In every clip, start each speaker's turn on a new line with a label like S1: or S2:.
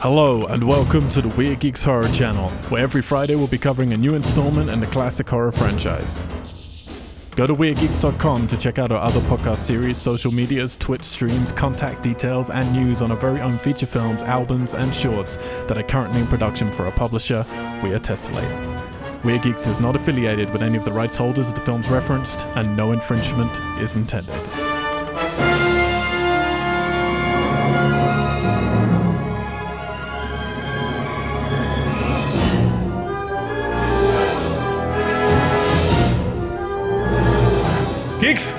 S1: Hello, and welcome to the Weird Geeks Horror Channel, where every Friday we'll be covering a new installment in the classic horror franchise. Go to WeirdGeeks.com to check out our other podcast series, social medias, Twitch streams, contact details, and news on our very own feature films, albums, and shorts that are currently in production for our publisher, We Are Tessellate. Weird Geeks is not affiliated with any of the rights holders of the films referenced, and no infringement is intended.
S2: Geeks!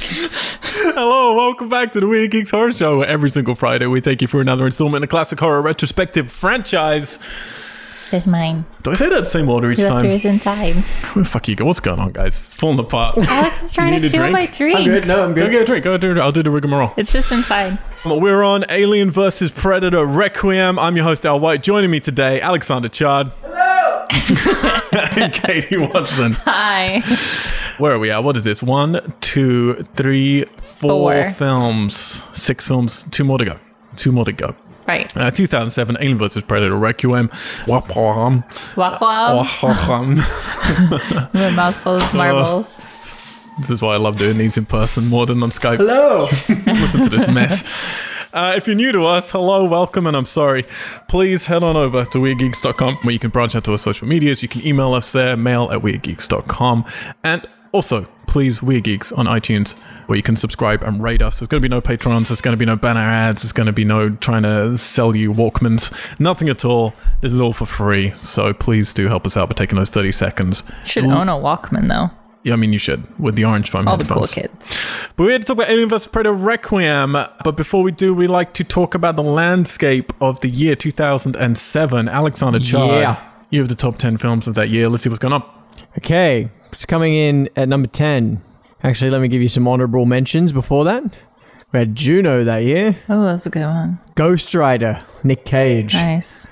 S1: Hello, welcome back to the Weird Geeks Horror Show, where every single Friday we take you through another installment in a classic horror retrospective franchise.
S3: There's mine.
S1: Do I say that same order each
S3: You left
S1: time?
S3: yours inside.
S1: Who the fuck you go? What's going on, guys? It's falling apart. go
S3: Alex is trying
S1: need a
S3: to steal
S1: drink?
S3: my drink.
S2: I'm good. No, I'm good.
S1: get a drink. Go do it. I'll do the rigmarole.
S3: It's just inside.
S1: We're on Alien vs. Predator Requiem. I'm your host, Al White. Joining me today, Alexander Chard. Hello! and Katie Watson.
S3: Hi.
S1: Where are we at? What is this? One, two, three, four
S3: Four.
S1: films. Six films. Two more to go. Two more to go.
S3: Right.
S1: Uh, 2007, Alien vs. Predator Requiem. Wapaham.
S3: Walk walk.
S1: Wahaham.
S3: A mouthful
S1: Uh,
S3: of marbles.
S1: This is why I love doing these in person more than on Skype.
S2: Hello!
S1: Listen to this mess. Uh, if you're new to us, hello, welcome, and I'm sorry. Please head on over to weirdgeeks.com where you can branch out to our social medias. You can email us there, mail at weirdgeeks.com. And also, please, Weird Geeks on iTunes where you can subscribe and rate us. There's going to be no Patrons, there's going to be no banner ads, there's going to be no trying to sell you Walkmans, nothing at all. This is all for free. So please do help us out by taking those 30 seconds.
S3: Should own a Walkman though.
S1: Yeah, I mean, you should with the orange phone.
S3: All the cool
S1: headphones.
S3: kids.
S1: But we're here to talk about Alien vs. Predator Requiem. But before we do, we like to talk about the landscape of the year 2007. Alexander Chard,
S2: Yeah.
S1: you have the top 10 films of that year. Let's see what's going on.
S2: Okay, it's coming in at number 10. Actually, let me give you some honorable mentions before that. We had Juno that year,
S3: Oh, that's a good one.
S2: Ghost Rider, Nick Cage.
S3: Nice.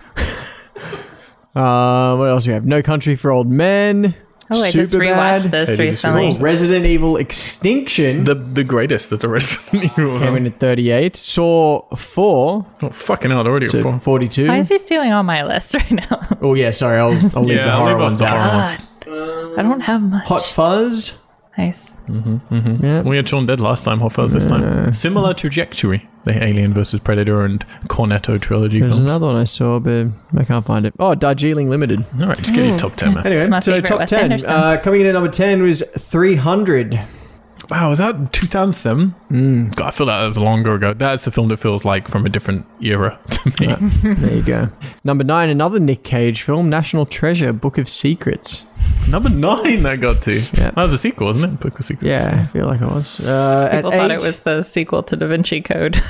S2: Uh, what else do we have? No Country for Old Men.
S3: Oh, I just rewatched
S2: Superbad,
S3: this
S1: Hey, did you just
S3: recently.
S1: rewatch
S2: Resident Evil Extinction
S1: The the greatest of the Resident Evil.
S2: came in at 38. Saw 4
S1: oh, fucking hell, they're already at
S2: to
S1: four.
S2: 42.
S3: Why is he stealing all my list right now?
S2: oh, yeah, sorry. I'll, I'll leave
S1: Yeah,
S2: the
S1: I'll
S2: horror
S1: leave off
S2: ones
S1: the
S2: out.
S1: horror
S3: God. I don't have much.
S2: Hot Fuzz.
S3: Nice.
S1: Mm-hmm. We had Sean Dead last time, Hot Fuzz this
S2: Uh,
S1: time. Similar trajectory, the Alien vs. Predator and Cornetto trilogy
S2: There's
S1: films.
S2: another one I saw, but I can't find it. Oh, Darjeeling Limited.
S1: All right, just get your top 10, man.
S2: Anyway,
S3: It's my
S2: so
S3: favorite
S2: top
S3: Wes
S2: ten.
S3: Anderson.
S2: Uh, coming in at number ten was three hundred.
S1: Wow, is that 2007? Mm. God, I feel that was longer ago. That's a film that feels like from a different era to me.
S2: there you go. Number nine, another Nick Cage film, National Treasure: Book of Secrets.
S1: Number nine, that got to.
S2: Yeah.
S1: That was a sequel, wasn't it? Book of Secrets.
S2: Yeah, I feel like it was. Oh, Uh, at
S3: People thought
S2: eight,
S3: it was the sequel to Da Vinci Code.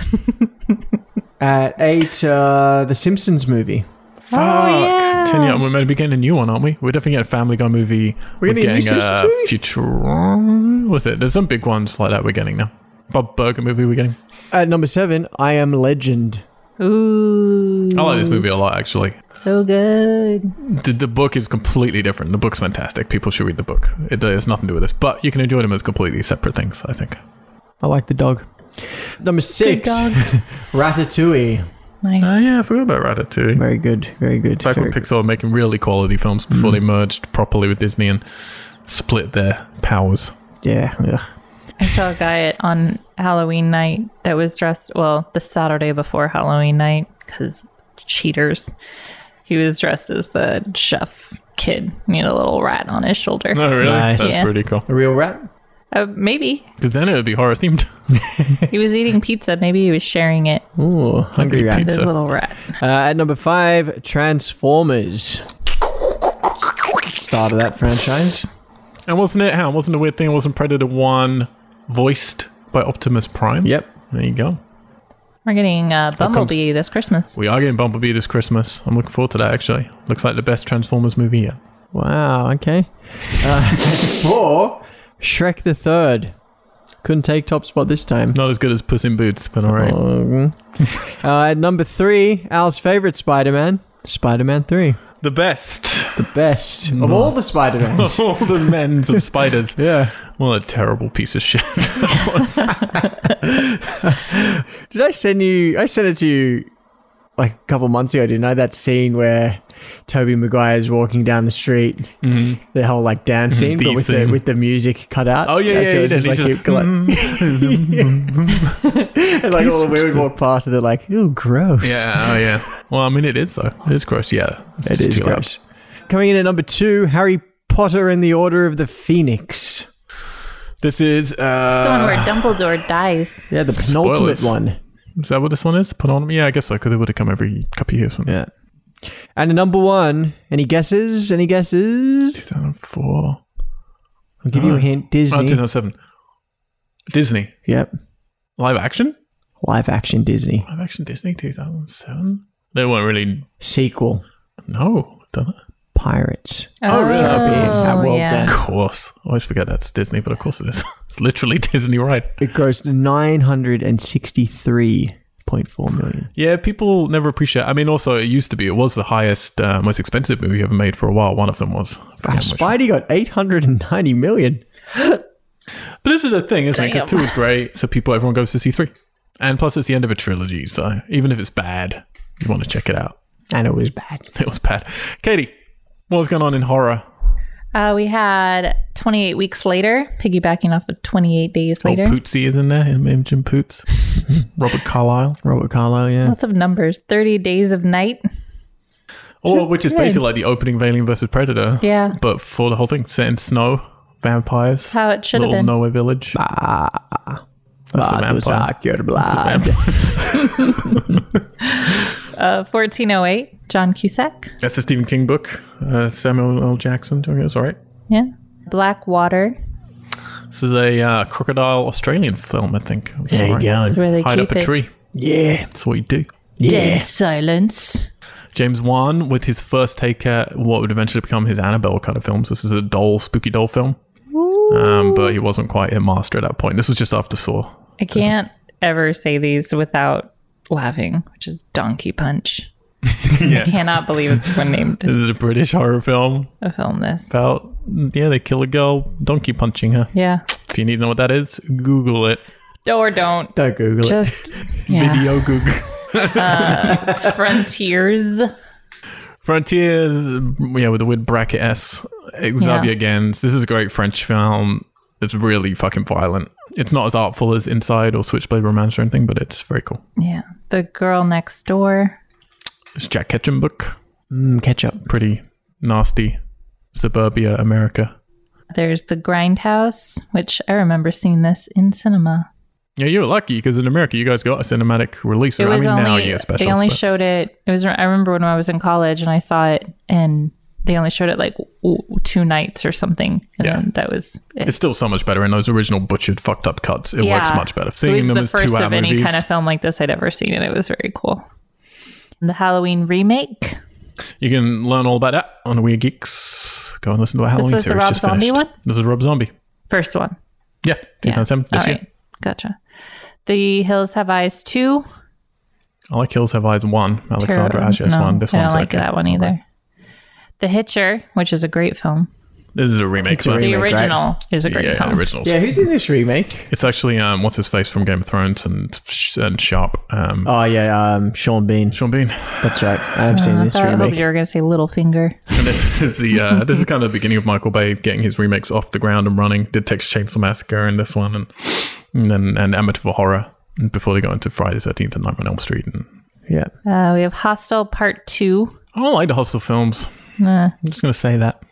S2: at eight, uh, the Simpsons movie.
S1: Fuck. Ten years. We're meant to be getting a new one, aren't we? We're definitely getting a Family Guy movie.
S2: We're getting uh, a new
S1: getting
S2: Simpsons movie?
S1: Future. Was it? There's some big ones like that we're getting now. Bob Burger movie we're getting.
S2: At number seven, I Am Legend.
S3: Ooh.
S1: I like this movie a lot, actually.
S3: So good.
S1: The, the book is completely different. The book's fantastic. People should read the book. It has nothing to do with this, but you can enjoy them as completely separate things, I think.
S2: I like the dog. Number six,
S3: dog.
S2: Ratatouille.
S3: Nice.
S1: Oh, yeah, I forgot about Ratatouille.
S2: Very good. Very good.
S1: back
S2: very
S1: when Pixar were making really quality films
S2: Mm.
S1: before they merged properly with Disney and split their powers.
S2: good. Yeah. ugh.
S3: I saw a guy at, on Halloween night that was dressed, well, the Saturday before Halloween night, because cheaters. He was dressed as the chef kid. He had a little rat on his shoulder.
S1: Oh, really?
S2: Nice.
S1: That's
S3: Yeah.
S1: pretty cool.
S2: A real rat.
S3: Uh, maybe.
S1: Because then it would be horror themed.
S3: He was eating pizza. Maybe he was sharing it
S2: Ooh,
S1: Hungry
S2: hungry rat.
S3: with his
S1: Pizza.
S3: little rat.
S2: Uh, at number five, Transformers. Start of that franchise.
S1: And wasn't it? How? Wasn't the weird thing? Wasn't Predator 1 voiced by Optimus Prime?
S2: Yep.
S1: There you go.
S3: We're getting uh, Bumblebee this Christmas.
S1: We are getting Bumblebee this Christmas. I'm looking forward to that, actually. Looks like the best Transformers movie yet.
S2: Wow. Okay. Uh, four, Shrek the Third. Couldn't take top spot this time. Mm-hmm.
S1: Not as good as Puss in Boots, but all right.
S2: Oh. Um, uh, at number three, Al's favorite Spider-Man, Spider-Man Three.
S1: The best
S2: The best of all the Spider-Mans.
S1: of all the men's of spiders.
S2: yeah.
S1: What a terrible piece of shit.
S2: Did I send you? I sent it to you like a couple months ago, didn't I? That scene where Toby Maguire is walking down the street, the whole like dance scene,
S1: Mm-hmm. The
S2: but with
S1: scene.
S2: the, with the music cut out.
S1: Oh, yeah, yeah,
S2: so
S1: yeah. mm-hmm.
S2: it's
S1: yeah, Mm.
S2: just like, you- like, and, like all the women walk past and they're like, "Ooh, gross."
S1: yeah, oh, yeah. Well, I mean, it is, though. It is gross, yeah. It's
S2: it
S1: just
S2: is
S1: too loud.
S2: gross. Coming in at number two, Harry Potter and the Order of the Phoenix.
S1: This is.
S3: It's the one where
S1: Uh,
S3: Dumbledore dies.
S2: Yeah, the penultimate
S1: Spoilers.
S2: one.
S1: is that what this one is? Put on Yeah, I guess so, because it would have come every couple of years from
S2: Yeah. And number one, any guesses? Any guesses?
S1: 2004.
S2: I'll give you a hint.
S1: Oh,
S2: Disney.
S1: 2007. Disney.
S2: yep.
S1: Live action?
S2: Live action Disney.
S1: Live action Disney 2007? They weren't really.
S2: sequel
S1: No. Done it.
S2: Pirates.
S1: Oh, really?
S2: At World's
S1: Of
S2: End.
S1: course. I always forget that's Disney, but of course it is. It's literally Disney, right?
S2: It grossed 963.4 million.
S1: Yeah, people never appreciate. I mean, also it used to be. It was the highest, uh, most expensive movie ever made for a while. One of them was.
S2: Wow, Spidey got 890 million.
S1: But this is the thing, isn't it? Because
S3: Damn.
S1: two is great, so people, everyone goes to see three, and plus it's the end of a trilogy. So even if it's bad, you want to check it out.
S2: And it was bad.
S1: It was bad. Katie, what was going on in horror?
S3: Uh, we had 28 weeks later, piggybacking off of 28 days later.
S1: Oh, Pootsy is in there. Him, him, Jim Poots, Robert Carlyle,
S2: Robert Carlo, yeah.
S3: Lots of numbers. 30 Days of Night.
S1: or
S3: Just
S1: which is
S3: good.
S1: basically like the opening of Alien versus Predator.
S3: Yeah.
S1: But for the whole thing, set in snow, vampires,
S3: How it should have
S1: little
S3: been.
S1: nowhere village. That's a
S2: Blood was
S1: vampire.
S2: out your blood.
S1: Vamp-
S3: Uh, 1408, John Cusack.
S1: That's a Stephen King book. Uh, Samuel L. Jackson doing it. Sorry.
S3: Yeah. Blackwater.
S1: This is a uh, crocodile Australian film, I think. I'm sorry.
S3: That's where they
S1: Hide
S3: keep
S1: up a
S3: it.
S1: tree.
S2: Yeah.
S1: That's what you do.
S2: Yeah.
S3: silence.
S1: James Wan with his first take at what would eventually become his Annabelle kind of films. This is a doll, spooky doll film. Um, but he wasn't quite a master at that point. This was just after Saw.
S3: I can't ever say these without laughing, which is Donkey Punch. I cannot believe it's been named
S1: This is a British horror film
S3: a film this.
S1: about, yeah, they kill a girl donkey punching her.
S3: Yeah.
S1: If you need to know what that is, Google it.
S3: Or don't.
S2: Don't Google it.
S3: Just yeah.
S1: Video Google.
S3: Frontiers.
S1: Frontiers, yeah, with the weird bracket S. Xavier Gens. This is a great French film. It's really fucking violent. It's not as artful as Inside or Switchblade Romance or anything, but it's very cool.
S3: Yeah. The girl next door.
S1: It's a Jack Ketchum book.
S2: Mm, ketchup.
S1: Pretty nasty suburbia America.
S3: There's the Grindhouse, which I remember seeing this in cinema.
S1: Yeah, you were lucky because in America you guys got a cinematic release.
S3: It
S1: I
S3: was
S1: mean,
S3: only
S1: now you get specials.
S3: they only
S1: but-
S3: showed it. It was I remember when I was in college and I saw it, and they only showed it like w- two nights or something. And
S1: Yeah.
S3: then that was it.
S1: it's still so much better in those original butchered, fucked up cuts. It works
S3: Yeah.
S1: much better.
S3: it
S1: Seeing
S3: was
S1: them
S3: the
S1: as
S3: first
S1: two-hour
S3: of any
S1: movies.
S3: kind of film like this I'd ever seen, and it was very cool. The Halloween remake.
S1: You can learn all about that on Weird Geeks. Go and listen to our Halloween
S3: was the
S1: series.
S3: Rob
S1: just
S3: Zombie
S1: finished.
S3: one?
S1: This is Rob Zombie.
S3: First one.
S1: Yeah, 2007.
S3: All
S1: This year.
S3: right. Gotcha. The Hills Have Eyes 2.
S1: I like Hills Have Eyes 1. Alexandra
S3: Terror-
S1: Ashes
S3: no,
S1: 1. This
S3: I
S1: one's
S3: don't like
S1: okay.
S3: that one either. The Hitcher, which is a great film.
S1: This is a remake.
S2: a
S1: but-
S3: The
S2: remake, right?
S3: original is a great
S1: yeah,
S3: film.
S1: originals.
S2: Yeah, who's in this remake?
S1: It's actually, um, what's his face from Game of Thrones and, and Sharp? Um,
S2: Oh, yeah, um, Sean Bean.
S1: Sean Bean.
S2: That's right. I have seen
S3: I
S2: this
S3: thought- Uh, I hope
S2: remake.
S3: you were going to say Littlefinger.
S1: And this is the uh, this is kind of the beginning of Michael Bay getting his remakes off the ground and running. Did Texas Chainsaw Massacre and this one, and, and then and Amateur Horror and before they got into Friday Thirteenth and Nightmare on Elm Street. And
S2: Yeah.
S3: Uh, we have Hostel Part 2.
S1: I don't like the hostel films.
S3: Nah.
S1: I'm just gonna say that.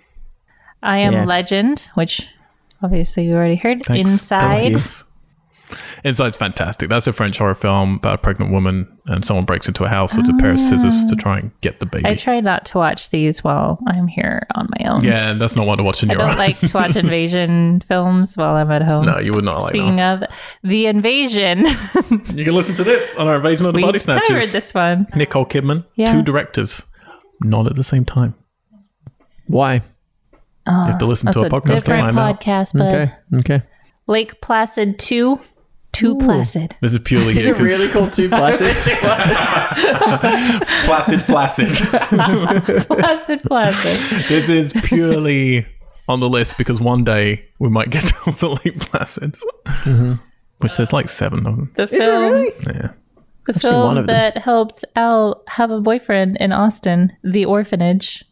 S3: I Am
S2: Yeah.
S3: Legend, which obviously you already heard.
S1: Thanks.
S3: Inside.
S1: Thanks. Inside's fantastic. That's a French horror film about a pregnant woman and someone breaks into a house with a pair of scissors to try and get the baby.
S3: I try not to watch these while I'm here on my own.
S1: yeah, that's not what to watch in
S3: I
S1: your
S3: don't
S1: own.
S3: like to watch invasion films while I'm at home.
S1: no, you would not like
S3: Speaking
S1: that.
S3: of the invasion,
S1: You can listen to this on our Invasion of the
S3: we
S1: Body
S3: covered
S1: Snatchers.
S3: this one.
S1: Nicole Kidman,
S3: Yeah.
S1: two directors, not at the same time.
S2: Why?
S1: you have to listen
S3: That's
S1: to
S3: a
S1: our podcast to
S3: different
S1: find out.
S3: podcast, but
S2: Okay. Okay.
S3: Lake Placid 2. Too placid.
S1: This is purely
S2: Is
S1: here
S2: it
S1: 'cause-
S2: really called two placid?
S1: placid, placid.
S3: Placid, placid.
S1: this is purely on the list because one day we might get to all the late placids,
S3: Mm-hmm.
S1: which there's like seven of them.
S3: The film,
S1: Yeah.
S3: the
S2: seen one
S3: film
S2: of them.
S3: that helped Al have a boyfriend in Austin, The Orphanage.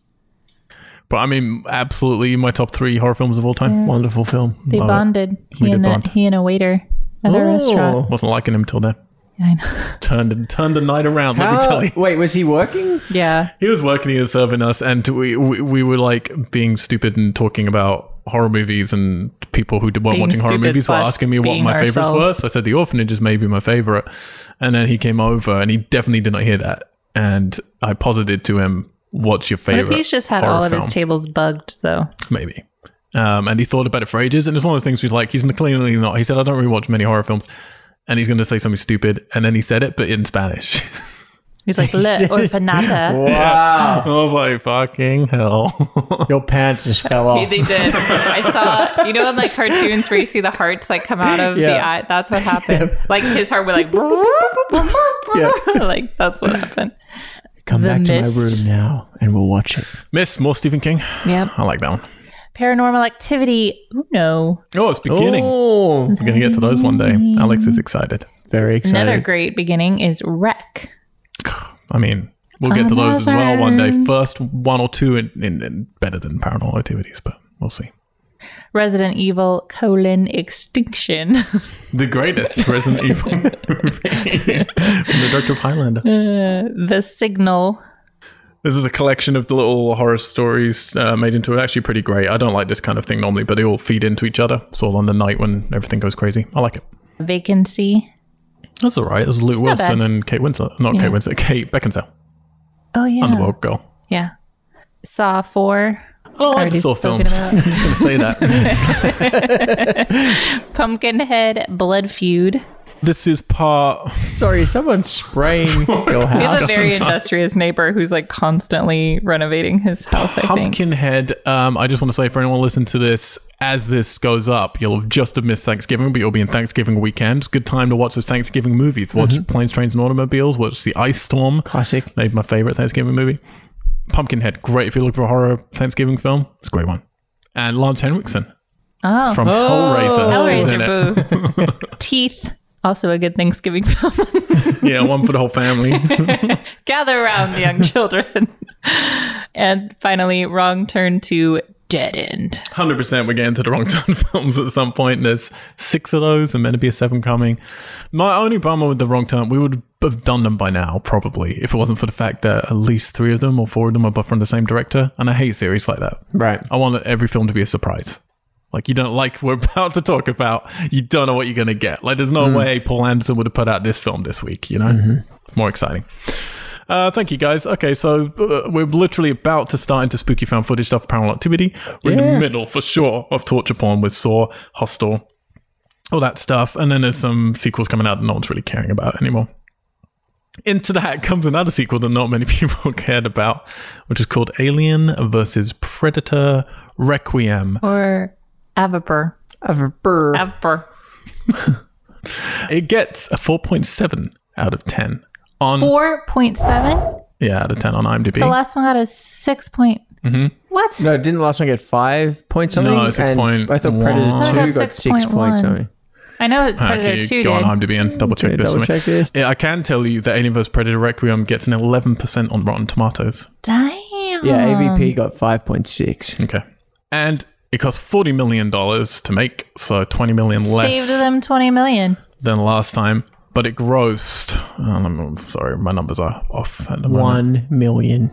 S1: But I mean, absolutely my top three horror films of all time. Wonderful film.
S3: They
S1: Love it.
S3: bonded. He
S1: We did
S3: and a,
S1: bond.
S3: he and a waiter at a restaurant.
S1: Wasn't liking him till then.
S3: Yeah, I know.
S1: Turned turned the night around. Let me
S2: How-
S1: tell you,
S2: Wait, was he working?
S3: Yeah.
S1: he was working. He was serving us, and we we, we were like being stupid and talking about horror movies and people who weren't
S3: Being
S1: watching horror
S3: stupid
S1: movies were
S3: slash
S1: asking me what
S3: being
S1: my favorites were.
S3: ourselves.
S1: So I said the orphanage is maybe my favorite, and then he came over and he definitely did not hear that. And I posited to him, "What's your
S3: What
S1: favorite?"
S3: if he's just had
S1: horror
S3: all of
S1: film?"
S3: his tables bugged, though?
S1: maybe. Um, and he thought about it for ages. And it's one of the things he's like, he's clearly not. He said, I don't really watch many horror films. And he's going to say something stupid. And then he said it, but in Spanish.
S3: He's like, Le Orfanata.
S2: Wow.
S1: I was like, fucking hell.
S2: Your pants just fell off.
S3: They did. I saw, you know, in like cartoons where you see the hearts like come out of the
S2: Yeah.
S3: eye. That's what happened. Like his heart would like, like that's what happened.
S2: Come
S3: The
S2: back to my
S3: Mist.
S2: room now and we'll watch it.
S1: Miss, more Stephen King.
S3: Yep.
S1: I like that one.
S3: Paranormal activity. Uno.
S1: Oh, it's beginning.
S2: Oh,
S1: We're going to get to those one day. Alex is excited.
S2: very excited.
S3: Another great beginning is Wreck.
S1: I mean, we'll get to those as well
S3: Another.
S1: one day. First one or two in, in, in better than paranormal activities, but we'll see.
S3: Resident Evil colon extinction.
S1: The greatest Resident Evil movie from the director of Highlander.
S3: the signal.
S1: This is a collection of the little horror stories uh, made into it. Actually, pretty great. I don't like this kind of thing normally, but they all feed into each other. It's all on the night when everything goes crazy. I like it.
S3: Vacancy.
S1: That's all right. It was Luke
S3: not
S1: Wilson
S3: bad.
S1: and Kate Winslet. Not Kate Winslet. Kate Beckinsale.
S3: Oh yeah.
S1: Underworld girl.
S3: Yeah. Saw four.
S1: I don't like
S3: Already
S1: the Saw
S3: spoken
S1: films. I'm
S3: about.
S1: just going to say that.
S3: Pumpkinhead Blood Feud.
S1: this is part.
S2: Sorry, someone's spraying your
S3: He has a
S2: house.
S3: very industrious neighbor who's like constantly renovating his house, I think.
S1: Pumpkinhead. Um, I just want to say for anyone listening to this, as this goes up, you'll have just have missed Thanksgiving, but you'll be in Thanksgiving weekend. It's a good time to watch those Thanksgiving movies. Watch
S3: Mm-hmm.
S1: Planes, Trains, and Automobiles. Watch The Ice Storm.
S2: Classic.
S1: Maybe my favorite Thanksgiving movie. Pumpkinhead. Great if you're looking for a horror Thanksgiving film. It's a great one. And Lance Henriksen
S3: Oh.
S1: from Hellraiser. is in it.
S3: Hellraiser Boo. Teeth. Also a good Thanksgiving film.
S1: Yeah, one for the whole family.
S3: Gather around, young children. and finally, wrong turn to dead end.
S1: 100% we're getting to the wrong turn films at some point. There's six of those and meant to be a seven coming. My only bummer with the wrong turn, we would have done them by now, probably, if it wasn't for the fact that at least three of them or four of them are from the same director. And I hate series like that.
S2: Right.
S1: I want every film to be a surprise. Like you don't like we're about to talk about, you don't know what you're gonna get. Like there's no way Paul Anderson would have put out this film this week. You know, more exciting. Uh, thank you guys. Okay, so uh, we're literally about to start into spooky found footage stuff, paranormal activity. We're in the middle for sure of torture porn with Saw, Hostel, all that stuff, and then there's some sequels coming out that no one's really caring about anymore. Into the Hat comes another sequel that not many people cared about, which is called Alien versus Predator Requiem.
S3: Or Avaper.
S2: Of a burr.
S3: Avaper.
S1: It gets a 4.7 out of 10 on
S3: 4.7.
S1: yeah, out of 10 on IMDb.
S3: The last one got a 6 point.
S1: Mm-hmm.
S3: What?
S2: No, didn't the last one get five point something?
S1: No, six
S2: And
S1: point
S2: I thought
S1: one. I
S2: Predator
S3: thought
S2: Two got
S3: six
S2: six
S3: point one.
S2: point something.
S3: I know
S1: Uh, can
S3: Predator
S1: you
S3: 2
S1: go
S3: did.
S1: on IMDb and double check
S2: Okay,
S1: this. for me?
S2: double-check this.
S1: Yeah, I can tell you that Alien vs Predator Requiem gets an 11% on Rotten Tomatoes.
S3: Damn.
S2: Yeah, AVP got five point six.
S1: Okay, and it costs 40 million dollars to make, so 20 million less
S3: Saved them 20 million.
S1: than last time. But it grossed. um, I'm sorry, my numbers are off at the moment.
S2: One million.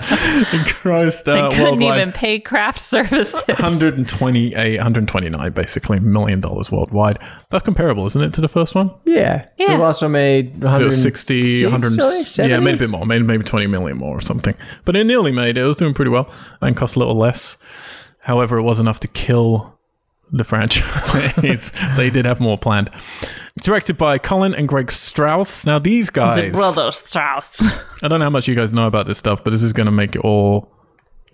S1: grossed
S3: They
S1: uh,
S3: couldn't
S1: worldwide
S3: even pay craft services.
S1: 128 129 basically million dollars worldwide that's comparable isn't it to the first one
S2: Yeah.
S3: Yeah.
S2: The last one made
S1: it
S2: 160,
S1: was 60 100 yeah made a bit more made maybe 20 million more or something but it nearly made it it was doing pretty well and cost a little less however it was enough to kill the franchise they did have more planned directed by colin and greg strauss now these guys
S3: Brother Strauss.
S1: I don't know how much you guys know about this stuff, but this is going to make it all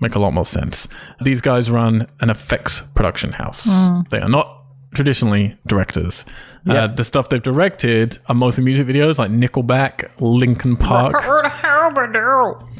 S1: make a lot more sense. These guys run an effects production house. They are not traditionally directors. Uh,
S2: Yeah.
S1: the stuff they've directed are mostly music videos like Nickelback, Linkin Park.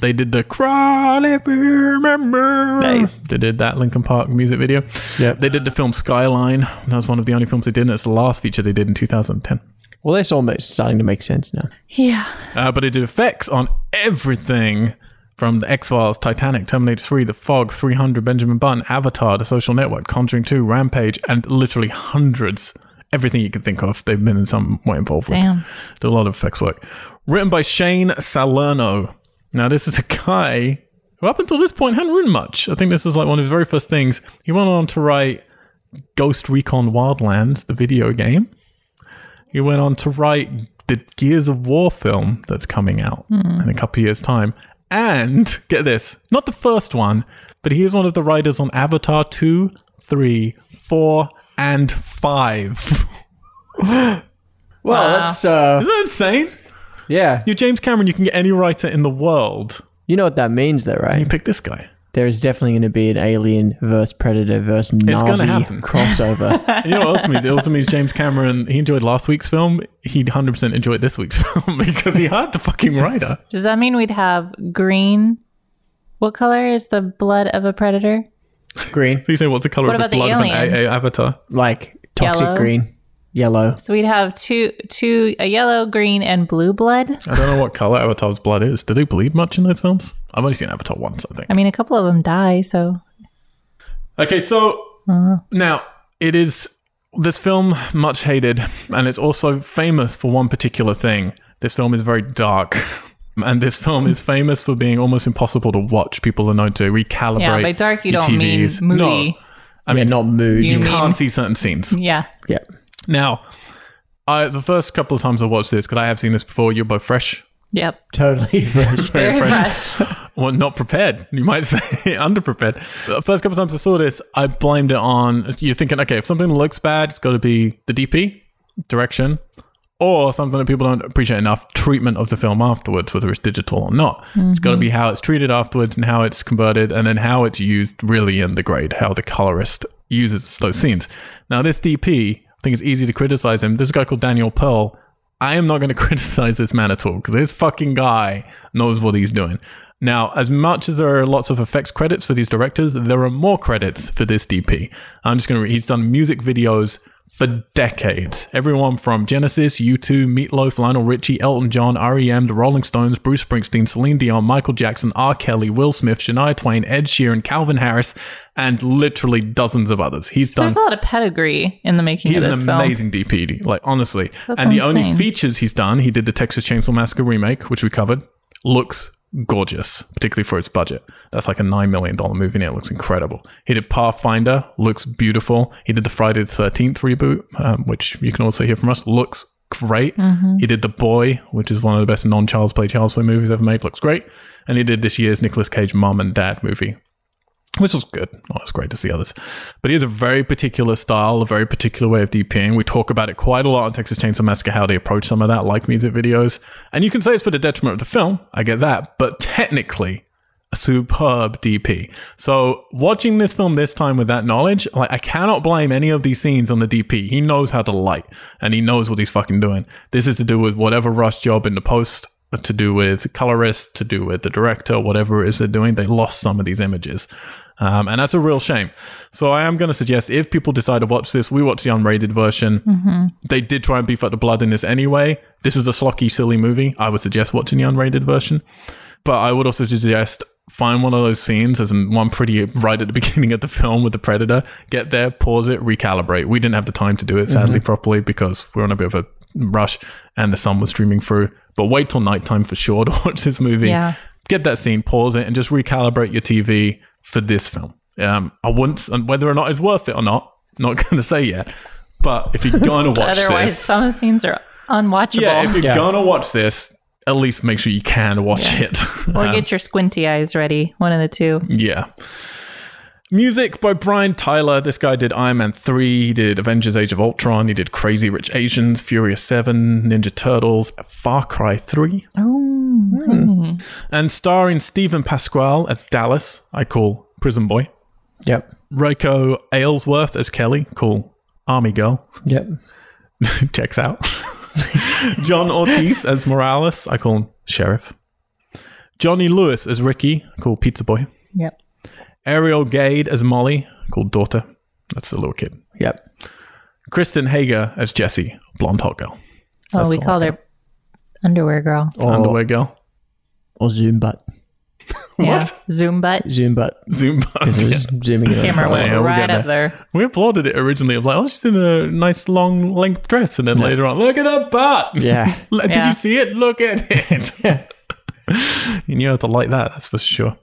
S1: They did the Crawl If You Remember.
S3: Nice.
S1: They did that Linkin Park music video.
S2: Yep.
S1: They did the film Skyline. That was one of the only films they did, and it's the last feature they did in 2010.
S2: Well, that's almost starting to make sense now.
S3: Yeah.
S1: Uh, but they did effects on everything from the X Files, Titanic, Terminator 3, The Fog, 300, Benjamin Button, Avatar, The Social Network, Conjuring 2, Rampage, and literally hundreds. Everything you can think of, they've been in some way involved with.
S3: Damn.
S1: Did a lot of effects work. Written by Shane Salerno. Now, this is a guy who, up until this point, hadn't written much. I think this is like one of his very first things. He went on to write Ghost Recon Wildlands, the video game. He went on to write the Gears of War film that's coming out in a couple of years' time. And get this, not the first one, but he is one of the writers on Avatar 2, 3, 4, and 5. Isn't
S2: Well,
S3: Wow.
S2: that's uh,
S1: that insane?
S2: yeah.
S1: You're James Cameron, you can get any writer in the world.
S2: You know what that means, though,
S1: You
S2: right?
S1: pick this guy.
S2: There is definitely going to be an alien versus predator versus Navi
S1: gonna happen.
S2: crossover.
S1: And you know what else it means? It also means James Cameron, he enjoyed last week's film. He 100% enjoyed this week's film because he had the fucking writer.
S3: Does that mean we'd have green? What color is the blood of a predator?
S2: green,
S1: Please say what's the color
S3: What
S1: of
S3: about
S1: the
S3: the
S1: blood of an
S3: alien?
S1: AA avatar?
S2: like toxic
S3: Yellow.
S2: green, yellow.
S3: So we'd have two, two, a yellow, green, and blue blood.
S1: I don't know what color Avatar's blood is. Did they bleed much in those films? I've only seen Avatar once, I think.
S3: I mean, a couple of them die, so
S1: Okay, so
S3: Uh.
S1: now it is this film much hated, and it's also famous for one particular thing. This film is very dark, and this film is famous for being almost impossible to watch. People are known to recalibrate.
S3: yeah. By dark, you
S1: your
S3: don't mean
S1: TVs.
S3: movie.
S1: No, I mean
S2: Yeah, not mood.
S3: You-
S1: you
S3: mean-
S1: can't see certain scenes.
S3: Yeah.
S2: yeah.
S1: Now, I the first couple of times I watched this because I have seen this before. You're both fresh,
S3: Yep.
S2: Totally fresh.
S3: Very fresh.
S1: well, not prepared. You might say underprepared. The first couple times I saw this, I blamed it on you're thinking, okay, if something looks bad, it's got to be the DP direction or something that people don't appreciate enough treatment of the film afterwards, whether it's digital or not. It's got to be how it's treated afterwards and how it's converted and then how it's used really in the grade, how the colorist uses those scenes. Now, this DP, I think it's easy to criticize him. There's a guy called Daniel Pearl. I am not going to criticize this man at all because this fucking guy knows what he's doing. Now, as much as there are lots of effects credits for these directors, there are more credits for this DP. I'm just going to read. He's done music videos for decades. Everyone from Genesis, U2, Meatloaf, Lionel Richie, Elton John, REM, The Rolling Stones, Bruce Springsteen, Celine Dion, Michael Jackson, R. Kelly, Will Smith, Shania Twain, Ed Sheeran, Calvin Harris, and literally dozens of others. He's done
S3: There's a lot of pedigree in the making
S1: He's an
S3: of this film.
S1: amazing DP, like honestly.
S3: That's
S1: and the only
S3: insane.
S1: features he's done, he did the Texas Chainsaw Massacre remake, which we covered, looks gorgeous, particularly for its budget. That's like a $9 million movie and it looks incredible. He did Pathfinder, looks beautiful. He did the Friday the 13th reboot, um, which you can also hear from us, looks great.
S3: Mm-hmm.
S1: He did The Boy, which is one of the best non Child's Play, Child's Play movies ever made, looks great. And he did this year's Nicolas Cage Mom and Dad movie, which was good. Oh, it's great to see others. But he has a very particular style, a very particular way of DPing. We talk about it quite a lot on Texas Chainsaw Massacre, how they approach some of that, like music videos. And you can say it's for the detriment of the film. I get that. But technically, a superb DP. So watching this film this time with that knowledge, like I cannot blame any of these scenes on the DP. He knows how to light and he knows what he's fucking doing. This is to do with whatever rush job in the post to do with colorist, to do with the director, whatever it is they're doing, they lost some of these images. Um, and that's a real shame. So I am going to suggest if people decide to watch this, we watch the unrated version. They did try and beef up the blood in this anyway. This is a slocky, silly movie. I would suggest watching the unrated version. But I would also suggest find one of those scenes, as in one pretty right at the beginning of the film with the predator. Get there, pause it, recalibrate. We didn't have the time to do it sadly properly because we are on a bit of a rush and the sun was streaming through. But wait till nighttime for sure to watch this movie.
S3: Yeah.
S1: Get that scene, pause it, and just recalibrate your TV for this film. Um, I wouldn't, and whether or not it's worth it or not, not going to say yet. But if you're going to watch
S3: Otherwise,
S1: this,
S3: some of the scenes are unwatchable.
S1: yeah, if you're
S2: Yeah.
S1: gonna watch this, at least make sure you can watch it.
S3: or
S1: Um,
S3: get your squinty eyes ready. One of the two.
S1: yeah. Music by Brian Tyler. This guy did Iron Man 3, he did Avengers Age of Ultron, he did Crazy Rich Asians, Furious 7, Ninja Turtles, Far Cry 3. And starring Stephen Pasquale as Dallas, I call Prison Boy.
S2: Yep.
S1: Reiko Aylesworth as Kelly, cool. Army Girl
S2: Yep.
S1: checks out. John Ortiz as Morales, I call him Sheriff. Johnny Lewis as Ricky, I call Pizza Boy.
S3: Yep.
S1: Ariel Gade as Molly, called Daughter. That's the little kid.
S2: Yep.
S1: Kristen Hager as Jessie, blonde hot girl.
S3: Oh,
S1: That's
S3: we
S1: all
S3: called
S1: I
S3: her underwear girl.
S2: Or,
S1: Underwear girl.
S2: or zoom butt.
S3: Yeah. Zoom butt.
S2: Zoom butt.
S1: Zoom
S2: Because
S1: button.
S2: it was zooming in.
S3: Camera went
S1: yeah, we
S3: right
S1: got
S3: up there.
S1: We applauded it originally. of like, oh, she's in a nice long length dress. And then later on, look at her butt.
S2: Yeah.
S1: Did
S3: Yeah.
S1: you see it? Look at it. You knew how to like that, that's for sure.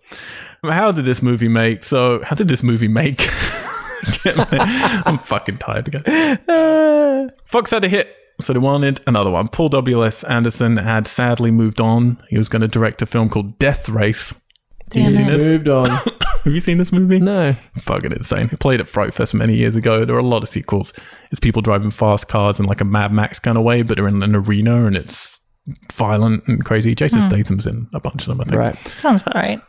S1: How did this movie make? So, how did this movie make? I'm fucking tired again. Fox had a hit, so they wanted another one. Paul W.S. Anderson had sadly moved on. He was going to direct a film called Death Race.
S3: Damn
S1: seen
S3: it.
S1: Yes.
S2: Moved on.
S1: Have you seen this movie?
S2: No.
S1: Fucking insane. He played at Fright Fest many years ago. There are a lot of sequels. It's people driving fast cars in like a Mad Max kind of way, but they're in an arena and it's violent and crazy. Jason Statham's in a bunch of them, I think.
S2: Right.
S3: Sounds about right.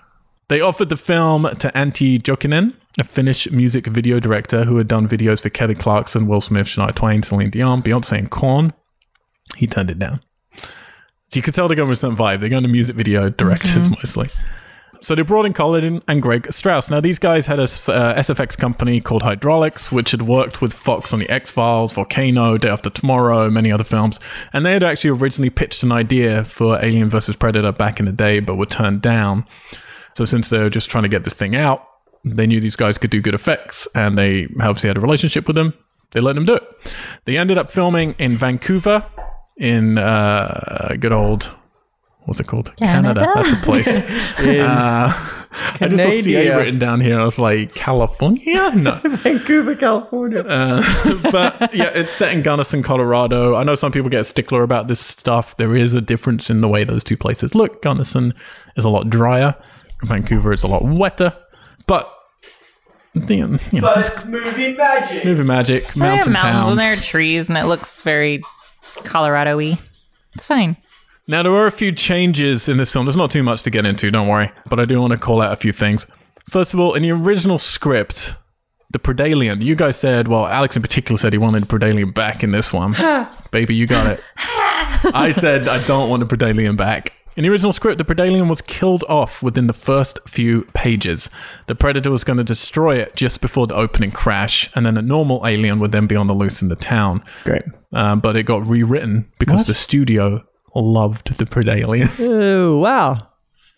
S1: They offered the film to Antti Jokinen, a Finnish music video director who had done videos for Kelly Clarkson, Will Smith, Shania Twain, Celine Dion, Beyonce, and Korn. He turned it down. So you could tell they're going with some vibe. They're going to music video directors mostly. So they brought in Colin and Greg Strauss. Now, these guys had a s- uh, SFX company called Hydraulics, which had worked with Fox on The X Files, Volcano, Day After Tomorrow, many other films. And they had actually originally pitched an idea for Alien vs. Predator back in the day, but were turned down. So since they were just trying to get this thing out, they knew these guys could do good effects, and they obviously had a relationship with them. They let them do it. They ended up filming in Vancouver, in uh, good old what's it called
S3: Canada?
S1: That's the place. uh, I just saw CA
S2: Canada.
S1: written down here. and I was like California, no.
S2: Vancouver, California.
S1: but yeah, it's set in Gunnison, Colorado. I know some people get a stickler about this stuff. There is a difference in the way those two places look. Gunnison is a lot drier. Vancouver is a lot wetter. But the- you know, it's
S2: movie magic.
S1: movie magic,
S3: There are
S1: mountain
S3: mountains and there are
S1: towns.
S3: trees, and it looks very Colorado y. It's fine.
S1: Now there are a few changes in this film. There's not too much to get into, don't worry. But I do want to call out a few things. First of all, in the original script, the Predalien, you guys said, well, Alex in particular said he wanted the Predalien back in this one. Baby, you got it. I said I don't want the Predalien back. In the original script, the Predalien was killed off within the first few pages. The Predator was going to destroy it just before the opening crash, and then a normal alien would then be on the loose in the town.
S2: Great.
S1: Um, but it got rewritten because the studio loved the Predalien.
S2: Oh, wow.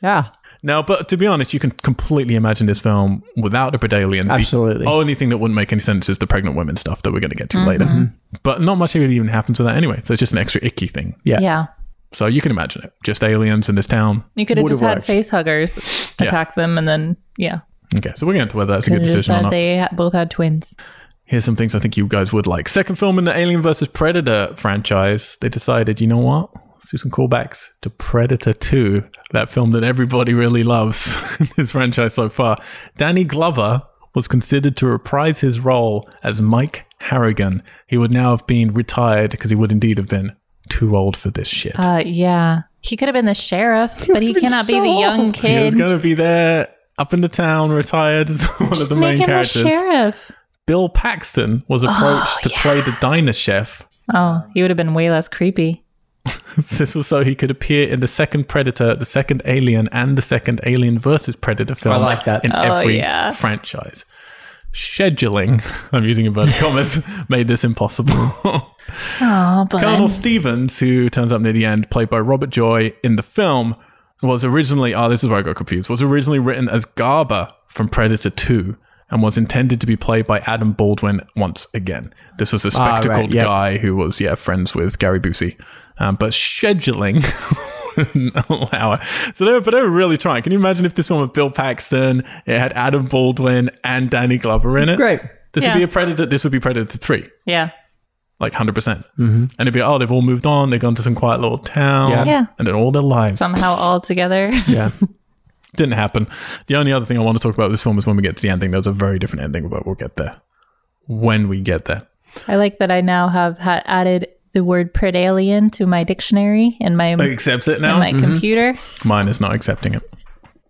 S2: Yeah.
S1: Now, but to be honest, you can completely imagine this film without a Predalien.
S2: Absolutely.
S1: The only thing that wouldn't make any sense is the pregnant women stuff that we're going to get to later. But not much really even happens with that anyway. So it's just an extra icky thing.
S2: Yeah.
S3: Yeah.
S1: So you can imagine it. Just aliens in this town.
S3: You could have
S2: Would've
S3: just had
S2: worked.
S3: face huggers attack them, and then, yeah.
S1: Okay, so we're going to whether that's a good
S3: Could've just
S1: decision or
S3: said
S1: not.
S3: they ha- both had twins.
S1: Here's some things I think you guys would like. Second film in the Alien versus Predator franchise, they decided, you know what? Let's do some callbacks to Predator 2, that film that everybody really loves in this franchise so far. Danny Glover was considered to reprise his role as Mike Harrigan. He would now have been retired because he would indeed have been too old for this shit.
S3: Uh, yeah. He could have been the sheriff, but he
S2: been
S3: cannot be
S2: so
S3: the young
S2: old.
S1: he was
S3: kid.
S1: going to be there up in the town, retired as one
S3: just
S1: of the main
S3: make him
S1: characters.
S3: the sheriff.
S1: Bill Paxton was approached to play the diner chef
S3: Oh, he would have been way less creepy.
S1: This was so he could appear in the second Predator, the second Alien, and the second Alien versus Predator film.
S2: I like that.
S1: in
S3: Oh,
S1: every
S3: yeah.
S1: franchise. Scheduling, I'm using inverted commas, made this impossible.
S3: Oh, but
S1: Colonel Stevens, who turns up near the end, played by Robert Joy in the film, was originally oh, this is where I got confused. Was originally written as Garber from Predator Two and was intended to be played by Adam Baldwin once again. This was a
S2: Ah, right,
S1: spectacled
S2: yep.
S1: guy who was yeah friends with Gary Busey, um, but scheduling. wouldn't allow it. So they were, but they were really trying. Can you imagine if this one with Bill Paxton, it had Adam Baldwin and Danny Glover in it?
S2: Great.
S1: This
S3: Yeah.
S1: would be a Predator. This would be Predator Three
S3: yeah.
S1: like 100%. percent And it'd be, oh, they've all moved on. They've gone to some quiet little town.
S2: Yeah.
S3: Yeah.
S1: And then all their lives.
S3: Somehow all together.
S2: Yeah.
S1: Didn't happen. The only other thing I want to talk about with this film is when we get to the ending. There's a very different ending, but we'll get there when we get there.
S3: I like that I now have ha- added the word predalien to my dictionary and my
S1: It accepts it now.
S3: on my computer.
S1: Mine is not accepting it.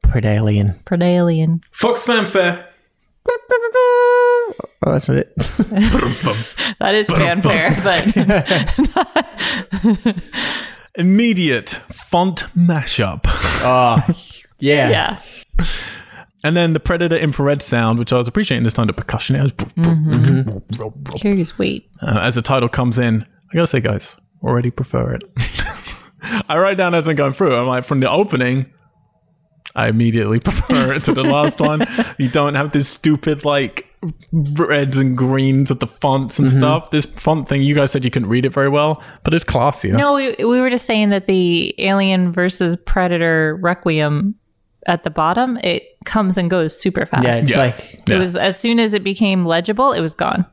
S2: Predalien.
S3: Predalien.
S1: Fox fanfare.
S2: Oh, that's not it.
S3: That is fanfare, but
S1: Immediate font mashup.
S2: Oh, yeah.
S3: yeah.
S1: And then the Predator infrared sound, which I was appreciating this time, the percussion. Mm-hmm. It was
S3: Curious wait.
S1: uh, as the title comes in. I gotta say, guys, already prefer it. I write down as I'm going through. I'm like, from the opening, I immediately prefer it to the last one. You don't have this stupid like reds and greens of the fonts and stuff. This font thing, you guys said you couldn't read it very well, but it's classier.
S3: No, we, we were just saying that the Alien versus Predator Requiem at the bottom, it comes and goes super fast.
S2: Yeah, it's
S1: Yeah.
S2: like,
S1: Yeah.
S3: It was as soon as it became legible, it was gone.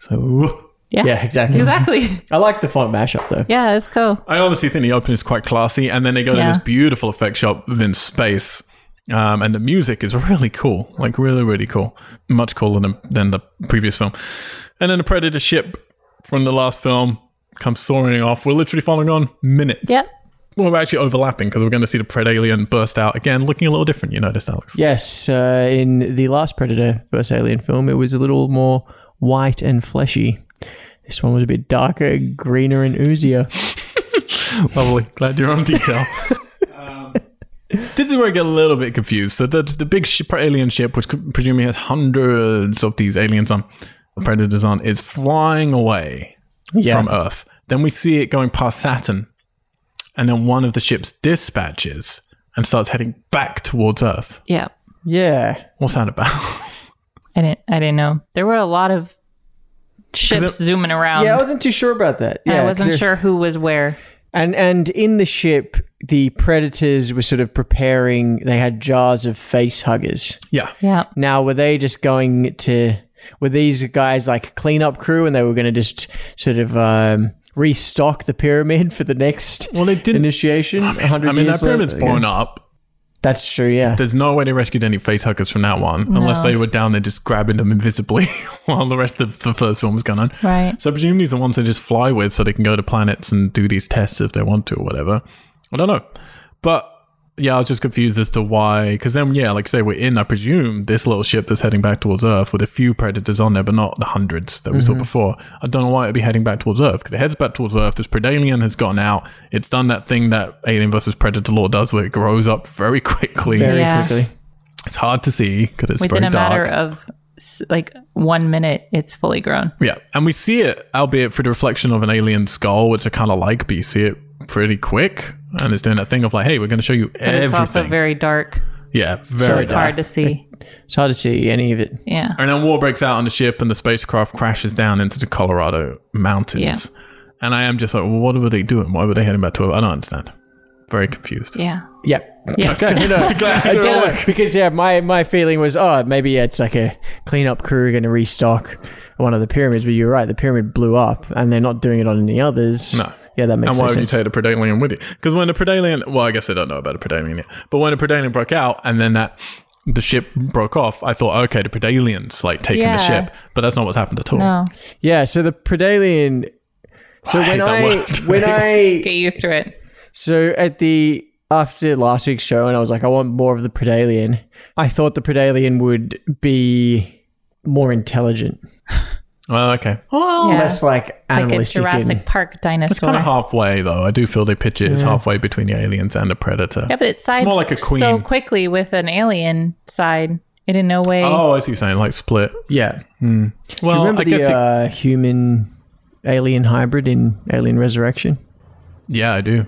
S1: So
S3: Yeah.
S2: yeah, exactly.
S3: Exactly.
S2: I like the font mashup though.
S3: yeah, it's cool.
S1: I honestly think the opening is quite classy, and then they go to
S3: Yeah.
S1: this beautiful effect shop within space. Um, and the music is really cool, like really, really cool. Much cooler than, than the previous film. And then the Predator ship from the last film comes soaring off. We're literally following on minutes.
S3: Yeah.
S1: Well, we're actually overlapping because we're going to see the Pred alien burst out again, looking a little different. You noticed, Alex?
S2: Yes, uh, in the last Predator vs. Alien film, it was a little more white and fleshy. This one was a bit darker, greener, and oozier.
S1: Lovely. Glad you're on detail. This is where I get a little bit confused. So the the big ship, alien ship, which could- presumably has hundreds of these aliens on, predators on, is flying away
S2: Yeah.
S1: from Earth. Then we see it going past Saturn, and then one of the ships dispatches and starts heading back towards Earth.
S3: Yeah.
S2: Yeah.
S1: What's that about?
S3: I didn't I didn't know. There were a lot of ships zooming around.
S1: oh,
S2: Yeah, I wasn't too sure about that.
S3: I
S2: Yeah, 'cause
S3: wasn't
S2: it-
S3: sure who was where.
S2: And and in the ship, the predators were sort of preparing. They had jars of face huggers.
S1: yeah,
S3: Yeah.
S2: Now, were they just going to? Were these guys like cleanup crew, and they were going to just sort of um, restock the pyramid for the next
S1: Well, they didn't-
S2: initiation? I
S1: I mean that pyramid's blown up.
S2: That's true. Yeah.
S1: There's no way they rescued any face huggers from that one, unless they were down there just grabbing them invisibly while the rest of the first one was going on.
S3: Right.
S1: So presumably these are ones they just fly with so they can go to planets and do these tests if they want to or whatever. I don't know. But yeah, I was just confused as to why. Because then, yeah, like I say, we're in, I presume, this little ship that's heading back towards Earth with a few predators on there, but not the hundreds that we saw
S3: Mm-hmm.
S1: before. I don't know why it'd be heading back towards Earth. Because it heads back towards Earth. This Predalien has gotten out. It's done that thing that Alien versus Predator law does where it grows up very quickly.
S2: Very
S3: Yeah.
S2: quickly.
S1: It's hard to see because it's
S3: Within
S1: very
S3: a matter
S1: dark.
S3: of s- like one minute, it's fully grown.
S1: yeah, and we see it, albeit through the reflection of an alien skull, which I kind of like, but you see it pretty quick, and it's doing that thing of like, hey, we're going to show you
S3: But
S1: everything.
S3: it's also very dark.
S1: yeah, very.
S3: It's hard to see.
S2: It's hard to see any of it.
S3: Yeah.
S1: and then war breaks out on the ship, and the spacecraft crashes down into the Colorado mountains. And I am just like, well, what were they doing? Why were they heading back to? I don't understand. Very confused.
S3: Yeah.
S2: Yep.
S3: Yeah.
S1: Glad they're all-
S2: because yeah, my my feeling was oh maybe it's like a cleanup crew going to restock one of the pyramids, but you're right, the pyramid blew up and they're not doing it on any others.
S1: No.
S2: yeah, that makes
S1: And
S2: no
S1: why would you
S2: sense.
S1: take the Predalien with you? Because when the Predalien, well, I guess I don't know about the Predalien yet, but when the Predalien broke out and then that the ship broke off, I thought, okay, the Predalien's like taking
S3: Yeah.
S1: the ship, but that's not what's happened at all.
S3: No.
S2: yeah, so the Predalien. So
S1: I hate
S2: when
S1: that
S2: I
S1: word.
S2: when I
S3: Get used to it.
S2: so at the after last week's show, and I was like, I want more of the Predalien. I thought the Predalien would be more intelligent,
S1: Oh, okay.
S3: Yeah.
S2: less like
S3: Like a
S2: animalistic.
S3: Jurassic
S2: and-
S3: Park
S1: It's
S3: dinosaur.
S1: kind of halfway though. I do feel they pitch it as halfway between the aliens and the predator.
S3: yeah, but it sides
S1: more like a queen.
S3: so quickly with an alien side. It in no way.
S1: Oh, I see what you're saying, like split.
S2: yeah,
S1: Well,
S2: Remember
S1: I guess
S2: the
S1: it-
S2: uh, human alien hybrid in Alien Resurrection?
S1: yeah, I do.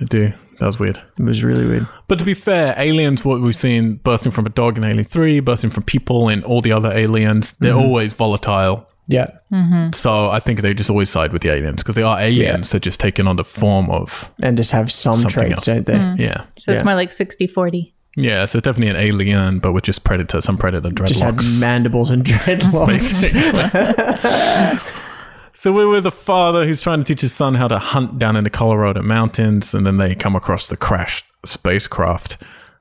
S1: I do. That was weird.
S2: It was really weird.
S1: But to be fair, aliens, what we've seen bursting from a dog in Alien 3, bursting from people and all the other aliens, they're
S2: Mm-hmm.
S1: always volatile.
S2: Yeah.
S1: So I think they just always side with the aliens because they are aliens. They're just taking on the form of
S2: And just have some
S1: Something
S2: traits,
S1: else.
S2: don't they?
S1: yeah,
S3: so it's
S2: yeah.
S3: more like 60 40.
S1: yeah. So it's definitely an alien, but with just predator, some predator dreadlocks.
S2: Just had mandibles and dreadlocks.
S1: so we're with a father who's trying to teach his son how to hunt down in the Colorado mountains, and then they come across the crashed spacecraft.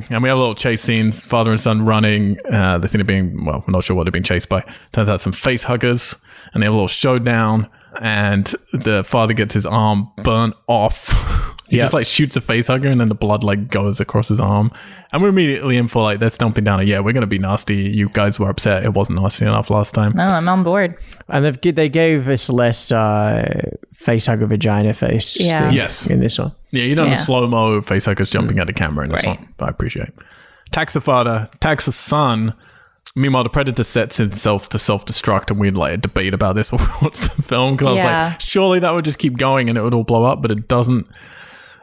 S1: And we have a little chase scenes, father and son running. Uh, they think they're being, well, we're not sure what they're being chased by. Turns out some face huggers, and they have a little showdown. And the father gets his arm burnt off He
S2: Yeah.
S1: just like shoots a face hugger and then the blood like goes across his arm. And we're immediately in for like they're stomping down it. Yeah, we're gonna be nasty. You guys were upset it wasn't nasty enough last time.
S3: No, I'm on board.
S2: And they've, gi- they gave us less uh, face hugger vagina face.
S3: Yeah.
S2: thing
S1: Yes.
S2: In this one.
S1: Yeah, you don't
S3: Yeah. Mm.
S1: have slow mo face huggers jumping at the camera in this
S3: Right.
S1: one. But I appreciate. Tax the father, tax the son. Meanwhile, the predator sets himself to self destruct, and we had like a debate about this while we watched the film. Because I was
S3: Yeah.
S1: like, surely that would just keep going and it would all blow up, but it doesn't.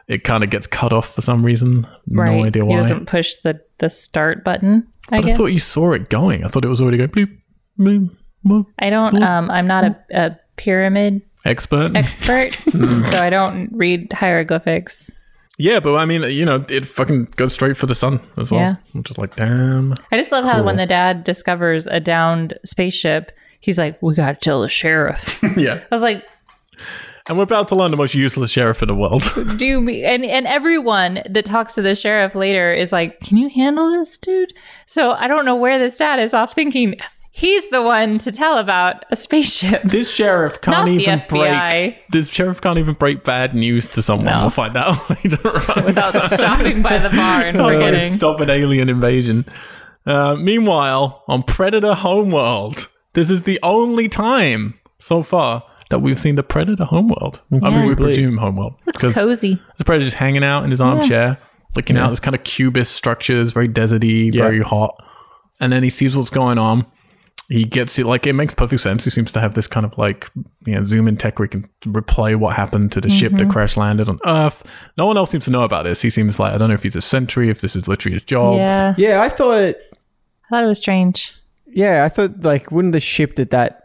S1: It kind of gets cut off for some reason.
S3: Right.
S1: No idea
S3: He
S1: why.
S3: doesn't push the, the start button, I
S1: But I,
S3: guess.
S1: thought you saw it going. I thought it was already going bloop, bloop, bloop.
S3: I don't, um, I'm not a, a pyramid
S1: Expert.
S3: expert,
S1: Hmm.
S3: so I don't read hieroglyphics.
S1: yeah, but I mean, you know, it fucking goes straight for the sun as well.
S3: Yeah.
S1: I'm just like, damn.
S3: I just love how when the dad discovers a downed spaceship, he's like, we got to tell the sheriff. I
S1: yeah.
S3: was like,
S1: And we're about to learn the most useless sheriff in the world.
S3: do me and and everyone that talks to the sheriff later is like can you handle this dude so i don't know where this dad is off thinking he's the one to tell about a spaceship
S1: this sheriff can't
S3: Not the
S1: even
S3: FBI.
S1: break. This sheriff can't even break bad news to someone. We'll find out later on.
S3: without stopping by the bar and
S1: Oh,
S3: forgetting
S1: Stop an alien invasion. Uh, meanwhile, on Predator Homeworld, this is the only time so far that we've seen the Predator Homeworld. I mean, we presume Homeworld
S3: it's cozy
S1: the predator just hanging out in his armchair, looking out. This kind of cubist structures, very deserty, very hot. And then he sees what's going on. He gets it like it makes perfect sense. He seems to have this kind of like you know zoom in tech where he can replay what happened to the ship that crash landed on Earth. No one else seems to know about this. He seems like I don't know if he's a sentry, if this is literally his job.
S3: yeah
S2: Yeah, I thought
S3: i thought it was strange
S2: Yeah, I thought like wouldn't the ship that that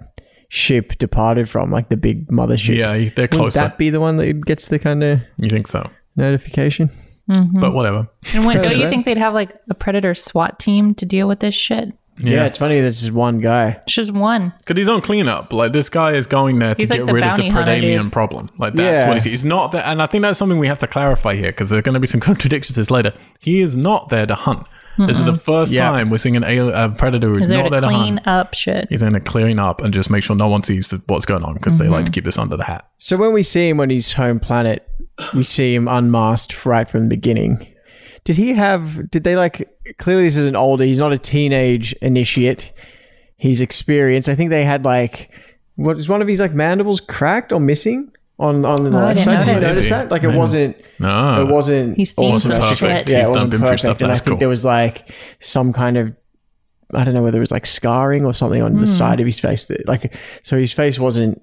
S2: ship departed from, like the big mothership,
S1: Yeah, he- they're
S2: wouldn't
S1: closer.
S2: that be the one that gets the kind of
S1: you think so?
S2: notification?
S1: But whatever.
S3: and when, don't
S2: Predator.
S3: you think they'd have like a predator swat team to deal with this shit
S1: Yeah,
S2: it's funny. This is one guy.
S3: it's just one
S1: Because he's on cleanup. Like this guy is going there to
S3: He's
S1: get
S3: like the
S1: rid of the
S3: bounty hunter
S1: predalien
S3: dude.
S1: problem. Like that's
S2: Yeah.
S1: what he's, he's not there. And I think that's something we have to clarify here because there are going to be some contradictions to this later. He is not there to hunt. This is the first
S2: Yeah.
S1: time we're seeing an alien a predator who's
S3: is there
S1: not
S3: to
S1: there to
S3: clean
S1: hunt.
S3: up shit
S1: He's going to clean up and just make sure no one sees th- what's going on because they
S3: Mm-hmm.
S1: like to keep this under the hat.
S2: So when we see him on his home planet, we see him unmasked right from the beginning. Did he have? Did they like? Clearly, this is an older. He's not a teenage initiate. He's experienced. I think they had like, what is one of his like mandibles cracked or missing on on the
S3: I
S2: left
S3: didn't
S2: side? Did you
S3: notice.
S2: notice that? Like it
S1: Maybe.
S2: wasn't.
S1: No,
S2: it wasn't
S3: He's seen
S2: awesome.
S3: some
S1: Perfect.
S3: shit.
S1: He's
S2: Yeah, it
S1: done
S2: wasn't
S1: been through
S2: perfect.
S1: stuff.
S2: and I
S1: That's
S2: think
S1: cool.
S2: there was like some kind of I don't know whether it was like scarring or something
S3: Hmm.
S2: on the side of his face that like so his face wasn't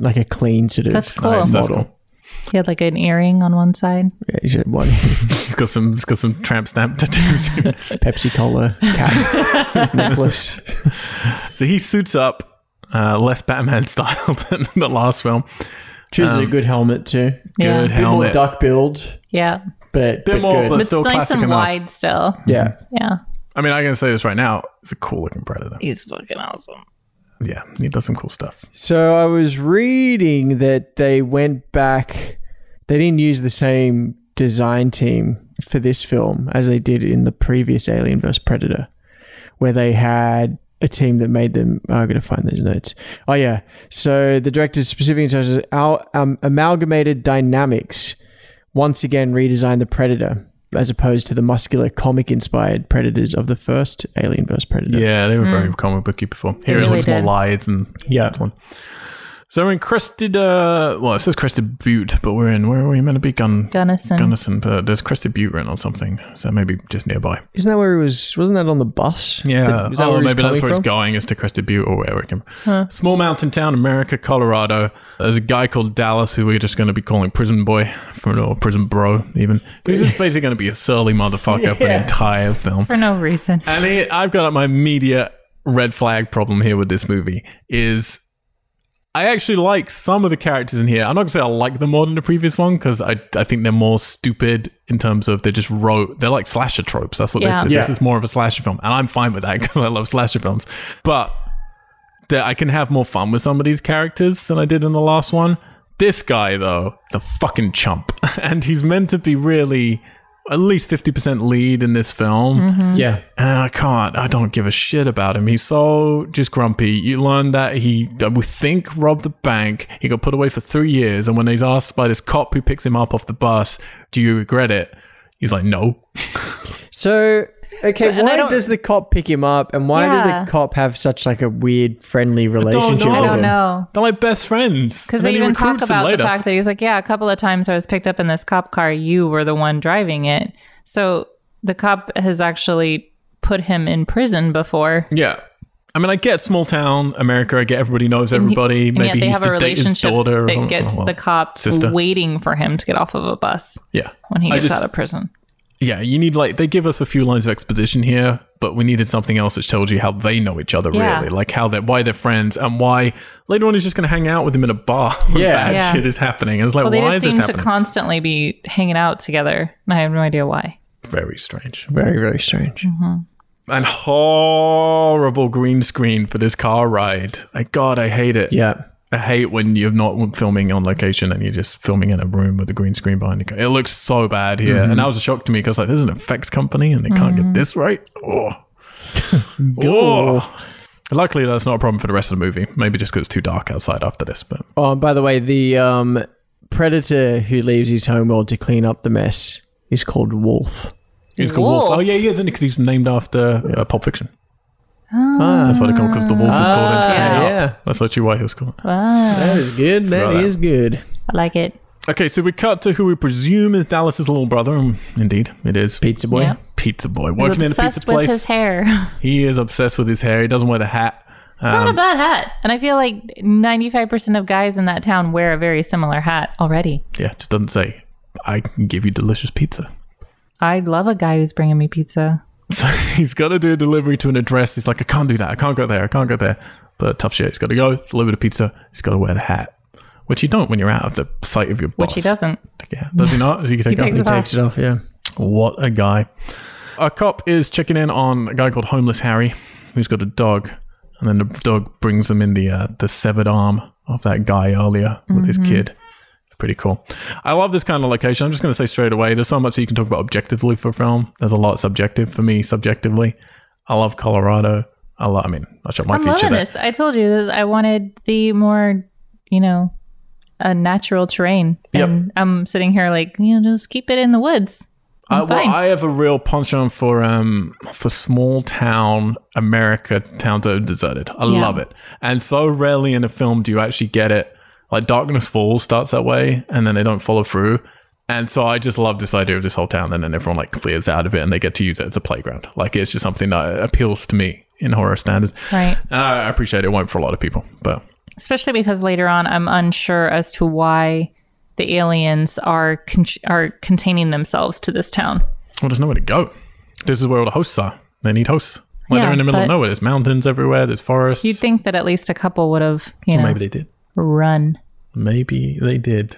S2: like a clean sort of
S3: That's cool.
S1: Nice, that's
S2: model.
S1: cool.
S3: he had like an earring on one side
S2: Yeah, he's got one
S1: He's got some. He's got some tramp stamp tattoos.
S2: Pepsi Cola cap necklace.
S1: so he suits up. Uh, less Batman style than the last film.
S2: Chooses a good helmet too.
S3: Yeah.
S1: Good
S3: Bit
S2: Bit more
S1: Um, helmet.
S2: duck build,
S3: yeah
S2: but,
S1: Bit
S2: but
S1: more, but-
S2: good.
S3: but
S1: It's
S3: it's
S1: still
S3: nice
S1: classic
S3: and
S1: enough.
S3: wide still
S2: yeah.
S3: yeah
S1: I mean, I can say this right now. It's a cool looking predator.
S3: he's fucking awesome
S1: Yeah, he does some cool stuff.
S2: So I was reading that they went back. They didn't use the same design team for this film as they did in the previous Alien vs Predator, where they had a team that made them. oh, I'm going to find those notes. Oh yeah. So the director's specific intentions al- um, amalgamated dynamics. Once again, redesigned the Predator as opposed to the muscular comic-inspired Predators of the first Alien vs Predator.
S1: Yeah, they were very comic booky before. Here it
S3: Hmm. really
S1: looks
S3: did.
S1: more lithe and
S2: Yeah.
S1: One. So we're in Crested. Uh, well, it says Crested Butte, but we're in where are we meant to be? Gun
S3: gunnison
S1: Gunnison, but there's Crested Butte written on something, so maybe just nearby.
S2: Isn't that where he was? Wasn't that on the bus?
S1: Yeah.
S2: Th- Is that
S1: oh,
S2: where
S1: maybe
S2: he was
S1: that's
S2: coming
S1: where
S2: from?
S1: it's going is to Crested Butte or where we can. Small mountain town, America, Colorado. There's a guy called Dallas who we're just going to be calling Prison Boy from or Prison Bro even. Who's just basically going to be a surly motherfucker for the entire film.
S3: for no reason.
S1: And he- I've got my media red flag problem here with this movie is I actually like some of the characters in here. I'm not gonna say I like them more than the previous one because I I think they're more stupid in terms of they just wrote they're like slasher tropes. That's what
S3: Yeah.
S1: this is. This
S2: Yeah.
S1: is more of a slasher film, and I'm fine with that because I love slasher films. But that I can have more fun with some of these characters than I did in the last one. This guy though, is a fucking chump, and he's meant to be really at least 50% lead in this film.
S2: Yeah.
S1: And Uh, I can't, I don't give a shit about him. He's so just grumpy. You learn that he, we think, robbed the bank. He got put away for three years. And when he's asked by this cop who picks him up off the bus, do you regret it? He's like, no.
S2: So okay,
S3: But- and I
S2: why
S3: don't-
S2: does the cop pick him up, and why
S3: Yeah.
S2: does the cop have such like a weird friendly
S1: don't
S2: relationship?
S1: know.
S3: I
S2: with
S3: don't
S2: him?
S3: know.
S1: They're like best friends.
S3: Because
S1: And then
S3: they
S1: he
S3: even talk
S1: recruits them
S3: about the
S1: later.
S3: fact that he's like, yeah, a couple of times I was picked up in this cop car. You were the one driving it. So the cop has actually put him in prison before.
S1: Yeah. I mean, I get small town America. I get everybody knows everybody.
S3: And
S1: Maybe
S3: yet they
S1: he's
S3: have a
S1: the date his
S3: relationship
S1: daughter or
S3: that
S1: something.
S3: gets
S1: Oh, well.
S3: the cop
S1: sister.
S3: waiting for him to get off of a bus
S1: yeah.
S3: when he
S1: I
S3: gets
S1: just-
S3: out of prison.
S1: Yeah, you need like they give us a few lines of exposition here, but we needed something else which tells you how they know each other
S3: Yeah.
S1: really, like how they're why they're friends and why later on he's just going to hang out with him in a bar when
S2: Yeah.
S1: bad
S3: Yeah.
S1: shit is happening. And it's like
S3: Well, they
S1: why is
S3: just
S1: this
S3: seem to
S1: happening?
S3: constantly be hanging out together, and I have no idea why.
S1: Very strange
S2: Very very strange.
S3: Mm-hmm.
S1: and horrible green screen for this car ride. Like God, I hate it.
S2: Yeah.
S1: I hate when you're not filming on location and you're just filming in a room with a green screen behind you. It looks so bad here, and that was a shock to me because like there's an effects company and they can't get this right. Oh. oh. Luckily, that's not a problem for the rest of the movie. Maybe just because it's too dark outside after this. But
S2: Oh, and by the way, the um, predator who leaves his homeworld to clean up the mess is called Wolf.
S1: he's called Wolf.
S3: Wolf.
S1: Oh yeah, he is, isn't because he's named after uh, Pulp Fiction.
S2: Ah,
S1: That's why they call because the wolf is called into
S2: Ah,
S1: clean up.
S2: yeah.
S1: That's actually why he was called.
S3: Wow,
S2: that is good.
S1: Throw
S2: That
S1: that.
S2: is good.
S3: I like it.
S1: Okay, so we cut to who we presume is Dallas's little brother. Um, Indeed, it is
S2: Pizza boy.
S3: Yeah.
S1: Pizza boy working in
S3: He's
S1: a pizza
S3: obsessed with
S1: place.
S3: his hair.
S1: He is obsessed with his hair. He doesn't wear the hat.
S3: It's
S1: Um,
S3: not a bad hat. And I feel like 95% of guys in that town wear a very similar hat already.
S1: Yeah, just doesn't say, I can give you delicious pizza.
S3: I love a guy who's bringing me pizza.
S1: So he's got to do a delivery to an address. He's like, I can't do that. I can't go there. I can't go there. But tough shit. He's got to go, deliver the pizza. He's got to wear the hat, which you don't when you're out of the sight of your boss.
S3: Which he doesn't.
S1: Yeah, does he not? Does he take
S3: takes
S1: it
S3: it
S1: off?
S3: off.
S2: Takes it off. Yeah.
S1: What a guy. A cop is checking in on a guy called Homeless Harry, who's got a dog. And then the dog brings him in the uh, the severed arm of that guy earlier with his kid. Pretty cool. I love this kind of location. I'm just going to say straight away there's so much that you can talk about objectively for film. There's a lot subjective for me, subjectively. I love Colorado. I love, I mean, I shot my
S3: I'm
S1: future
S3: loving
S1: there.
S3: this. I told you that I wanted the more, you know, a natural terrain.
S1: Yep.
S3: And I'm sitting here like, you know, just keep it in the woods.
S1: I, Uh, well,
S3: fine.
S1: I have a real penchant for um for small town America towns that are deserted. I
S3: Yeah.
S1: love it, and so rarely in a film do you actually get it. Like Darkness Falls starts that way, and then they don't follow through. And so I just love this idea of this whole town, and then everyone like clears out of it, and they get to use it as a playground. Like it's just something that appeals to me in horror standards.
S3: Right.
S1: And I I appreciate it won't for a lot of people, but
S3: Especially because later on, I'm unsure as to why the aliens are con- are containing themselves to this town.
S1: well, there's nowhere to go. This is where all the hosts are. They need hosts. Like
S3: Yeah,
S1: they're in the middle of
S3: but-
S1: nowhere. There's mountains everywhere. There's forests.
S3: You'd think that at least a couple would have, you know,
S1: Maybe they did.
S3: run.
S1: Maybe they did.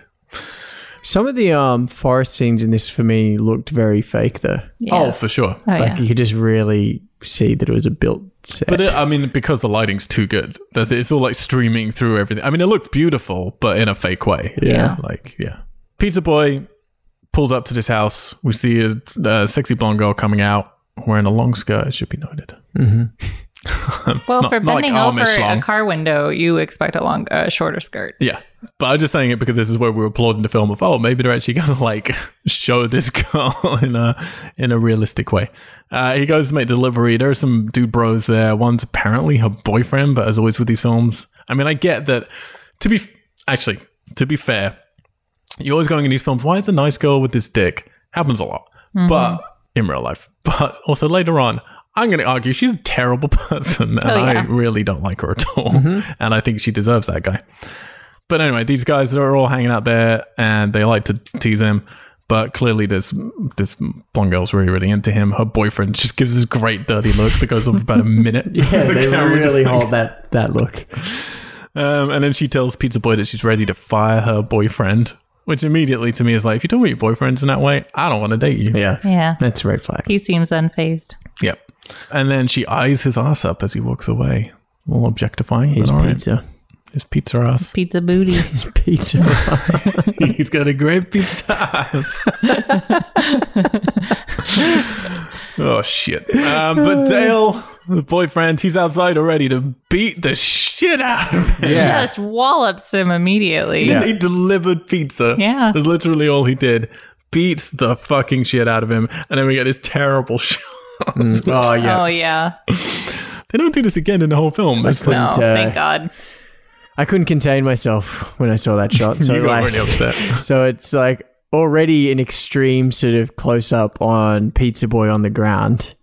S2: Some of the um, forest scenes in this for me looked very fake though.
S3: Yeah.
S1: Oh, for sure.
S3: Oh,
S2: Like
S3: yeah.
S2: you could just really see that it was a built set.
S1: But it, I mean, because the lighting's too good, that's it. It's all like streaming through everything. I mean, it looks beautiful, but in a fake way.
S3: Yeah.
S1: Like, yeah. Pizza Boy pulls up to this house. We see a, a sexy blonde girl coming out wearing a long skirt, it should be noted.
S3: Well,
S1: Not-
S3: for
S1: not like
S3: bending over
S1: Amish long.
S3: a car window, you expect a long, a shorter skirt.
S1: Yeah. But I'm just saying it because this is where we were applauding the film of, oh, maybe they're actually going to like show this girl in a in a realistic way. Uh, he goes to make delivery. There are some dude bros there. One's apparently her boyfriend, but as always with these films, I mean, I get that. To be actually, to be fair, you're always going in these films. Why is a nice girl with this dick? Happens a lot,
S3: Mm-hmm.
S1: but in real life. But also later on, I'm going to argue she's a terrible person, and
S3: Oh,
S1: I
S3: yeah. Mm-hmm.
S1: really don't like her at all. And I think she deserves that guy. But anyway, these guys are all hanging out there, and they like to tease him. But clearly, this this blonde girl's really really into him. Her boyfriend just gives this great dirty look that goes on for about a minute.
S2: yeah,
S1: The
S2: they
S1: camera just
S2: really
S1: like-
S2: hold that that look.
S1: um, and then she tells Pizza Boy that she's ready to fire her boyfriend, which immediately to me is like, if you talk about your boyfriends in that way, I don't want to date you.
S2: Yeah.
S3: Yeah.
S2: That's a red flag.
S3: He seems unfazed.
S1: Yep. And then she eyes his ass up as he walks away, all objectifying.
S2: Here's
S1: but all right.
S2: pizza.
S1: His pizza ass.
S3: Pizza booty.
S2: Pizza.
S1: He's got a great pizza ass. oh shit! Um, but Dale, the boyfriend, he's outside already to beat the shit out of him.
S2: yeah.
S3: Just wallops him immediately.
S1: He delivered pizza.
S3: Yeah.
S1: that's literally all he did. Beats the fucking shit out of him, and then we get this terrible shot. Mm.
S2: Oh yeah.
S3: Oh yeah.
S1: They don't do this again in the whole film. It's like,
S3: No,
S2: Couldn't, uh,
S3: thank God.
S2: I couldn't contain myself when I saw that shot. So
S1: you got
S2: like,
S1: really upset.
S2: so it's like already an extreme sort of close up on Pizza Boy on the ground,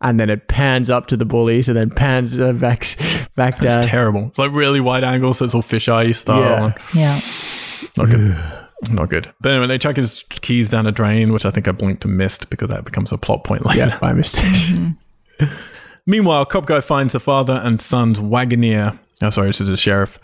S2: and then it pans up to the bullies, and then pans uh, back back down.
S1: It's terrible. It's like really wide angle, so it's all fisheye style.
S2: Yeah.
S3: Yeah.
S1: Not good. Not good. But anyway, they chuck his keys down a drain, which I think I blinked and missed because that becomes a plot point later.
S2: yeah, by mistake.
S3: Mm-hmm.
S1: Meanwhile, cop guy finds the father and son's wagoneer. Oh, sorry, this is the sheriff.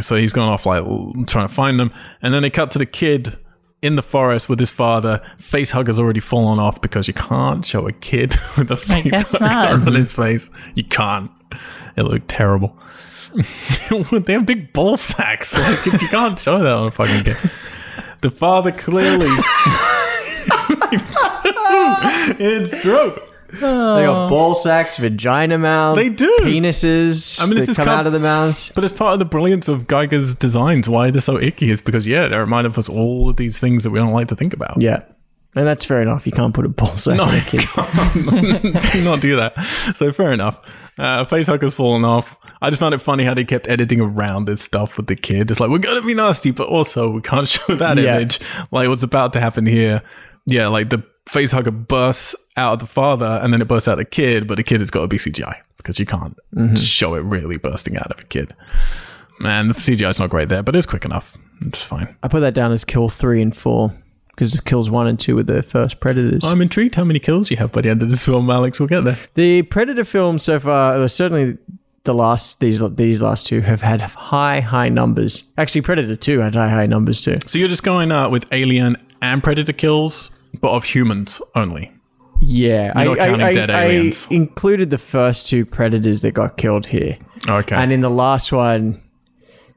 S1: So he's gone off like trying to find them, and then they cut to the kid in the forest with his father. Face hugger's already fallen off because you can't show a kid with a face
S3: guess
S1: hugger
S3: not.
S1: on his face. You can't. It looked terrible. they have big ball sacks. Like, you can't show that on a fucking kid. The father clearly. it's true.
S2: They
S3: Oh.
S2: got ball sacks, vagina mouths.
S1: They do.
S2: penises.
S1: I mean, this
S2: that
S1: is
S2: come
S1: com-
S2: out of the mouths.
S1: But it's part of the brilliance of Geiger's designs. Why they're so icky is because yeah, they remind us of all of these things that we don't like to think about.
S2: Yeah, and that's fair enough. You can't put a ball sack.
S1: No,
S2: in a
S1: I
S2: kid.
S1: can't. do not do that. So fair enough. Uh, Facehugger's fallen off. I just found it funny how they kept editing around this stuff with the kid. It's like we're gonna be nasty, but also we can't show that
S2: Yeah.
S1: image. Like what's about to happen here? Yeah, like the facehugger bursts out of the father, and then it bursts out the kid, but the kid has got to be CGI because you can't
S2: Mm-hmm.
S1: show it really bursting out of a kid. And the CGI's not great there, but it's quick enough. It's fine.
S2: I put that down as kill three and four because it kills one and two with the first predators.
S1: I'm intrigued how many kills you have by the end of this film, Alex. We'll get there.
S2: The Predator films so far, or certainly the last these these last two have had high high numbers. Actually, Predator Two had high high numbers too.
S1: So you're just going out with alien and predator kills, but of humans only.
S2: Yeah,
S1: You're not counting dead aliens.
S2: I included the first two Predators that got killed here,
S1: Okay.
S2: and in the last one,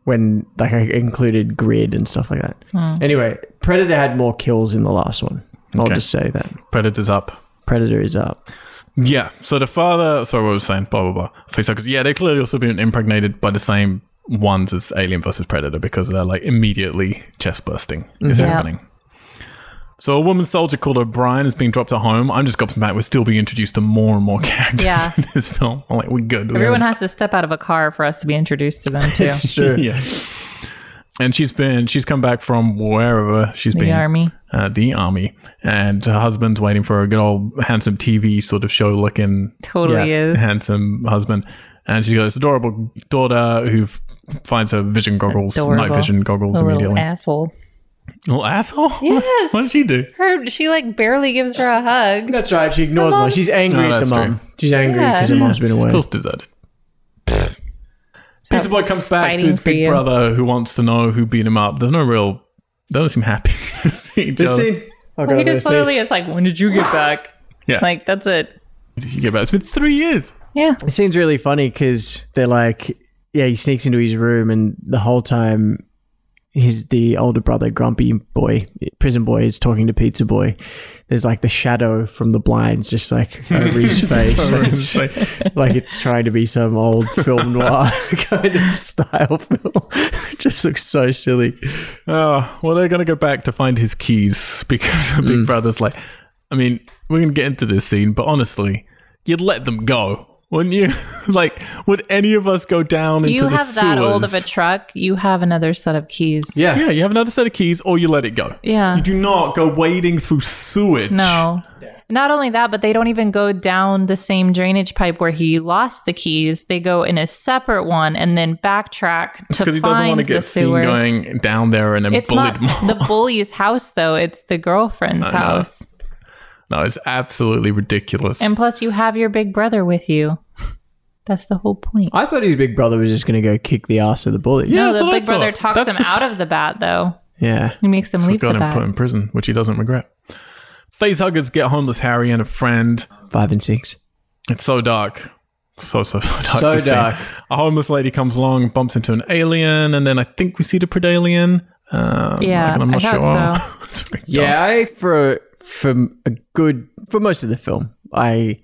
S2: when like I included Grid and stuff like that. Anyway, Predator had more kills in the last one. I'll
S1: Okay.
S2: just say that
S1: Predators up.
S2: Predator is up.
S1: Yeah. So the father. Sorry, what was I saying? Blah blah blah. Facehuggers. Yeah, they clearly also been impregnated by the same ones as Alien versus Predator because they're like immediately chest bursting is
S3: Mm-hmm. Yeah.
S1: happening. So a woman soldier called O'Brien is being dropped at home. I'm just gobsmacked. We're still being introduced to more and more characters
S3: Yeah.
S1: in this film. I'm like, we're good. We
S3: Everyone
S1: haven't-
S3: has to step out of a car for us to be introduced to them too.
S2: Sure.
S1: yeah. And she's been. She's come back from wherever she's
S3: the
S1: been.
S3: army.
S1: uh, the army, and her husband's waiting for a good old handsome TV sort of show looking
S3: Totally
S2: Yeah.
S3: is.
S1: handsome husband. And she's got this adorable daughter who f- finds her vision goggles, night
S3: Adorable.
S1: vision goggles
S3: A little
S1: immediately.
S3: asshole.
S1: Little asshole.
S3: Yes.
S1: what did she do?
S3: Her she like barely gives her a hug.
S2: That's right. She ignores
S3: Her
S2: mom.
S3: mom's-
S2: She's angry
S1: No,
S2: at the
S1: that's true.
S2: mom. She's angry
S3: Yeah.
S2: because her mom's been away.
S1: Feels deserted. Pizza boy comes back to
S3: fighting
S1: his
S3: for
S1: big
S3: you.
S1: brother who wants to know who beat him up. There's no real. They don't seem happy. to see each
S2: This
S1: other.
S2: scene. Oh,
S3: Well, he
S2: God,
S3: just
S2: this
S3: literally is like, when did you get back?
S1: Yeah.
S3: Like that's it.
S1: you get back. It's been three years.
S3: Yeah.
S2: It seems really funny because they're like, yeah, he sneaks into his room, and the whole time, his the older brother, grumpy boy, prison boy, is talking to pizza boy. There's like the shadow from the blinds, just like over his face,
S1: Over
S2: like,
S1: his
S2: it's, like it's trying to be some old film noir kind of style film. It just looks so silly.
S1: Oh, well, they're going to go back to find his keys because the Big Brother's like, I mean, we're going to get into this scene, but honestly, you'd let them go, wouldn't you? like, would any of us go down into
S3: You
S1: the
S3: have that old of a
S1: sewers?
S3: truck, you have another set of keys.
S1: yeah, you have another set of keys or you let it go.
S3: Yeah.
S1: You do not go wading through sewage.
S3: No. Not only that, but they don't even go down the same drainage pipe where he lost the keys. They go in a separate one and then backtrack
S1: Because
S3: to find
S1: he doesn't want to
S3: the
S1: get seen
S3: sewer.
S1: going down there and then
S3: it's
S1: bullied
S3: not
S1: more.
S3: the bully's house though; it's the girlfriend's
S1: know.
S3: house.
S1: no, it's absolutely ridiculous.
S3: And plus, you have your big brother with you. That's the whole point.
S2: I thought his big brother was just going to go kick the ass of the bullies.
S1: Yeah.
S3: no,
S1: that's
S3: the
S1: what I
S3: big brother
S1: thought.
S3: talks
S1: That's
S3: him
S1: the s-
S3: out of the bat though.
S2: yeah.
S3: He makes him leave the
S1: got him put
S3: bat.
S1: in prison, which he doesn't regret. Facehuggers get homeless Harry and a friend.
S2: Five and six.
S1: It's so dark. so so so dark.
S2: So
S1: this scene.
S2: dark.
S1: A homeless lady comes along, bumps into an alien, and then I think we see the predalien. Um,
S3: Yeah,
S1: like, I'm
S3: I
S1: not
S3: thought
S1: sure. It's pretty dark.
S2: Yeah, I for for a good for most of the film, I,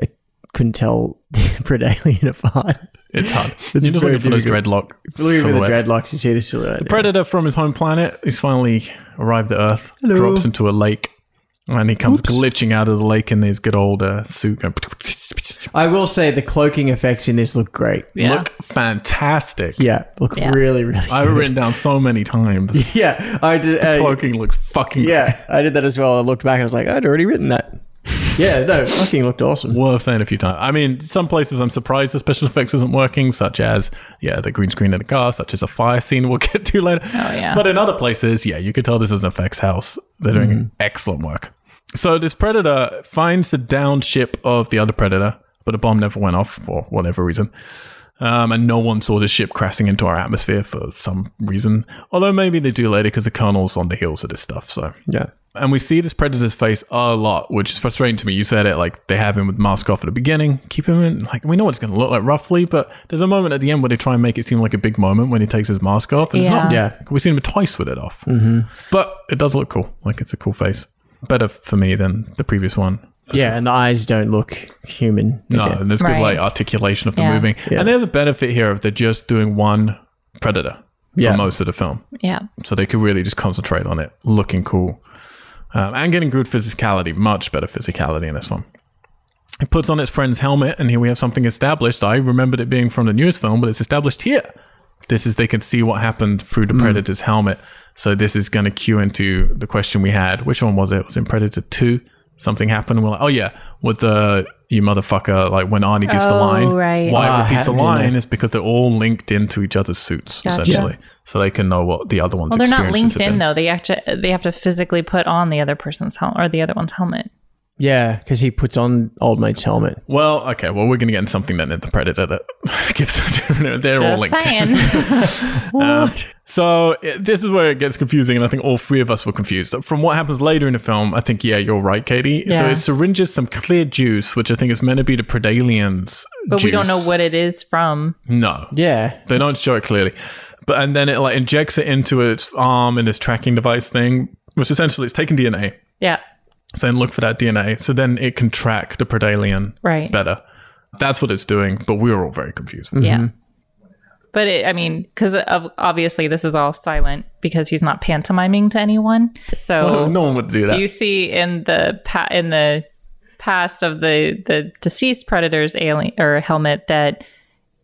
S2: I couldn't tell the Predalien apart.
S1: it's hard.
S2: It's
S1: You're just
S2: very
S1: looking for those dreadlock
S2: Looking for the
S1: silhouettes.
S2: dreadlocks, you see the silhouette.
S1: Predator from his home planet, he's finally arrived at Earth,
S2: Hello.
S1: drops into a lake, and he comes glitching out of the lake in his good old uh, suit. Going,
S2: I will say the cloaking effects in this look great.
S3: Yeah.
S1: Look fantastic.
S2: Yeah, look
S3: Yeah.
S2: really, really.
S1: I've written down so many times.
S2: yeah, I did. uh,
S1: Cloaking looks fucking
S2: yeah, I did that as well. I looked back, I was like, I'd already written that. Yeah, no, fucking looked awesome.
S1: worth saying a few times. I mean, some places I'm surprised the special effects isn't working, such as yeah, the green screen in a car, such as a fire scene we'll get to later.
S3: Oh, yeah.
S1: But in other places, yeah, you could tell this is an effects house. They're doing
S2: Mm-hmm.
S1: excellent work. So this predator finds the downed ship of the other predator, but the bomb never went off for whatever reason. Um, and no one saw the ship crashing into our atmosphere for some reason. Although maybe they do later because the colonel's on the heels of this stuff. So
S2: Yeah,
S1: and we see this predator's face a lot, which is frustrating to me. You said it like they have him with mask off at the beginning, keep him in. Like we know what it's going to look like roughly, but there's a moment at the end where they try and make it seem like a big moment when he takes his mask off. And It's not.
S2: Yeah.
S1: We've seen him twice with it off, mm-hmm. but it does look cool. Like it's a cool face. Better for me than the previous one.
S2: yeah, and the eyes don't look human.
S1: No,
S2: again.
S1: and there's good
S3: Right.
S1: like articulation of the
S3: Yeah.
S1: moving.
S2: Yeah.
S1: And there's a benefit here of they're just doing one predator
S2: Yeah.
S1: for most of the film
S3: Yeah.
S1: so they could really just concentrate on it looking cool um, and getting good physicality much better physicality in this one it puts on its friend's helmet and here we have something established i remembered it being from the newest film but it's established here this is they can see what happened through
S3: Hmm.
S1: the predator's helmet so this is going to cue into the question we had which one was it, it was in predator 2 something happened we're like oh yeah with the you motherfucker like when arnie gives the
S3: Oh,
S1: line
S3: right.
S1: why
S2: Ah,
S1: it repeats the
S2: how do you know?
S1: line is because they're all linked into each other's suits
S3: Gotcha.
S1: essentially so they can know what the other one's
S3: Well, they're not
S1: experiences
S3: linked
S1: have been.
S3: in though. They actually they have to physically put on the other person's helmet or the other one's helmet.
S2: yeah, because he puts on old mate's helmet.
S1: Well, okay. Well, we're going to get into something then in the Predator that gives. They're all
S3: Just
S1: linked. Um,
S3: saying.
S1: So it, this is where it gets confusing, and I think all three of us were confused. From what happens later in the film, I think yeah, you're right, Katie. So
S3: Yeah.
S1: it syringes some clear juice, which I think is meant to be the Predalians.
S3: but we don't know
S1: juice.
S3: what it is from.
S1: No,
S2: Yeah,
S1: they don't show it clearly. But and then it like injects it into its arm and this tracking device thing, which essentially it's taking DNA,
S3: Yeah.
S1: saying look for that DNA. So then it can track the Predalien
S3: Right.
S1: better. That's what it's doing. But we were all very confused.
S3: Yeah. But it, I mean, because obviously this is all silent because he's not pantomiming to anyone. So
S1: no one would do that.
S3: you see in the pa- in the past of the the deceased predator's alien or helmet that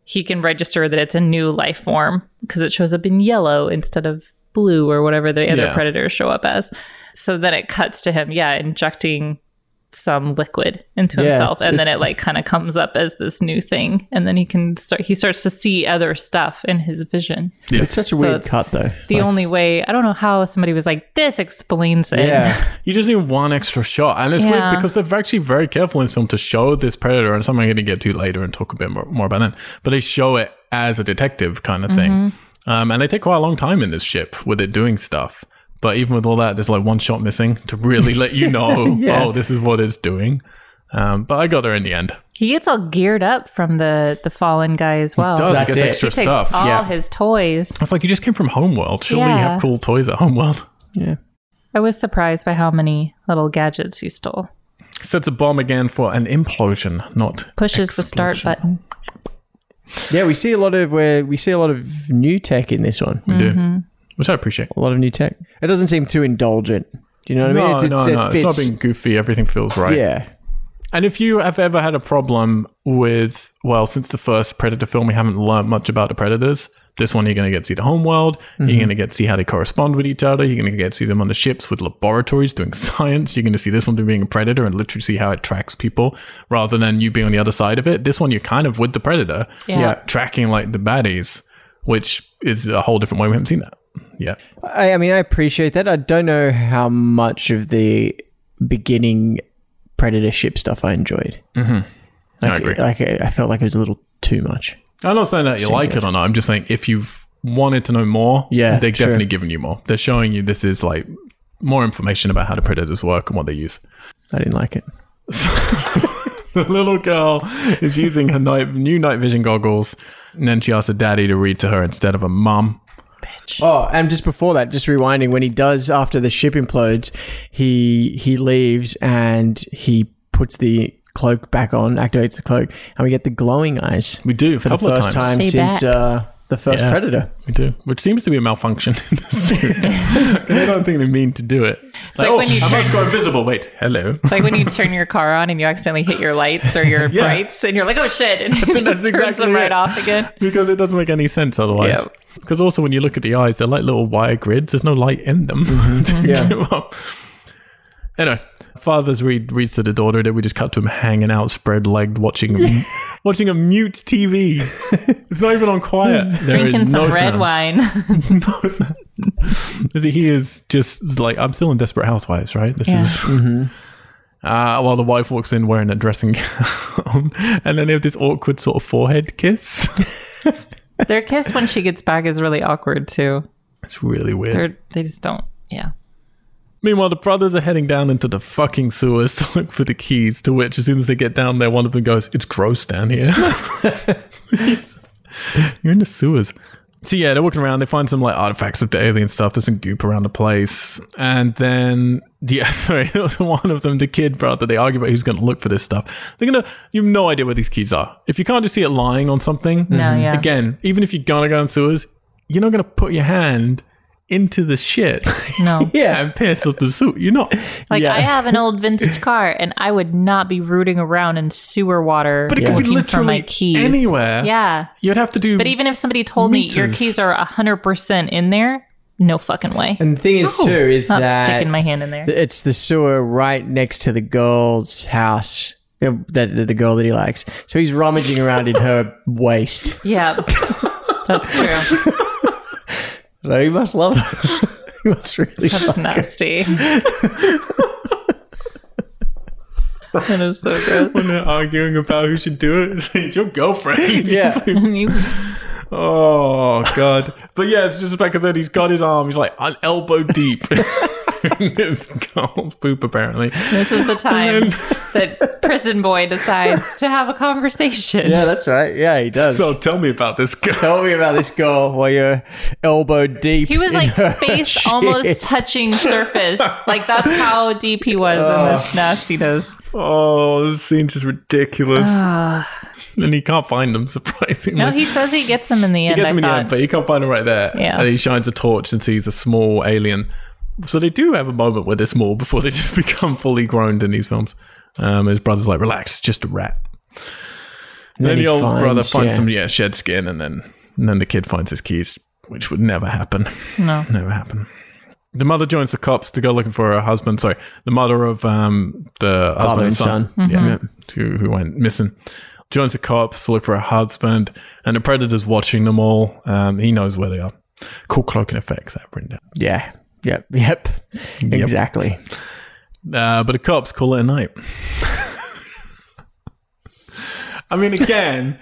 S3: he can register that it's a new life form because it shows up in yellow instead of blue or whatever the other
S1: Yeah.
S3: predators show up as. So then it cuts to him, yeah, injecting some liquid into
S2: Yeah,
S3: himself
S2: it's-
S3: and then it like kind of comes up as this new thing and then he can start he starts to see other stuff in his vision
S2: it's such a
S3: So
S2: weird
S3: it's
S2: cut though.
S3: the
S2: Like,
S3: only way i don't know how somebody was like this explains it
S2: yeah,
S1: You just need one extra shot. And it's
S3: Yeah.
S1: weird because they're actually very careful in this film to show this predator, and something I'm going to get to later and talk a bit more, more about that. But they show it as a detective kind of thing.
S3: Mm-hmm.
S1: Um, and they take quite a long time in this ship with it doing stuff. But even with all that, there's like one shot missing to really let you know,
S2: Yeah.
S1: oh, this is what it's doing. Um, but I got her in the end.
S3: He gets all geared up from the the fallen guy as well.
S1: Does
S2: that's
S1: it gets
S2: it.
S1: extra
S3: he takes
S1: stuff?
S3: all
S2: yeah.
S3: his toys.
S1: It's like you just came from Homeworld. Surely you
S3: Yeah.
S1: have cool toys at Homeworld.
S2: yeah.
S3: I was surprised by how many little gadgets he stole.
S1: Sets a bomb again for an implosion, not
S3: Pushes the start
S1: explosion.
S3: button.
S2: Yeah, we see a lot of where we see a lot of new tech in this one.
S1: We do, which I appreciate.
S2: A lot of new tech. It doesn't seem too indulgent. Do you know what I mean?
S1: No,
S2: It's- it's-
S1: no,
S2: it
S1: no. It's not
S2: fits-
S1: being goofy. Everything feels right.
S2: Yeah,
S1: And if you have ever had a problem with, well, since the first Predator film, we haven't learned much about the Predators. This one, you're going to get to see the homeworld. You're going to get to see how they correspond with each other. You're going to get to see them on the ships with laboratories doing science. You're going to see this one being a Predator and literally see how it tracks people rather than you being on the other side of it. This one, you're kind of with the Predator,
S3: Yeah.
S2: Yeah.
S1: tracking like the baddies, which is a whole different way. We haven't seen that. Yeah.
S2: I, I mean, I appreciate that. I don't know how much of the beginning predator ship stuff I enjoyed. Mm-hmm. Like,
S1: I agree.
S2: Like I, I felt like it was a little too much.
S1: I'm not saying that you like it or not. I'm just saying if you've wanted to know more,
S2: Yeah,
S1: they've
S2: sure.
S1: definitely given you more. They're showing you this is like more information about how the predators work and what they use.
S2: I didn't like it.
S1: the little girl is using her night, new night vision goggles, and then she asks her daddy to read to her instead of a mum.
S2: Oh, and just before that, just rewinding, when he does after the ship implodes, he he leaves and he puts the cloak back on, activates the cloak, and we get the glowing eyes
S1: We do
S2: for
S1: a couple
S2: the
S1: of
S2: first
S1: times.
S2: time
S3: Stay
S2: since
S3: back.
S2: uh, the first
S1: Yeah.
S2: Predator.
S1: We do, which seems to be a malfunction in this series. 'Cause I don't think they mean to do it. It's
S3: like when you
S1: I
S3: turn-
S1: must go invisible. Wait, hello.
S3: It's like when you turn your car on and you accidentally hit your lights or your
S1: Yeah.
S3: brights, and you're like, "Oh shit!" and it just
S1: that's
S3: turns
S1: exactly
S3: them right
S1: it.
S3: off again.
S1: because it doesn't make any sense otherwise.
S3: Yep.
S1: Because also when you look at the eyes, they're like little wire grids. There's no light in them. to
S2: Yeah.
S1: get them up. Anyway, father's read reads to the daughter. Then we just cut to him hanging out, spread legged, watching a, watching a mute TV. it's not even on quiet. There is
S3: Drinking some
S1: no
S3: red
S1: sound.
S3: wine.
S1: No sound. Is it- he is just like I'm still in Desperate Housewives, right? This
S3: Yeah.
S1: is. Uh, while the wife walks in wearing a dressing gown, and then they have this awkward sort of forehead kiss.
S3: Their kiss when she gets back is really awkward too.
S1: It's really weird.
S3: They're they just don't. Yeah.
S1: Meanwhile, the brothers are heading down into the fucking sewers to look for the keys, to which, as soon as they get down there, one of them goes, It's gross down here. You're in the sewers. So, yeah, they're walking around. They find some like artifacts of the alien stuff. There's some goop around the place. And then, yeah, sorry, there was one of them, the kid brother, they argue about who's going to look for this stuff. They're going to, you have no idea where these keys are. If you can't just see it lying on something,
S3: No, yeah.
S1: again, even if you're going to go in sewers, you're not going to put your hand into the shit
S3: No.
S2: Yeah,
S1: and piss up the suit. You're not.
S3: Like
S2: Yeah.
S3: I have an old vintage car, and I would not be rooting around in sewer water.
S1: But it could be
S3: looking for my
S1: literally
S3: keys.
S1: anywhere.
S3: Yeah.
S1: You'd have to do.
S3: But even if somebody told me your
S1: Meters.
S3: keys are hundred percent in there, no fucking way.
S2: and the thing is
S1: No.
S2: too is
S3: Not
S2: that
S3: Oh, sticking my hand in there.
S2: th- it's the sewer right next to the girl's house. uh, That that the girl that he likes, so he's rummaging around in her waist.
S3: yeah. That's true.
S2: So he must love her. he must really.
S3: That's nasty. that is so gross.
S1: when they're arguing about who should do it, it's, like, "It's your girlfriend.
S2: Yeah,
S3: You-
S1: Oh god. But yeah, it's just back as said, he's got his arm. He's like I'm elbow deep. in This girl's poop apparently.
S3: this is the time that prison boy decides to have a conversation.
S2: yeah, that's right. Yeah, he does.
S1: So tell me about this girl.
S2: Tell me about this girl while you're elbow deep.
S3: He was
S2: in
S3: like
S2: her
S3: face
S2: shit.
S3: almost touching surface. Like that's how deep he was in this nastiness.
S1: oh, this scene's just ridiculous.
S3: Uh,
S1: and he can't find them. Surprisingly,
S3: Ah. No, he says he gets him in the end.
S1: He gets
S3: I
S1: him in the
S3: thought.
S1: end, but he can't find him right there.
S3: Yeah.
S1: And he shines a torch and sees a small alien. So they do have a moment where they're small before they just become fully grown in these films. Um, his brother's like, relax, it's just a rat. And then,
S2: then
S1: the
S2: he
S1: old
S2: finds-
S1: brother finds
S2: yeah.
S1: some yeah, shed skin and then and then the kid finds his keys, which would never happen.
S3: No.
S1: Never happen. The mother joins the cops to go looking for her husband. Sorry, the mother of um, the husband and
S2: and
S1: son,
S2: son.
S1: Yeah,
S2: Yep.
S1: who, who went missing. Joins the cops to look for her husband, and the predator's watching them all. Um, he knows where they are. Cool cloaking effects I've written down.
S2: Yeah. Yep. Yep. Exactly.
S1: Uh, but the cops call it a night. I mean, again,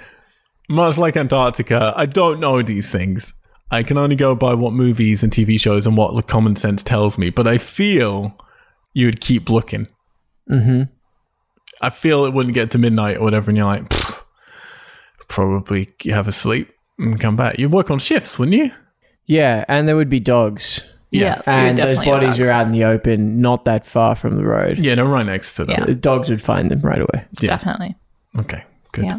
S1: much like Antarctica, I don't know these things. I can only go by what movies and TV shows and what the common sense tells me. But I feel you'd keep looking. Mm-hmm. I feel it wouldn't get to midnight or whatever, and you're like, "Pfft, probably have a sleep and come back. You'd work on shifts, wouldn't you?
S2: Yeah, and there would be dogs,
S3: Yeah. we were
S2: and those
S3: definitely
S2: bodies
S3: dogs.
S2: are out in the open, not that far from the road.
S1: Yeah, they're right next to them.
S2: The dogs would find them right away.
S1: Yeah.
S3: Definitely.
S1: Okay, good.
S3: Yeah.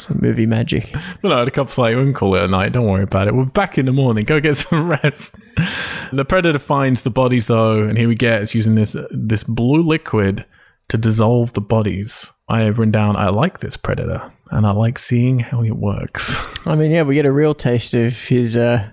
S2: Some movie magic.
S1: No, no, the cop's like, we can call it a night. Don't worry about it. We're back in the morning. Go get some rest. the predator finds the bodies, though, and here we get it's using this this blue liquid to dissolve the bodies. I have written down, I like this predator, and I like seeing how it works.
S2: I mean, yeah, we get a real taste of his uh,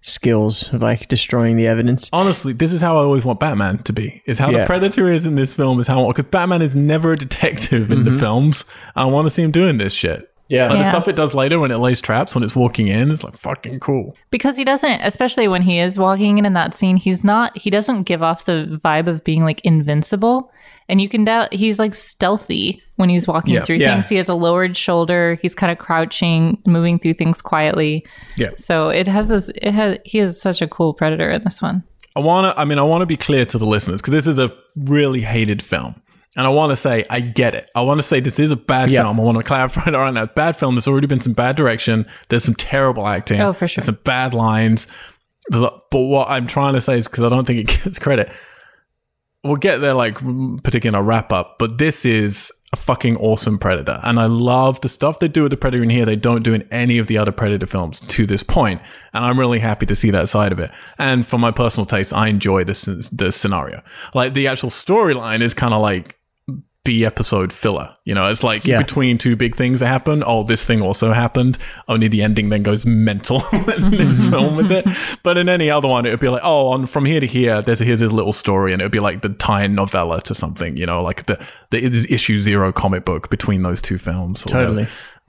S2: skills, of, like destroying the evidence.
S1: Honestly, this is how I always want Batman to be. Is how the
S2: Yeah.
S1: predator is in this film is how because Batman is never a detective in the films. I want to see him doing this shit.
S2: Yeah.
S1: Like the
S3: Yeah.
S1: stuff it does later when it lays traps when it's walking in, it's like fucking cool.
S3: because he doesn't especially when he is walking in in that scene he's not he doesn't give off the vibe of being like invincible and you can doubt he's like stealthy when he's walking
S1: Yeah.
S3: through
S2: Yeah.
S3: things he has a lowered shoulder he's kind of crouching moving through things quietly
S1: Yeah.
S3: so it has this it has he is such a cool predator in this one
S1: I want to. I mean, I want to be clear to the listeners because this is a really hated film. And I want to say, I get it. I want to say this is a bad
S2: Yeah.
S1: film. I want to clarify that right now. It's a bad film. There's already been some bad direction. There's some terrible acting.
S3: Oh, for sure.
S1: There's some bad lines. There's a- but what I'm trying to say is because I don't think it gets credit. We'll get there, like, m- particularly in a wrap up. But this is a fucking awesome Predator. And I love the stuff they do with the Predator in here, they don't do in any of the other Predator films to this point. And I'm really happy to see that side of it. And for my personal taste, I enjoy this, the scenario. Like, the actual storyline is kind of like, B episode filler. You know, it's like
S2: Yeah.
S1: between two big things that happen. Oh, this thing also happened. Only the ending then goes mental in
S2: Mm-hmm.
S1: this film with it. But in any other one, it would be like, oh, on from here to here, there's a, here's his little story, and it would be like the tie-in novella to something. You know, like the the it is issue zero comic book between those two films. or whatever.
S2: Totally.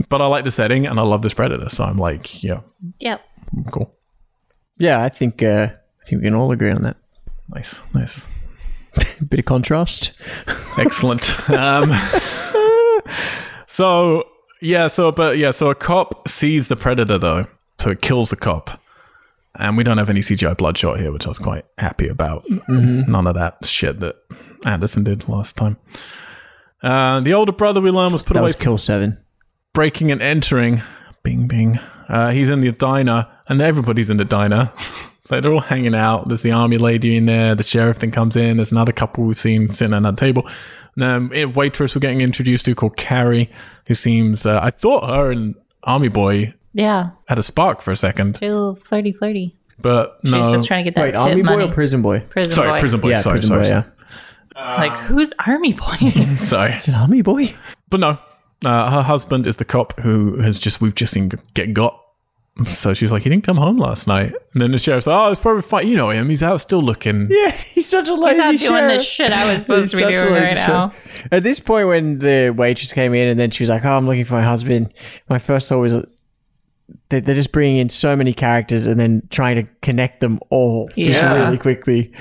S1: But I like the setting, and I love this Predator, so I'm like, yeah,
S3: Yep.
S1: cool,
S2: Yeah, I think uh, I think we can all agree on that.
S1: nice, nice,
S2: bit of contrast.
S1: excellent. um, so yeah, so but yeah, so a cop sees the predator though, so it kills the cop, and we don't have any CGI bloodshot here, which I was quite happy about.
S2: Mm-hmm.
S1: None of that shit that Anderson did last time. Uh, the older brother we learned was put
S2: That
S1: away
S2: was kill seven.
S1: breaking and entering. Bing, bing. Uh, he's in the diner, and everybody's in the diner. so they're all hanging out. There's the army lady in there. The sheriff then comes in. There's another couple we've seen sitting at that table. And, Um, a waitress we're getting introduced to called Carrie, who seems. Uh, I thought her and Army Boy
S3: Yeah.
S1: had a spark for a second,
S3: Feel flirty, flirty.
S1: but
S3: She's
S1: no.
S3: just trying to get that
S2: Wait,
S3: tip
S2: army boy
S3: money.
S2: or prison boy?
S3: prison
S1: Uh, sorry,
S3: boy.
S1: prison boy.
S2: yeah,
S1: sorry,
S2: prison
S1: sorry,
S2: boy. Yeah.
S3: Like who's army boy?
S1: sorry.
S2: Is it army boy?
S1: But no, uh, her husband is the cop who has just we've just seen get got. So she's like, he didn't come home last night. And then the sheriff's like, oh, it's probably fine. You know him. He's out still looking.
S2: Yeah, he's such a lazy
S3: He's out doing the
S2: sheriff.
S3: shit I was supposed to
S2: He's
S3: be
S2: such a
S3: doing
S2: lazy
S3: right now.
S2: sheriff. At this point, when the waitress came in and then she was like, "Oh, I'm looking for my husband," my first thought was uh, they- they're just bringing in so many characters and then trying to connect them all just
S3: Yeah.
S2: really quickly.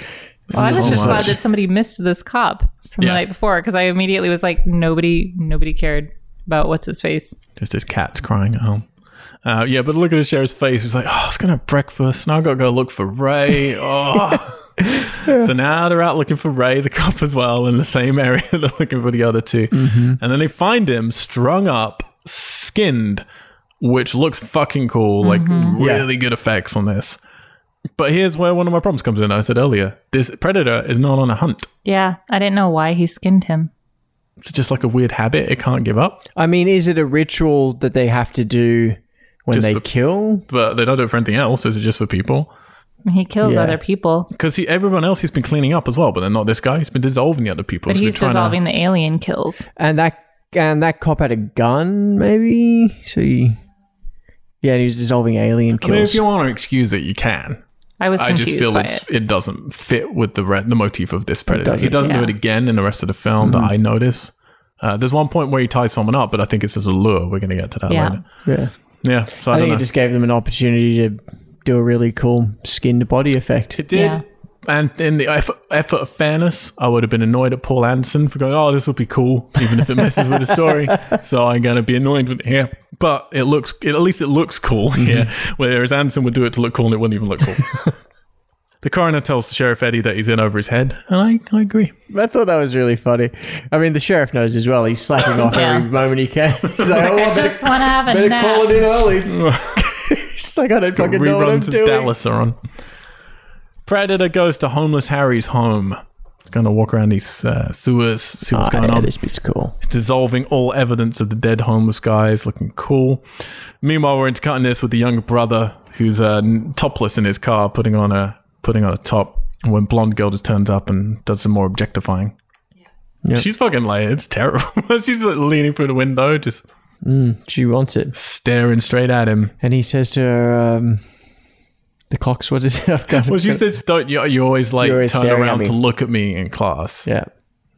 S3: Well, I
S1: This
S3: was
S1: is
S3: just
S1: so
S3: glad
S1: much.
S3: that somebody missed this cop from
S1: Yeah.
S3: the night before because I immediately was like, nobody, nobody cared about what's his face.
S1: Just his cat's crying at home. Uh, yeah, but look at the sheriff's face. He's like, oh, I was going to have breakfast. Now i got to go look for Ray. Oh. so now they're out looking for Ray, the cop, as well, in the same area they're looking for the other 2 And then they find him strung up, skinned, which looks fucking cool. Like, really good effects on this. But here's where one of my problems comes in. I said earlier, this predator is not on a hunt.
S3: Yeah, I didn't know why he skinned him.
S1: It's just like a weird habit. It can't give up.
S2: I mean, is it a ritual that they have to do when
S1: Just
S2: they
S1: for-
S2: kill?
S1: But they don't do it for anything else. Is it just for people?
S3: He kills
S2: Yeah.
S3: other people,
S1: because everyone else he's been cleaning up as well, but then not this guy. He's been dissolving the other people.
S3: but
S1: so we're
S3: he's
S1: trying to-
S3: dissolving the alien kills.
S2: And that and that cop had a gun, maybe. So he, yeah, and he was dissolving alien
S1: I mean, if
S2: kills.
S1: you want to excuse it, you can.
S3: I was
S1: I
S3: confused
S1: just feel
S3: by
S1: it's,
S3: it.
S1: it. doesn't fit with the re- the motif of this predator. he
S2: doesn't, Mm.
S1: doesn't do
S3: yeah.
S1: it again in the rest of the film that I notice. Uh, there's one point where he ties someone up, but I think it's as a lure. We're going to get to that
S3: Yeah.
S1: later.
S2: yeah,
S1: Yeah, so I,
S2: I
S1: don't
S2: think
S1: know.
S2: it just gave them an opportunity to do a really cool skin to body effect.
S1: It did.
S3: Yeah.
S1: And in the effort, effort of fairness, I would have been annoyed at Paul Anderson for going, oh, this will be cool, even if it messes with the story. So I'm going to be annoyed with it here. But it looks, it, at least it looks cool
S2: Mm-hmm.
S1: here. Whereas Anderson would do it to look cool and it wouldn't even look cool. the coroner tells Sheriff Eddie that he's in over his head. And I, I agree.
S2: I thought that was really funny. I mean, the sheriff knows as well. He's slapping off
S3: Yeah.
S2: every moment he can. He's like, oh,
S3: I
S2: I better,
S3: just want to have a
S2: better
S3: nap.
S2: call it in early. She's like, I don't fucking know what I'm
S1: Reruns
S2: doing.
S1: of Dallas are on. Predator goes to homeless Harry's home. He's going to walk around these uh, sewers, see what's
S2: Ah,
S1: going
S2: yeah,
S1: on.
S2: this bit's cool.
S1: dissolving all evidence of the dead homeless guys, looking cool. Meanwhile, we're intercutting this with the younger brother who's uh, n- topless in his car, putting on a putting on a top. And when blonde girl just turns up and does some more objectifying,
S2: Yep.
S1: she's fucking like it's terrible. she's like leaning through the window, just
S2: She wants it.
S1: staring straight at him.
S2: And he says to her, um, the clock's what is it? I've got it.
S1: Well, she says, "Don't you? You always like
S2: You're always
S1: turn
S2: staring at
S1: around
S2: me."
S1: to look at me in class."
S2: Yeah.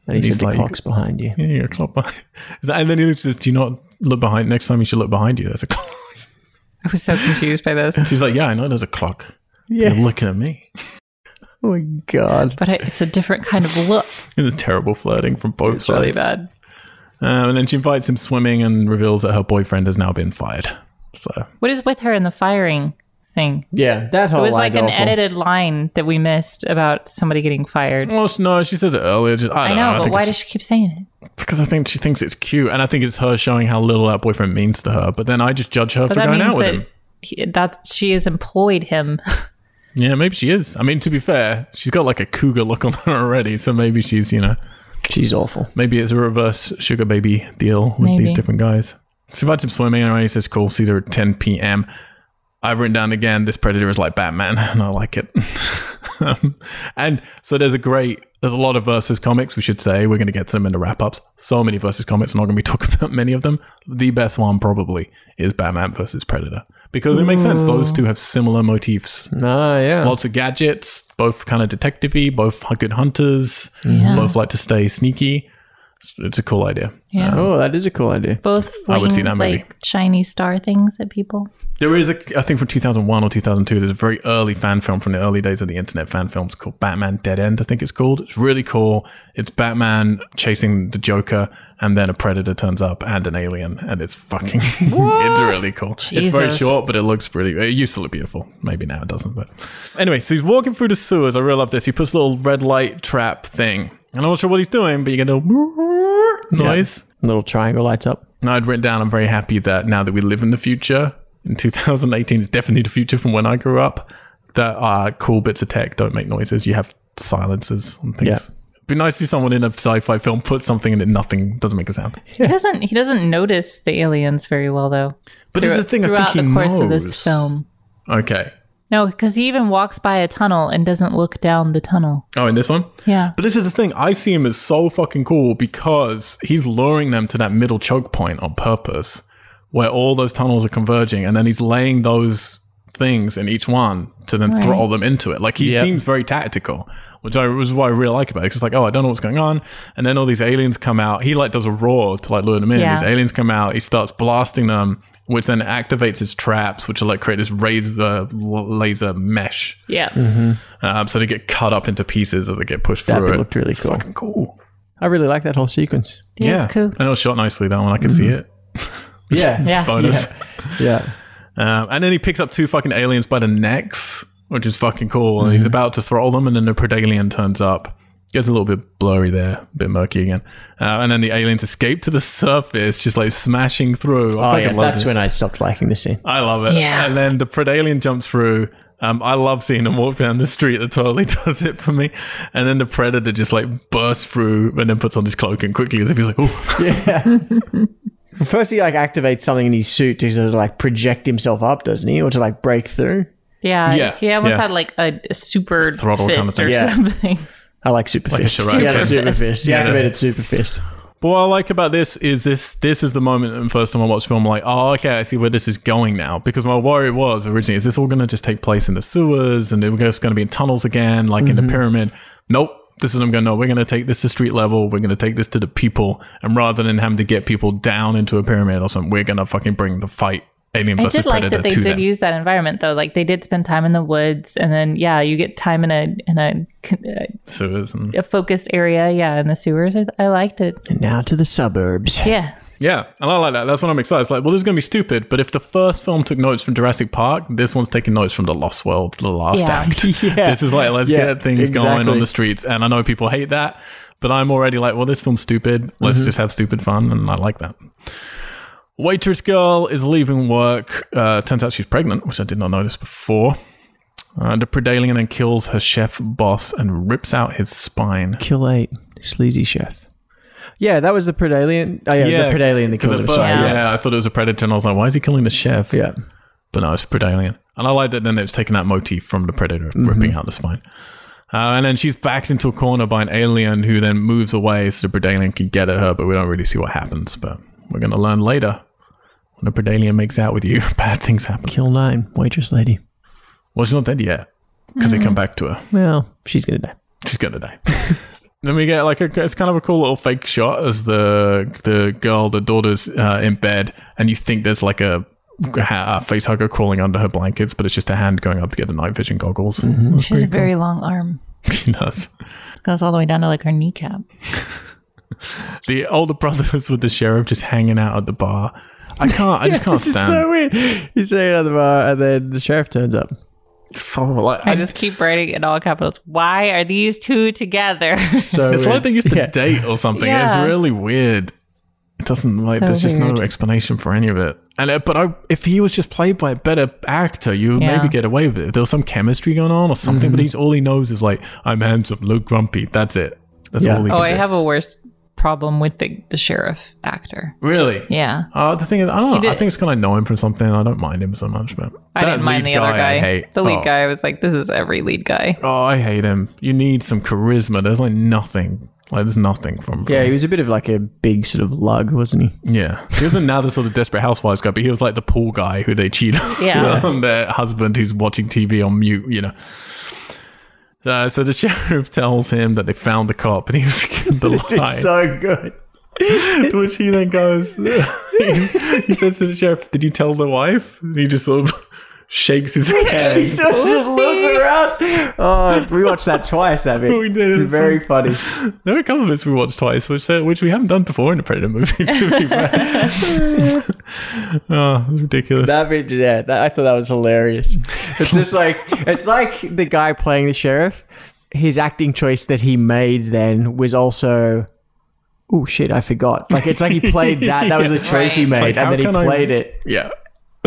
S2: And he
S1: He's
S2: said, the
S1: like-
S2: clock's behind you.
S1: Yeah, you're a clock behind. Is that- And then he says, "Do you not look behind? Next time you should look behind you. There's a clock."
S3: I was so confused by this,
S1: She's like, "Yeah, I know. There's a clock.
S2: Yeah.
S1: You're looking at me."
S2: Oh, my God.
S3: but I, it's a different kind of look.
S1: It was terrible flirting from both
S3: It's
S1: sides.
S3: really bad.
S1: Um, and then she invites him swimming and reveals that her boyfriend has now been fired. So
S3: What is with her in the firing thing.
S2: Yeah, that
S3: It
S1: Oh,
S2: whole
S3: was
S2: line's
S3: like an
S2: awful.
S3: edited line that we missed about somebody getting fired.
S1: Well, she- no, she says it earlier. Just, I
S3: I
S1: don't
S3: know,
S1: know.
S3: but
S1: think
S3: why
S1: it's-
S3: does she keep saying it?
S1: because I think she thinks it's cute, and I think it's her showing how little that boyfriend means to her. But then I just judge her
S3: But
S1: for
S3: that
S1: going
S3: means
S1: out with him.
S3: that he, that she has employed him.
S1: Yeah, maybe she is. I mean, to be fair, she's got like a cougar look on her already, so maybe she's you know
S2: She's awful.
S1: maybe it's a reverse sugar baby deal with
S3: Maybe.
S1: these different guys. She invites him swimming, and he says, "Cool, see you at 10 p.m." I've written down again. This predator is like Batman, and I like it. Um, and so there's a great, there's a lot of versus comics. We should say we're going to get to them in the wrap ups. So many versus comics. I'm not going to be talking about many of them. The best one probably is Batman versus Predator because it makes sense. Those two have similar motifs.
S2: Ah, yeah.
S1: Lots of gadgets, both kind of detective-y, both are good hunters,
S3: Yeah.
S1: both like to stay sneaky. It's, it's a cool idea.
S3: Yeah.
S2: oh, that is a cool idea.
S3: Both
S1: I would see
S3: flinging,
S1: that movie.
S3: like shiny star things at people.
S1: There is a, I think from 2001 or 2002, there's a very early fan film from the early days of the internet fan films called Batman Dead End, I think it's called. It's really cool. It's Batman chasing the Joker and then a predator turns up and an alien and it's fucking, it's really cool. It's very
S3: Jesus.
S1: short, but it looks pretty, it used to look beautiful. Maybe now it doesn't, but anyway, so he's walking through the sewers. I really love this. He puts a little red light trap thing. And I'm not sure what he's doing, but you get a little noise.
S2: Little triangle lights up.
S1: And I'd written down, I'm very happy that now that we live in the future, in 2018 is definitely the future from when I grew up, that uh, cool bits of tech don't make noises. You have silences and things.
S2: Yeah.
S1: It'd be nice if someone in a sci-fi film put something in it, nothing doesn't make a sound.
S3: He doesn't. He doesn't notice the aliens very well, though.
S1: But this is the thing, I think
S3: throughout
S1: he
S3: the course
S1: knows.
S3: of this film.
S1: Okay.
S3: No, because he even walks by a tunnel and doesn't look down the tunnel.
S1: Oh, in this one?
S3: Yeah.
S1: But this is the thing, I see him as so fucking cool because he's luring them to that middle choke point on purpose where all those tunnels are converging and then he's laying those things in each one to then throttle them into it. Like he
S2: Yep.
S1: seems very tactical, which I was what I really like about it. It's just like, oh, I don't know what's going on. And then all these aliens come out. He like does a roar to like lure them in.
S3: Yeah.
S1: These aliens come out, he starts blasting them, which then activates his traps, which are like create this razor laser mesh.
S3: Yeah.
S1: Um, so they get cut up into pieces as they get pushed
S2: That
S1: through.
S2: bit
S1: it.
S2: looked really
S1: It's
S2: cool.
S1: fucking cool.
S2: I really like that whole sequence.
S3: Yeah, it's cool.
S1: And it was shot nicely, that one. I could see it.
S2: Yeah.
S3: Yeah.
S1: Bonus.
S2: Yeah.
S1: Um, and then he picks up two fucking aliens by the necks, which is fucking cool.
S2: Mm-hmm.
S1: And he's about to throttle them, and then the Predalien turns up. Gets a little bit blurry there, a bit murky again. Uh, and then the aliens escape to the surface, just like smashing through. I
S2: Oh,
S1: fucking
S2: yeah.
S1: love
S2: That's
S1: it.
S2: when I stopped liking the scene.
S1: I love it.
S3: Yeah.
S1: And then the Predalien jumps through. Um, I love seeing him walk down the street. That totally does it for me. And then the Predator just like bursts through and then puts on his cloak and quickly as if he's like, oh,
S2: First, he like activates something in his suit to sort of like project himself up, doesn't he, or to like break through?
S3: Yeah.
S1: Yeah,
S3: He almost
S1: yeah.
S3: had like a, a super
S1: Throttle
S3: fist
S1: kind of thing.
S3: or
S2: Yeah.
S3: something.
S2: I like super
S1: Like a
S2: fist.
S1: Shuriken.
S2: Yeah, the
S3: Super
S2: super
S3: fist.
S2: fist. He
S1: Yeah.
S2: activated super fist.
S1: But what I like about this is this this is the moment and first time I watch film I'm like, oh okay, I see where this is going now. Because my worry was originally, is this all gonna just take place in the sewers and it was just gonna be in tunnels again, like in the pyramid? Nope. This is what I'm going, no, we're gonna take this to street level, we're gonna take this to the people, and rather than having to get people down into a pyramid or something, we're gonna fucking bring the fight alien
S3: I
S1: versus
S3: did like
S1: predator
S3: that they
S1: to
S3: did
S1: them.
S3: use that environment though. Like they did spend time in the woods, and then yeah, you get time in a in a, con- uh,
S1: sewers and
S3: a focused area. Yeah, in the sewers. I, I liked it.
S2: And now to the suburbs.
S3: Yeah.
S1: Yeah, and I like that. That's what I'm excited. It's like, well, this is going to be stupid, but if the first film took notes from Jurassic Park, this one's taking notes from The Lost World, The Last
S3: Yeah.
S1: Act.
S2: Yeah.
S1: This is like, let's
S2: Yeah,
S1: get things going on
S2: exactly.
S1: the streets. And I know people hate that, but I'm already like, well, this film's stupid. Let's
S2: Mm-hmm.
S1: just have stupid fun. And I like that. Waitress girl is leaving work. Uh, turns out she's pregnant, which I did not notice before. Uh, the Predalien then kills her chef boss and rips out his spine.
S2: Kill eight, sleazy chef. Yeah, that was the Predalien. Oh yeah, it was the Predalien that
S1: because at
S2: killed him.
S1: first,
S2: Sorry.
S1: yeah.
S2: Yeah.
S1: I thought it was a predator, and I was like, "Why is he killing the chef?"
S2: yeah.
S1: but no, it's Predalien. And I like that then it's taken that motif from the Predator, ripping out the spine. Uh, and then she's backed into a corner by an alien who then moves away so the Predalien can get at her, but we don't really see what happens. But we're going to learn later. When the Predalien makes out with you, bad things happen.
S2: Kill nine, waitress lady.
S1: Well, she's not dead yet because they come back to her.
S2: Well, she's gonna die.
S1: She's going to die. then we get like a, it's kind of a cool little fake shot as the the girl, the daughter's uh, in bed, and you think there's like a, ha- a face hugger crawling under her blankets, but it's just a hand going up to get the night vision goggles.
S2: Mm-hmm.
S3: She has a very long arm.
S1: She does.
S3: Goes all the way down to like her kneecap.
S1: The older brothers with the sheriff just hanging out at the bar. I can't. I just can't
S2: this is
S1: stand.
S2: so weird. You say it at the bar, and then the sheriff turns up.
S1: so, like,
S3: I
S1: I
S3: just
S1: just.
S3: keep writing in all capitals. Why are these two together?
S2: So
S1: It's like
S2: weird.
S1: they used to
S2: Yeah.
S1: date or something.
S3: Yeah.
S1: It's really weird. It doesn't like.
S3: So
S1: there's just
S3: weird.
S1: no explanation for any of it. And uh, but I, if he was just played by a better actor, you would
S3: Yeah.
S1: maybe get away with it. If there was some chemistry going on or something.
S2: Mm-hmm.
S1: But he's all he knows is like, I'm handsome, look grumpy. That's it. That's
S2: Yeah.
S1: all he.
S3: oh,
S1: can
S3: I
S1: do.
S3: have a worse problem with the, the sheriff actor.
S1: really.
S3: Yeah.
S1: Uh, the thing is, I don't know. I
S3: did-
S1: think it's because I know him from something. I don't mind him so much, but
S3: I didn't mind the other guy.
S1: I hate.
S3: The lead
S1: Oh.
S3: guy was like, this is every lead guy.
S1: Oh, I hate him. You need some charisma. There's like nothing. Like there's nothing from.
S2: yeah, he was a bit of like a big sort of lug, wasn't he?
S1: yeah. He was another sort of desperate housewives guy, but he was like the pool guy who they cheat on,
S3: Yeah.
S1: on their husband who's watching TV on mute. You know. Uh, so the sheriff tells him that they found the cop, and he was the
S2: It's just
S1: lie.
S2: so good.
S1: to which he then goes, he, he says to the sheriff, "Did you tell the wife?" And he just sort of shakes his head.
S2: He sort of just looked
S3: Oopsie.
S2: around. Oh, we watched that twice. That bit.
S1: We did, it's
S2: Very funny.
S1: There are a couple of bits we watched twice, which uh, which we haven't done before in a Predator movie. To be fair, oh, it's ridiculous.
S2: That bit, yeah, that, I thought that was hilarious. It's just like it's like the guy playing the sheriff. His acting choice that he made then was also, oh shit, I forgot. Like it's like he played that. That was the choice he
S3: Right.
S2: made,
S1: Like, how
S2: and then
S1: can
S2: he
S1: I-
S2: played it,
S1: yeah,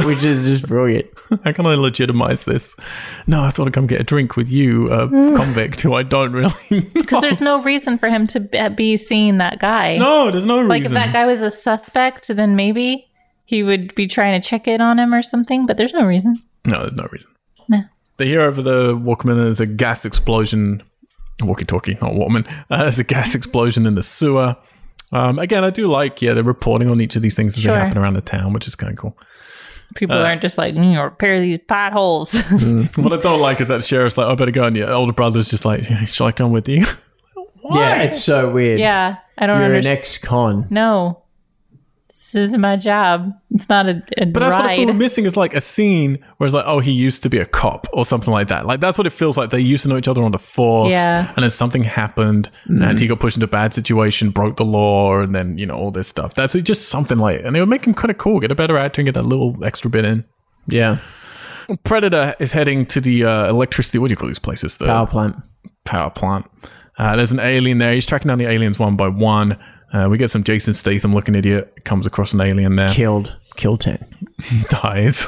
S2: which is just brilliant.
S1: how can I legitimize this? No, I thought I'd come get a drink with you, uh,
S3: Hmm.
S1: convict, who I don't really.
S3: Because there's no reason for him to be- be seeing that guy.
S1: No, there's no
S3: like,
S1: reason.
S3: if that guy was a suspect, then maybe he would be trying to check in on him or something, but there's no reason.
S1: No, there's no reason.
S3: No.
S1: They hear over the Walkman is a gas explosion. Walkie talkie, not Walkman. Uh, there's a gas explosion in the sewer. Um, again, I do like, yeah, they're reporting on each of these things as
S3: Sure.
S1: they happen around the town, which is kind of cool.
S3: People
S1: Uh.
S3: aren't just like, mm, repair these potholes.
S1: what I don't like is that the sheriff's like, "Oh, I better go. And your older brother's just like, Shall I come with you?
S2: Yeah, it's so weird.
S3: yeah, I don't
S2: You're an
S3: understand.
S2: ex-con.
S3: no, this is my job. It's not a, a
S1: But that's what I feel
S3: ride.
S1: we're missing is like a scene where it's like, oh, he used to be a cop or something like that. Like that's what it feels like. They used to know each other on the force,
S3: Yeah.
S1: and then something happened, and he got pushed into a bad situation, broke the law, and then you know all this stuff. That's just something like, and it would make him kind of cool, get a better actor, and get that little extra bit in.
S2: Yeah,
S1: Predator is heading to the uh, electricity. What do you call these places? The
S2: power plant.
S1: power plant. Uh, there's an alien there. He's tracking down the aliens one by one. Uh, we get some Jason Statham looking idiot comes across an alien there,
S2: Killed. Killed ten.
S1: dies.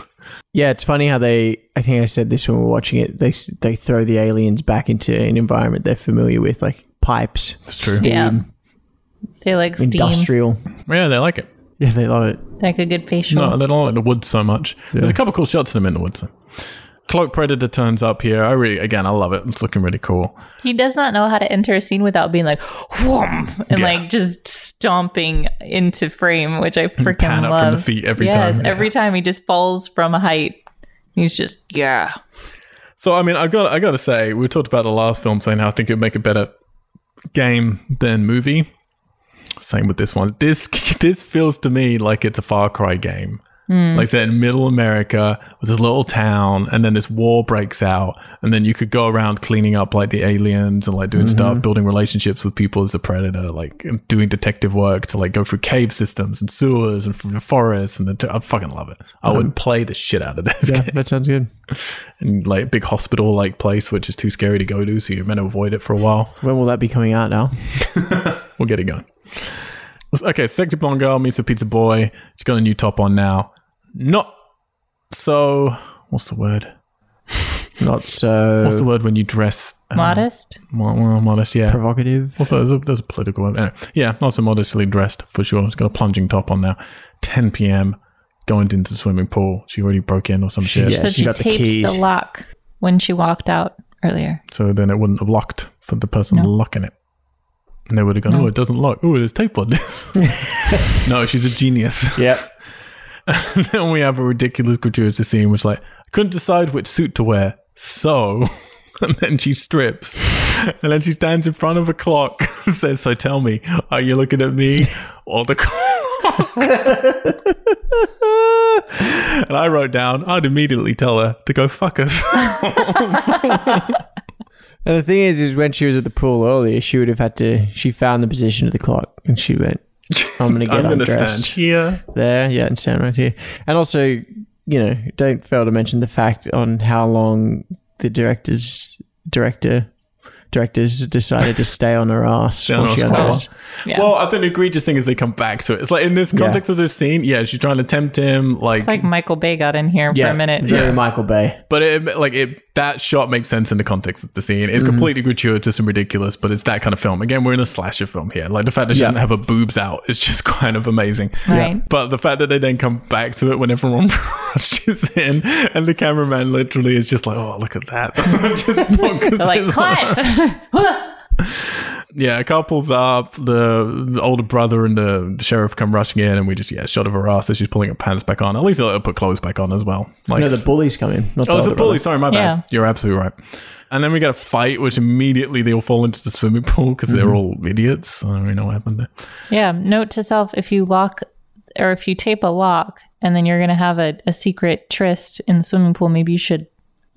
S2: Yeah, it's funny how they. I think I said this when we were watching it. They s- they throw the aliens back into an environment they're familiar with, like pipes,
S1: true.
S2: steam,
S3: Yeah. They like steam.
S2: industrial.
S1: Yeah, they like it.
S2: Yeah, they love it.
S3: Like a good facial.
S1: No, they don't like the woods so much. There's a couple cool shots of them in the woods. Though. Cloak Predator turns up here. I really, again, I love it. It's looking really cool.
S3: He does not know how to enter a scene without being like, whoom, and
S1: Yeah.
S3: like just stomping into frame, which I freaking
S1: pan
S3: love.
S1: up from the feet every
S3: yes,
S1: time,
S3: every
S1: yeah.
S3: time he just falls from a height. He's just
S2: Uh-huh.
S3: yeah.
S1: So, I mean, I got, I got to say, we talked about the last film saying how I think it'd make a better game than movie. Same with this one. This, this feels to me like it's a Far Cry game. Like I said, middle America with this little town, and then this war breaks out, and then you could go around cleaning up like the aliens and like doing stuff, building relationships with people as the predator, like doing detective work to like go through cave systems and sewers and from the forests. And the I fucking love it. I would play the shit out of this
S2: Yeah,
S1: game.
S2: that sounds good.
S1: And like big hospital like place, which is too scary to go to, so you're meant to avoid it for a while.
S2: When will that be coming out now?
S1: We'll get it going. Okay, sexy blonde girl meets a pizza boy. She's got a new top on now. Not so. What's the word?
S2: Not so
S1: What's the word when you dress uh,
S3: Modest.
S1: mo- well, modest, yeah.
S2: provocative.
S1: also, there's a, there's a political word. Anyway, yeah, not so modestly dressed for sure. She's got a plunging top on now. 10 p.m. Going into the swimming pool. She already broke in or some shit.
S2: Yeah,
S3: so
S2: she
S3: she,
S2: got the
S3: taped the,
S2: keys.
S3: lock when she walked out earlier.
S1: So then it wouldn't have locked for the person locking it. And they would have gone, oh, it doesn't lock. Oh, there's tape on this. no, she's a genius.
S2: Yep.
S1: then we have a ridiculous gratuitous scene which like I couldn't decide which suit to wear, so and then she strips. And then she stands in front of a clock and says, So tell me, are you looking at me or the clock? and I wrote down, I'd immediately tell her to go fuck us.
S2: And the thing is, is when she was at the pool earlier, she would have had to. She found the position of the clock, and she went, I'm gonna get
S1: I'm going to
S2: undressed
S1: stand here.
S2: there, yeah, and stand right here. And also, you know, don't fail to mention the fact on how long the directors director directors decided to stay on her ass
S1: Stay on
S2: while she
S1: her ass.
S2: undressed.
S3: Yeah.
S1: Well, I think the egregious thing is they come back to it. It's like in this context of this scene, yeah, she's trying to tempt him, like,
S3: it's like Michael Bay got in here
S2: Yeah,
S3: for a minute.
S2: very Michael Bay.
S1: but it like it that shot makes sense in the context of the scene. It's
S3: Mm-hmm.
S1: completely gratuitous and ridiculous, but it's that kind of film. Again, we're in a slasher film here. Like the fact that she
S2: Yeah.
S1: doesn't have her boobs out is just kind of amazing.
S3: Right.
S1: But the fact that they then come back to it when everyone rushes in and the cameraman literally is just like, oh, look at that. just focuses
S3: They're like,
S1: on-
S3: Clive!
S1: yeah, a car pulls up. The, the older brother and the sheriff come rushing in, and we just yeah, shot of her ass as she's pulling her pants back on. At least they'll put clothes back on as well. Like,
S2: No, the bullies come in. Not
S1: oh, it's a
S2: the older
S1: bully.
S2: brother.
S1: Sorry, my bad.
S3: Yeah.
S1: You're absolutely right. And then we get a fight, which immediately they all fall into the swimming pool because
S2: Mm-hmm.
S1: they're all idiots. I don't really know what happened there.
S3: yeah. Note to self if you lock or if you tape a lock and then you're going to have a, a secret tryst in the swimming pool, maybe you should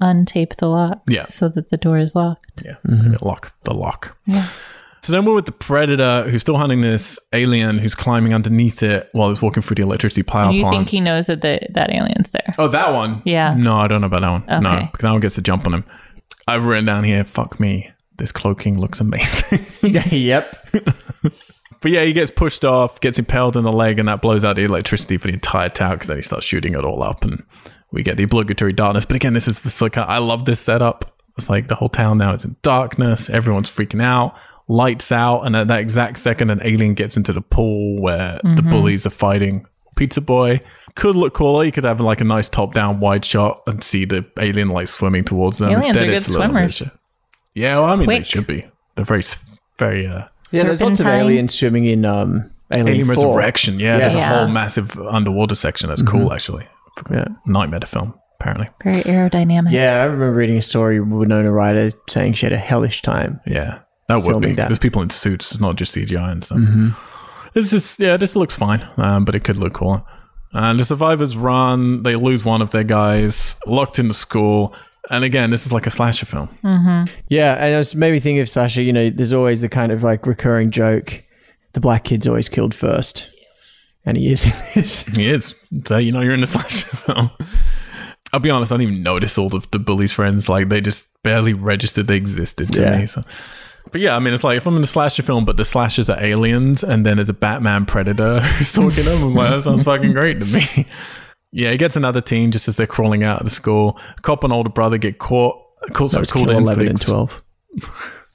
S3: untape the lock
S1: Yeah.
S3: so that the door is locked.
S1: Yeah,
S2: Mm-hmm.
S1: Maybe lock the lock.
S3: Yeah.
S1: So then we're with the predator who's still hunting this alien who's climbing underneath it while it's walking through the electricity power
S3: you
S1: plant.
S3: think he knows that the, that alien's there.
S1: Oh, that one.
S3: Yeah.
S1: No, I don't know about that one. No,
S3: Okay.
S1: because that one gets to jump on him. I've written down here. Fuck me. This cloaking looks amazing.
S2: Yeah, yep.
S1: but yeah, he gets pushed off, gets impaled in the leg, and that blows out the electricity for the entire tower. Because then he starts shooting it all up, and we get the obligatory darkness. But again, this is the like I love this setup. It's like the whole town now is in darkness. Everyone's freaking out. Lights out, and at that exact second, an alien gets into the pool where the
S3: Mm-hmm.
S1: bullies are fighting Pizza Boy. Could look cooler. You could have like a nice top-down wide shot and see the alien like swimming towards them.
S3: Aliens
S1: Instead,
S3: are good
S1: it's a little
S3: swimmers.
S1: bit- Yeah, well, I mean, they
S3: Quick.
S1: should be. They're very, s- very uh,
S2: Yeah, there's lots of
S3: Serpentine.
S2: aliens swimming in um, Alien,
S1: Alien
S2: 4.
S1: Resurrection. Yeah,
S2: Yeah.
S1: there's a
S3: Yeah.
S1: whole massive underwater section. That's cool, actually.
S2: Mm-hmm. Yeah.
S1: Nightmare to film, apparently.
S3: Very aerodynamic.
S2: Yeah, I remember reading a story with Winona Ryder saying she had a hellish time.
S1: Yeah, that would be.
S2: Filming that. Mm-hmm.
S1: There's people in suits. It's not just CGI and stuff. This is yeah. This looks fine, um, but it could look cooler. And the survivors run. They lose one of their guys, locked in the school. And again, this is like a slasher film.
S2: Yeah, and it was made me think of Sasha. You know, there's always the kind of like recurring joke: the black kid's always killed first, and he is in this.
S1: He is. So you know you're in a slasher film. I'll be honest, I didn't even notice all of the bully's friends. Like they just barely registered they existed to
S2: Yeah.
S1: me. So. But yeah, I mean, it's like if I'm in a slasher film, but the slashers are aliens, and then there's a Batman predator who's talking to them. I'm like, that sounds fucking great to me. Yeah, he gets another teen just as they're crawling out of the school. A cop and older brother get caught. Caught,
S2: That
S1: sorry,
S2: was
S1: called
S2: kill
S1: in for
S2: eleven
S1: the
S2: and
S1: ex-
S2: twelve.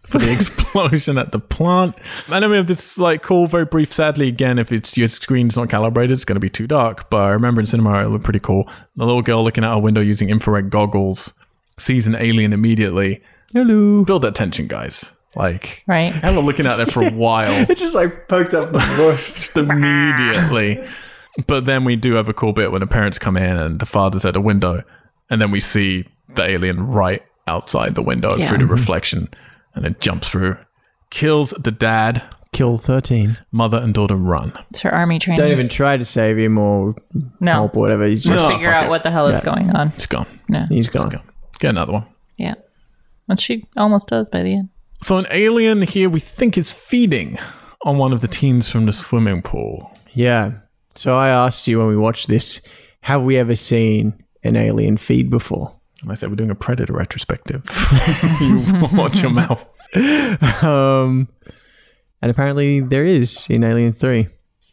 S1: for the explosion at the plant. And then we have this like cool, very brief. Sadly, again, if it's your screen's not calibrated, it's going to be too dark. But I remember in cinema, it looked pretty cool. The little girl looking out her window using infrared goggles sees an alien immediately.
S2: Hello.
S1: Build that tension, guys. Like,
S3: Right.
S1: have a looking out there for a while
S2: It just like poked up from the bush.
S1: just immediately. but then we do have a cool bit when the parents come in and the father's at the window, and then we see the alien right outside the window
S3: Yeah.
S1: through the reflection, and it jumps through, kills the dad,
S2: Kill thirteen.
S1: mother and daughter run.
S3: It's her army training.
S2: Don't even try to save him or
S3: no.
S2: help or whatever. He's
S1: No.
S2: just
S1: Oh,
S3: Figure
S1: fuck
S3: out
S1: it.
S3: what the hell is going on.
S1: It's gone.
S3: No.
S2: he's gone.
S1: Go. Get another one.
S3: Yeah. And she almost does by the end.
S1: So an alien here we think is feeding on one of the teens from the swimming pool.
S2: Yeah. So I asked you when we watched this, have we ever seen an alien feed before?
S1: And I said we're doing a predator retrospective. you watch your mouth.
S2: Um, and apparently there is in Alien Three.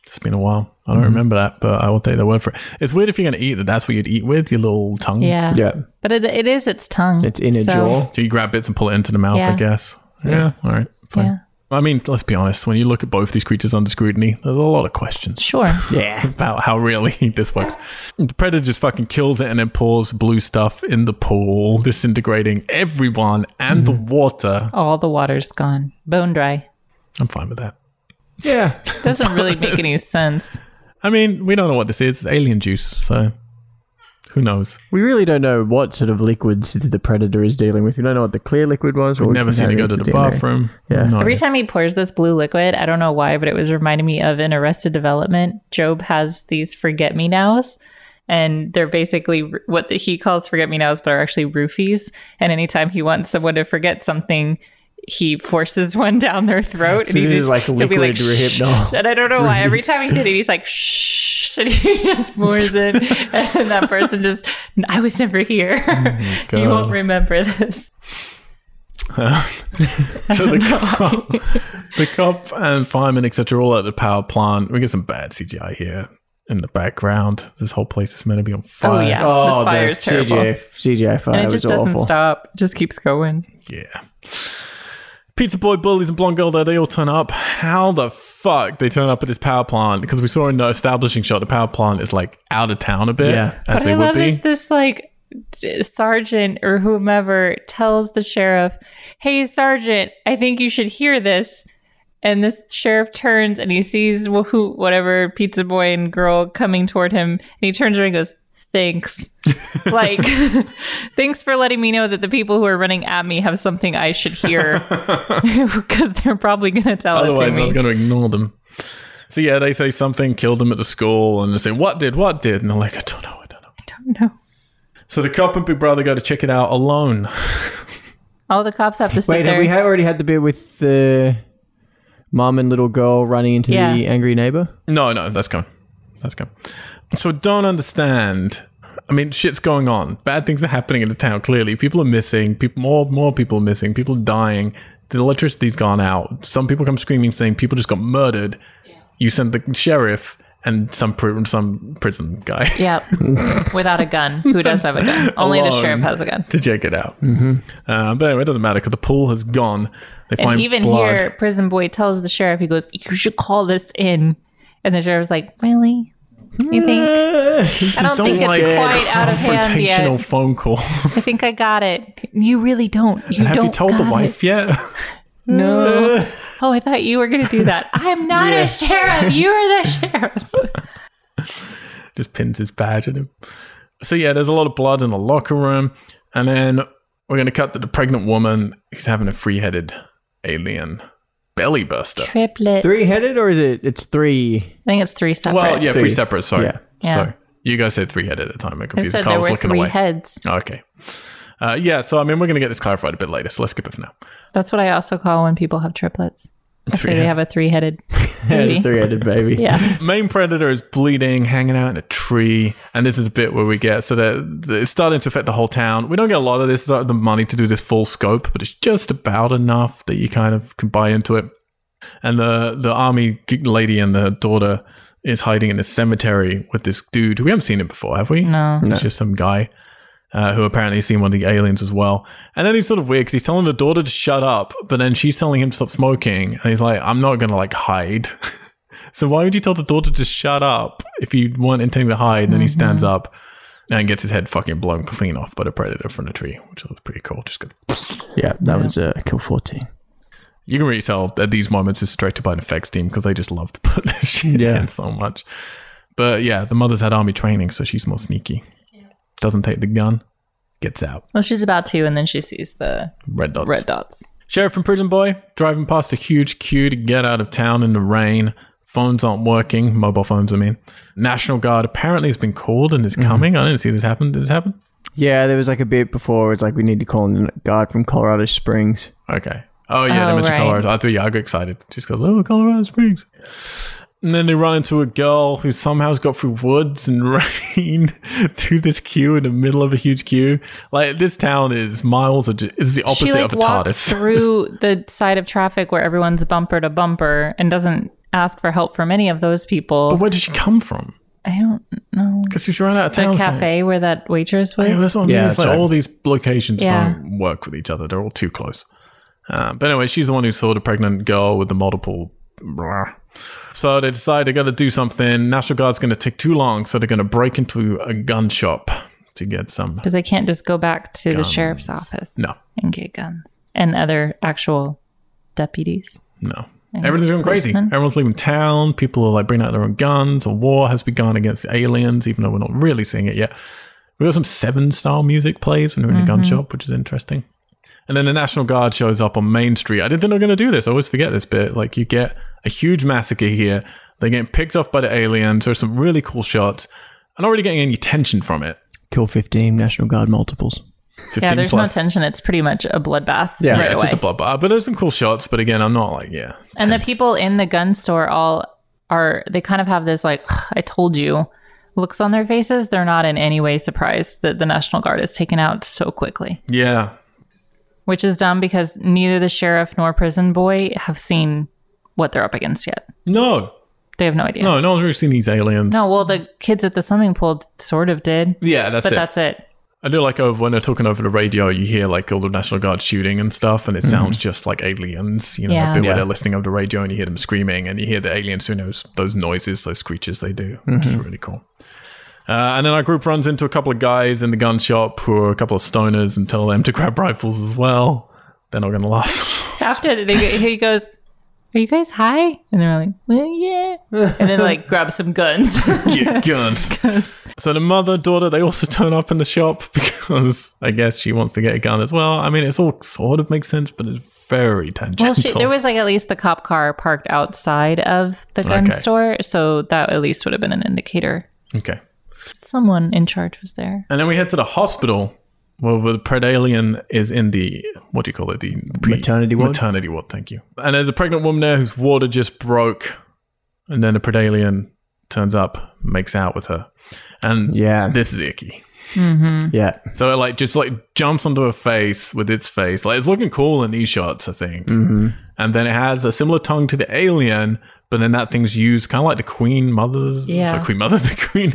S1: It's been a while. I don't remember that, but I will take the word for it. It's weird if you're going to eat that. That's what you'd eat with your little tongue.
S3: Yeah. But it, it is Mm. its tongue.
S2: It's in a
S3: So-
S2: jaw.
S1: Do you grab bits and pull it into the mouth? I
S3: Yeah.
S1: guess. Yeah. All right. Fine.
S3: Yeah.
S1: I mean, let's be honest. When you look at both these creatures under scrutiny, there's a lot of questions
S3: Sure.
S2: Yeah.
S1: about how really this works. The predator just fucking kills it and then pours blue stuff in the pool, disintegrating everyone and the water.
S3: All the water's gone. Bone dry.
S1: I'm fine with that.
S2: Yeah.
S3: Doesn't really make any sense.
S1: I mean, we don't know what this is. It's alien juice, so who knows?
S2: We really don't know what sort of liquids that the predator is dealing with. We don't know what the clear liquid was.
S1: We've never seen it go to the bathroom.
S2: Yeah.
S1: No
S3: Every
S1: idea.
S3: time he pours this blue liquid, I don't know why, but it was reminding me of in Arrested Development. Job has these forget me nows, and they're basically r- what the, he calls forget me nows, but are actually roofies. And anytime he wants someone to forget something, he forces one down their throat.
S2: So
S3: and
S2: this
S3: he
S2: is like
S3: he'll be
S2: liquid
S3: "Shh."
S2: Rohypnol.
S3: And I don't know why. Every time he did it, he's like, shh. And he just pours it. and that person just, I was never here.
S2: Oh
S1: my
S3: you
S1: God.
S3: won't remember this.
S1: So the cop, the cop and firemen, etc., all at the power plant. We get some bad CGI here in the background. This whole place is meant to be on fire.
S3: yeah. This
S2: Oh,
S3: fire
S2: the
S3: is terrible.
S2: CGI, CGI fire
S3: And it
S2: was
S3: just doesn't
S2: awful.
S3: stop. It just keeps going.
S1: Yeah. Pizza Boy, Bullies, and Blonde Girl there, they all turn up. How the fuck they turn up at this power plant? Because we saw in the establishing shot, the power plant is like out of town a bit,
S2: Yeah.
S1: as
S3: What
S1: they
S3: I
S1: would
S3: love
S1: be.
S3: is this like d- sergeant or whomever tells the sheriff, "Hey, sergeant, I think you should hear this." And this sheriff turns and he sees wh- who, whatever pizza boy and girl coming toward him, and he turns around and goes, "Thanks." like, thanks for letting me know that the people who are running at me have something I should hear because they're probably going to tell it to
S1: Otherwise,
S3: me.
S1: I was going to ignore them. So yeah, they say something killed them at the school, and they say, "What did? What did?" And they're like, "I don't know, I don't know."
S3: I don't know.
S1: So the cop and Big Brother go to check it out alone.
S3: All the cops have to sit
S2: Wait,
S3: there.
S2: have we ha- already had the bit with the mom and little girl running into
S3: Yeah.
S2: the angry neighbor?
S1: No, no, that's coming. That's coming. So don't understand. I mean, shit's going on. Bad things are happening in the town. Clearly, people are missing. People, more, more people are missing. People are dying. The electricity's gone out. Some people come screaming saying people just got murdered. You sent the sheriff and some pri- some prison guy
S3: Yep. Without a gun. Who does have a gun? Only the
S1: Alone.
S3: sheriff has a gun.
S1: to check it out. Mm-hmm. Uh, but anyway, it doesn't matter because the pool has gone. They
S3: And
S1: find
S3: even
S1: blood.
S3: here, prison boy tells the sheriff, he goes, "You should call this in." And the sheriff's like, "Really? You think? I don't think it's
S1: like
S3: quite out of hand
S1: confrontational
S3: yet.
S1: phone call.
S3: I think I got it. You really don't. You
S1: Have
S3: don't
S1: you told
S3: got
S1: the
S3: it.
S1: wife yet?
S3: No. Oh, I thought you were gonna do that. I'm not a sheriff. You are the sheriff.
S1: just pins his badge at him. So yeah, there's a lot of blood in the locker room, and then we're gonna cut to the pregnant woman who's having a free-headed alien belly buster.
S3: Triplets.
S2: Three headed, or is it? It's three.
S3: I think it's three separate.
S1: Well, yeah, three
S2: Three.
S1: separate. Sorry,
S2: Yeah.
S3: Yeah.
S1: sorry. You guys said three-headed at the time. I
S3: I
S1: confused.
S3: said there
S1: Carl's
S3: were
S1: looking
S3: three
S1: away.
S3: heads.
S1: Oh, okay. Uh, yeah, so I mean, we're gonna get this clarified a bit later. So let's skip it for now.
S3: That's what I also call when people have triplets. I say they
S1: Three-headed.
S3: have a three-headed
S2: Three
S3: baby.
S2: headed baby.
S3: Yeah.
S1: main predator is bleeding, hanging out in a tree, and this is a bit where we get so that that it's starting to affect the whole town. We don't get a lot of this, not the money to do this full scope, but it's just about enough that you kind of can buy into it. And the the army lady and the daughter is hiding in a cemetery with this dude. who We haven't seen him before, have we?
S3: No.
S1: It's just some guy uh, who apparently has seen one of the aliens as well. And then he's sort of weird because he's telling the daughter to shut up, but then she's telling him to stop smoking. And he's like, I'm not going to like hide. so why would you tell the daughter to shut up if you weren't intending to hide? And then he stands up and gets his head fucking blown clean off by the predator from the tree, which was pretty cool. Just good.
S2: Yeah, that was uh, kill 14.
S1: You can really tell at these moments it's directed by an effects team because they just love to put this shit
S2: Yeah.
S1: in so much. But yeah, the mother's had army training, so she's more sneaky. Doesn't take the gun, gets out.
S3: Well, she's about to, and then she sees the
S1: Red dots.
S3: red dots.
S1: Sheriff and prison boy driving past a huge queue to get out of town in the rain. Phones aren't working. Mobile phones, I mean. National Guard apparently has been called and is coming. I didn't see this happen. Did this happen?
S2: Yeah, there was like a bit before where it's like we need to call in a guard from Colorado Springs.
S1: Okay. Oh yeah, they
S3: Oh,
S1: mentioned
S3: right.
S1: Colorado. I thought yeah, I got excited just because oh Colorado Springs. And then they run into a girl who somehow's got through woods and rain to this queue in the middle of a huge queue. Like this town is miles. Of, it's the opposite
S3: she like
S1: of a
S3: walks
S1: TARDIS.
S3: through the side of traffic where everyone's bumper to bumper and doesn't ask for help from any of those people.
S1: But where did she come from?
S3: I don't know.
S1: Because she was running out of town.
S3: The
S1: or something.
S3: cafe where that waitress was.
S1: Yeah, that's what I mean.
S2: Yeah,
S1: it's
S2: that's
S1: like
S2: right.
S1: all these locations
S3: Yeah.
S1: don't work with each other. They're all too close. Uh, but anyway, she's the one who saw the pregnant girl with the multiple. blah. So they decide they're going to do something. National Guard's going to take too long, so they're going to break into a gun shop to get some.
S3: Because they can't just go back to the sheriff's office
S1: No,
S3: and get guns and other actual deputies.
S1: no.
S3: Mm-hmm.
S1: Everything's going crazy.
S3: policemen?
S1: Everyone's leaving town. People are like bringing out their own guns. A war has begun against the aliens, even though we're not really seeing it yet. We got some seven style music plays when we're in a
S3: Mm-hmm.
S1: gun shop, which is interesting. And then the National Guard shows up on Main Street. I didn't think they were going to do this. I always forget this bit. Like, you get a huge massacre here. They're getting picked off by the aliens. There's some really cool shots. I'm not really getting any tension from it.
S2: Kill 15, National Guard multiples.
S3: Yeah, there's
S1: plus.
S3: no tension. It's pretty much a bloodbath.
S2: Yeah.
S1: Yeah,
S3: right
S1: it's
S3: away.
S1: just a bloodbath. But there's some cool shots. But again, I'm not like yeah.
S3: and the
S1: tense.
S3: people in the gun store all are they kind of have this like I told you looks on their faces. They're not in any way surprised that the National Guard is taken out so quickly,
S1: Yeah,
S3: which is dumb because neither the sheriff nor prison boy have seen what they're up against yet.
S1: no,
S3: They have no idea.
S1: no, no one's really seen these aliens.
S3: No, well, the kids at the swimming pool d- sort of did,
S1: Yeah, that's
S3: but
S1: it.
S3: that's it.
S1: I do like over when they're talking over the radio, you hear like all the National Guard shooting and stuff, and it sounds just like aliens, you know,
S3: Yeah.
S1: a bit where
S2: Yeah.
S1: they're listening over the radio and you hear them screaming and you hear the aliens who knows those noises, those screeches they do, which is really cool. Uh, and then our group runs into a couple of guys in the gun shop who are a couple of stoners and tell them to grab rifles as well. They're not going to last.
S3: After they, go- he goes, "Are you guys high?" And they're like, well, "Yeah," and then like grab some guns.
S1: Get guns. So the mother, daughter, they also turn up in the shop because I guess she wants to get a gun as well. I mean, it's all sort of makes sense, but it's very tangential.
S3: Well, she, there was like at least the cop car parked outside of the gun
S1: Okay.
S3: store, so that at least would have been an indicator.
S1: okay.
S3: Someone in charge was there.
S1: And then we head to the hospital where the predalien is in the, what do you call it? The pre-
S2: Maternity ward?
S1: Maternity ward, thank you. And there's a pregnant woman there whose water just broke. And then the predalien turns up, makes out with her. And
S2: Yeah.
S1: this is icky.
S2: Yeah.
S1: So it like just like jumps onto her face with its face. Like it's looking cool in these shots, I think. And then it has a similar tongue to the alien, but then that thing's used kind of like the queen mother's.
S3: Yeah.
S1: sorry, queen mother, the queen.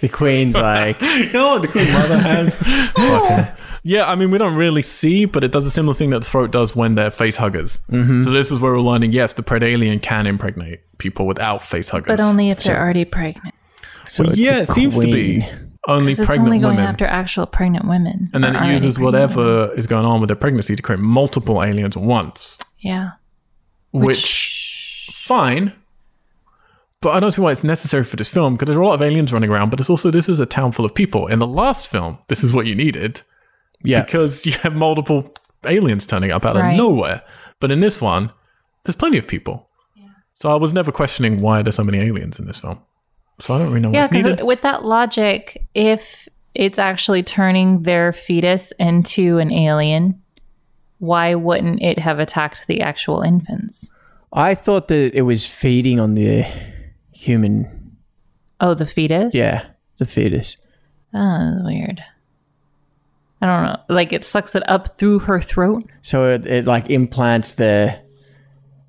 S2: The Queen's like,
S1: you know what the Queen Mother has? Fucking- yeah, I mean, we don't really see, but it does a similar thing that the throat does when they're face huggers. So this is where we're learning, yes, the predalien can impregnate people without face huggers.
S3: But only if they're already pregnant.
S2: so it's
S1: yeah,
S2: a
S1: it seems to be
S2: queen.
S1: only
S3: Because it's
S1: pregnant
S3: only going
S1: women.
S3: after actual pregnant women.
S1: and then
S3: or
S1: it
S3: already
S1: uses
S3: pregnant women.
S1: whatever is going on with their pregnancy to create multiple aliens at once,
S3: Yeah.
S1: which fine. But I don't see why it's necessary for this film because there are a lot of aliens running around. But it's also this is a town full of people. In the last film, this is what you needed.
S2: Yeah.
S1: because you have multiple aliens turning up out
S3: Right.
S1: of nowhere. But in this one, there's plenty of people. So I was never questioning why there's so many aliens in this film. So I don't really know
S3: Yeah,
S1: what's needed.
S3: because with that logic, if it's actually turning their fetus into an alien, why wouldn't it have attacked the actual infants?
S2: I thought that it was feeding on the human.
S3: Oh, the fetus?
S2: Yeah. The fetus.
S3: Oh, that's weird. I don't know. Like it sucks it up through her throat.
S2: So it, it like implants the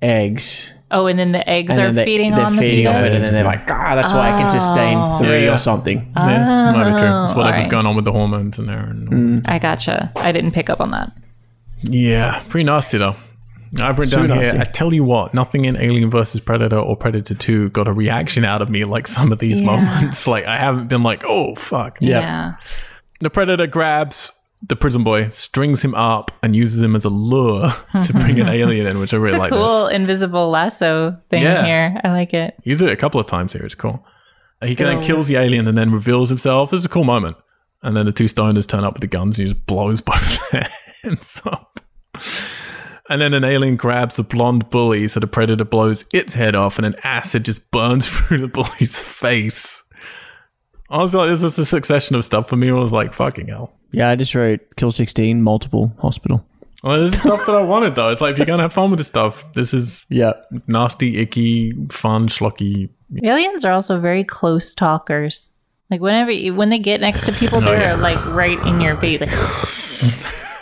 S2: eggs.
S3: Oh, and then the eggs
S2: and
S3: are
S2: then they-
S3: feeding
S2: they're
S3: on the
S2: feeding on it,
S3: fetus.
S2: and then they're like, ah, that's why I can sustain three
S1: Yeah.
S2: or something.
S1: yeah, might be true. It's
S3: Oh, Mm.
S1: whatever's
S3: alright.
S1: going on with the hormones in there. And,
S3: I gotcha. I didn't pick up on that.
S1: Yeah, pretty nasty though. I've written down
S2: Super
S1: here.
S2: nasty.
S1: I tell you what, nothing in Alien versus Predator or Predator Two got a reaction out of me like some of these moments. Like I haven't been like, oh fuck.
S2: Yeah.
S3: Yeah.
S1: The predator grabs the prison boy, strings him up, and uses him as a lure to bring an alien in, which I really
S3: It's a
S1: like.
S3: cool
S1: This
S3: invisible lasso thing
S1: Yeah.
S3: here. I like it.
S1: use it a couple of times here. It's cool. Uh, He then
S3: old-
S1: kills the alien and then reveals himself. It's a cool moment. And then the two stoners turn up with the guns and he just blows both their hands up. And then an alien grabs the blonde bully, so the predator blows its head off, and an acid just burns through the bully's face. I was like, this is a succession of stuff for me. I was like, fucking hell.
S2: Yeah, I just wrote kill 16, multiple hospital.
S1: Well, this is stuff that I wanted though. It's like if you're gonna have fun with this stuff, this is
S2: Yeah.
S1: nasty, icky, fun, schlocky.
S3: Aliens are also very close talkers. Like whenever you, when they get next to people, they're like right in your face. Like,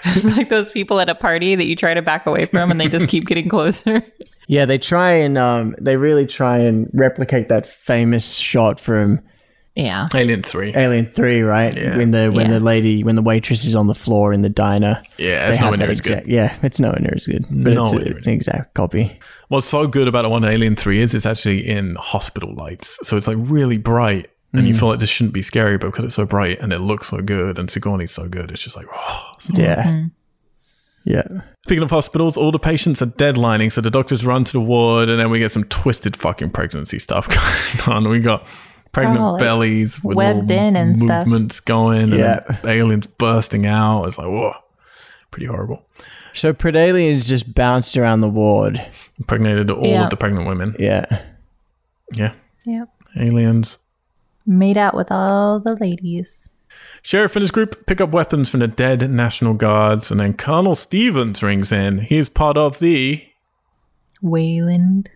S3: it's like those people at a party that you try to back away from, and they just keep getting closer.
S2: Yeah, they try and, um, they really try and replicate that famous shot from
S3: Yeah.
S1: Alien Three.
S2: Alien 3, right?
S1: Yeah.
S2: When the when
S3: Yeah.
S2: the lady, when the waitress is on the floor in the diner.
S1: Yeah, it's
S2: They have
S1: nowhere near
S2: that
S1: as good.
S2: exact- Yeah, it's nowhere near as good. But it's
S1: Nowhere
S2: a,
S1: near
S2: an exact copy.
S1: What's so good about the one Alien Three is it's actually in hospital lights, so it's like really bright, and you feel like this shouldn't be scary, but because it's so bright and it looks so good, and Sigourney's so good, it's just like. Oh.
S2: Yeah. Yeah.
S1: Speaking of hospitals, all the patients are deadlining, so the doctors run to the ward, and then we get some twisted fucking pregnancy stuff going on. We got pregnant
S3: Oh, like
S1: bellies with
S3: webbed
S1: little
S3: in and stuff.
S1: movements going,
S2: Yeah.
S1: and then aliens bursting out. It's like whoa, pretty horrible.
S2: So Predalien's just bounced around the ward.
S1: Impregnated all
S3: Yeah.
S1: of the pregnant women.
S2: Yeah.
S1: Yeah,
S3: Yep.
S1: aliens.
S3: Made out with all the ladies.
S1: Sheriff and his group pick up weapons from the dead National Guards, and then Colonel Stevens rings in. He's part of the.
S3: Wayland.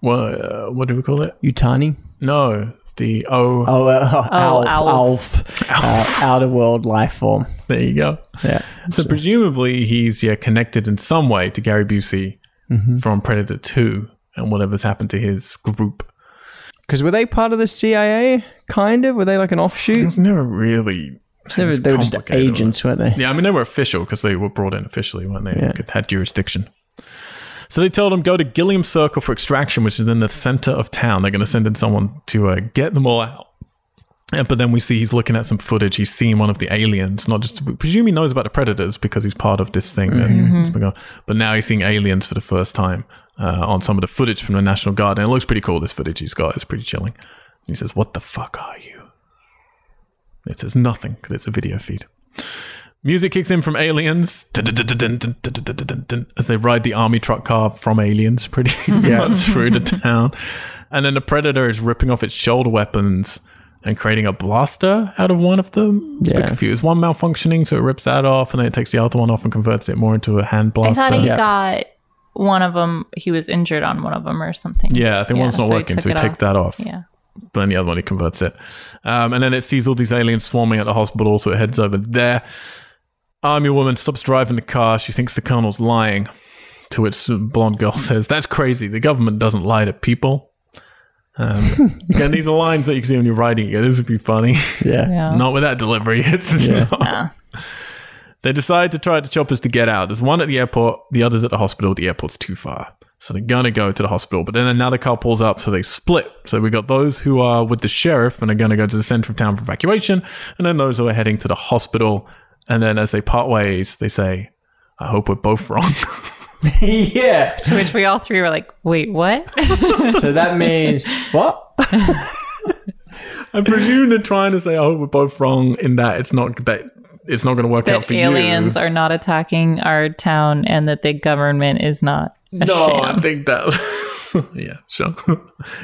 S1: What, uh, what do we call it?
S2: Utani.
S1: No, the. Oh,
S2: Oh, uh,
S3: Oh,
S2: Alf, Alf, Uh, outer world life form.
S1: there you go.
S2: Yeah,
S1: So, presumably, he's yeah, connected in some way to Gary Busey
S2: Mm-hmm.
S1: from Predator 2 and whatever's happened to his group.
S2: because were they part of the CIA? Kind of. Were they like an offshoot?
S1: It's never really.
S2: It's never, they were just
S1: complicated.
S2: agents, weren't they?
S1: Yeah, I mean, they were official because they were brought in officially, weren't they?
S2: Yeah.
S1: Could- Had jurisdiction. So they told them go to Gilliam Circle for extraction, which is in the center of town. They're going to send in someone to uh, get them all out. And, but then we see he's looking at some footage. He's seeing one of the aliens, not just we presume he knows about the predators because he's part of this thing. That, that's been going- but now he's seeing aliens for the first time uh, on some of the footage from the National Guard, and it looks pretty cool. This footage he's got is pretty chilling. And he says, "What the fuck are you?" It says nothing because it's a video feed. Music kicks in from Aliens dun-dun-dun-dun-dun-dun-dun-dun-dun, as they ride the army truck car from Aliens pretty much through the town. And then the Predator is ripping off its shoulder weapons and creating a blaster out of one of them. It's a bit
S2: Yeah.
S1: confused. One malfunctioning, so it rips that off, and then it takes the other one off and converts it more into a hand
S3: I
S1: blaster.
S3: thought he
S2: Yeah.
S3: got one of them. He was injured on one of them or something.
S1: yeah, I think one's not
S3: so he
S1: working,
S3: took
S1: so he
S3: it
S1: takes
S3: off.
S1: that off.
S3: Yeah.
S1: But then the other one he converts it. Um, and then it sees all these aliens swarming at the hospital, so it heads over there. Army woman stops driving the car. She thinks the colonel's lying. To which some blonde girl says, That's crazy. The government doesn't lie to people. Um, again, these are lines that you can see when you're writing it. This would be funny.
S2: Yeah.
S3: Yeah.
S1: Not with that delivery. It's
S2: Yeah.
S1: not.
S3: Nah.
S1: They decide to try to choppers to get out. There's one at the airport, the other's at the hospital. The airport's too far. So they're going to go to the hospital. But then another car pulls up, so they split. So we got those who are with the sheriff and are going to go to the center of town for evacuation, and then those who are heading to the hospital. And then as they part ways, they say, I hope we're both wrong.
S2: yeah.
S3: To which we all three were like, wait, what?
S2: So that means what?
S1: I presume they're trying to say, I hope we're both wrong in that it's not that it's not going to work out
S3: that
S1: for
S3: aliens
S1: you.
S3: are not attacking our town and that the government is not a
S1: no, I
S3: sham.
S1: think that. yeah, sure.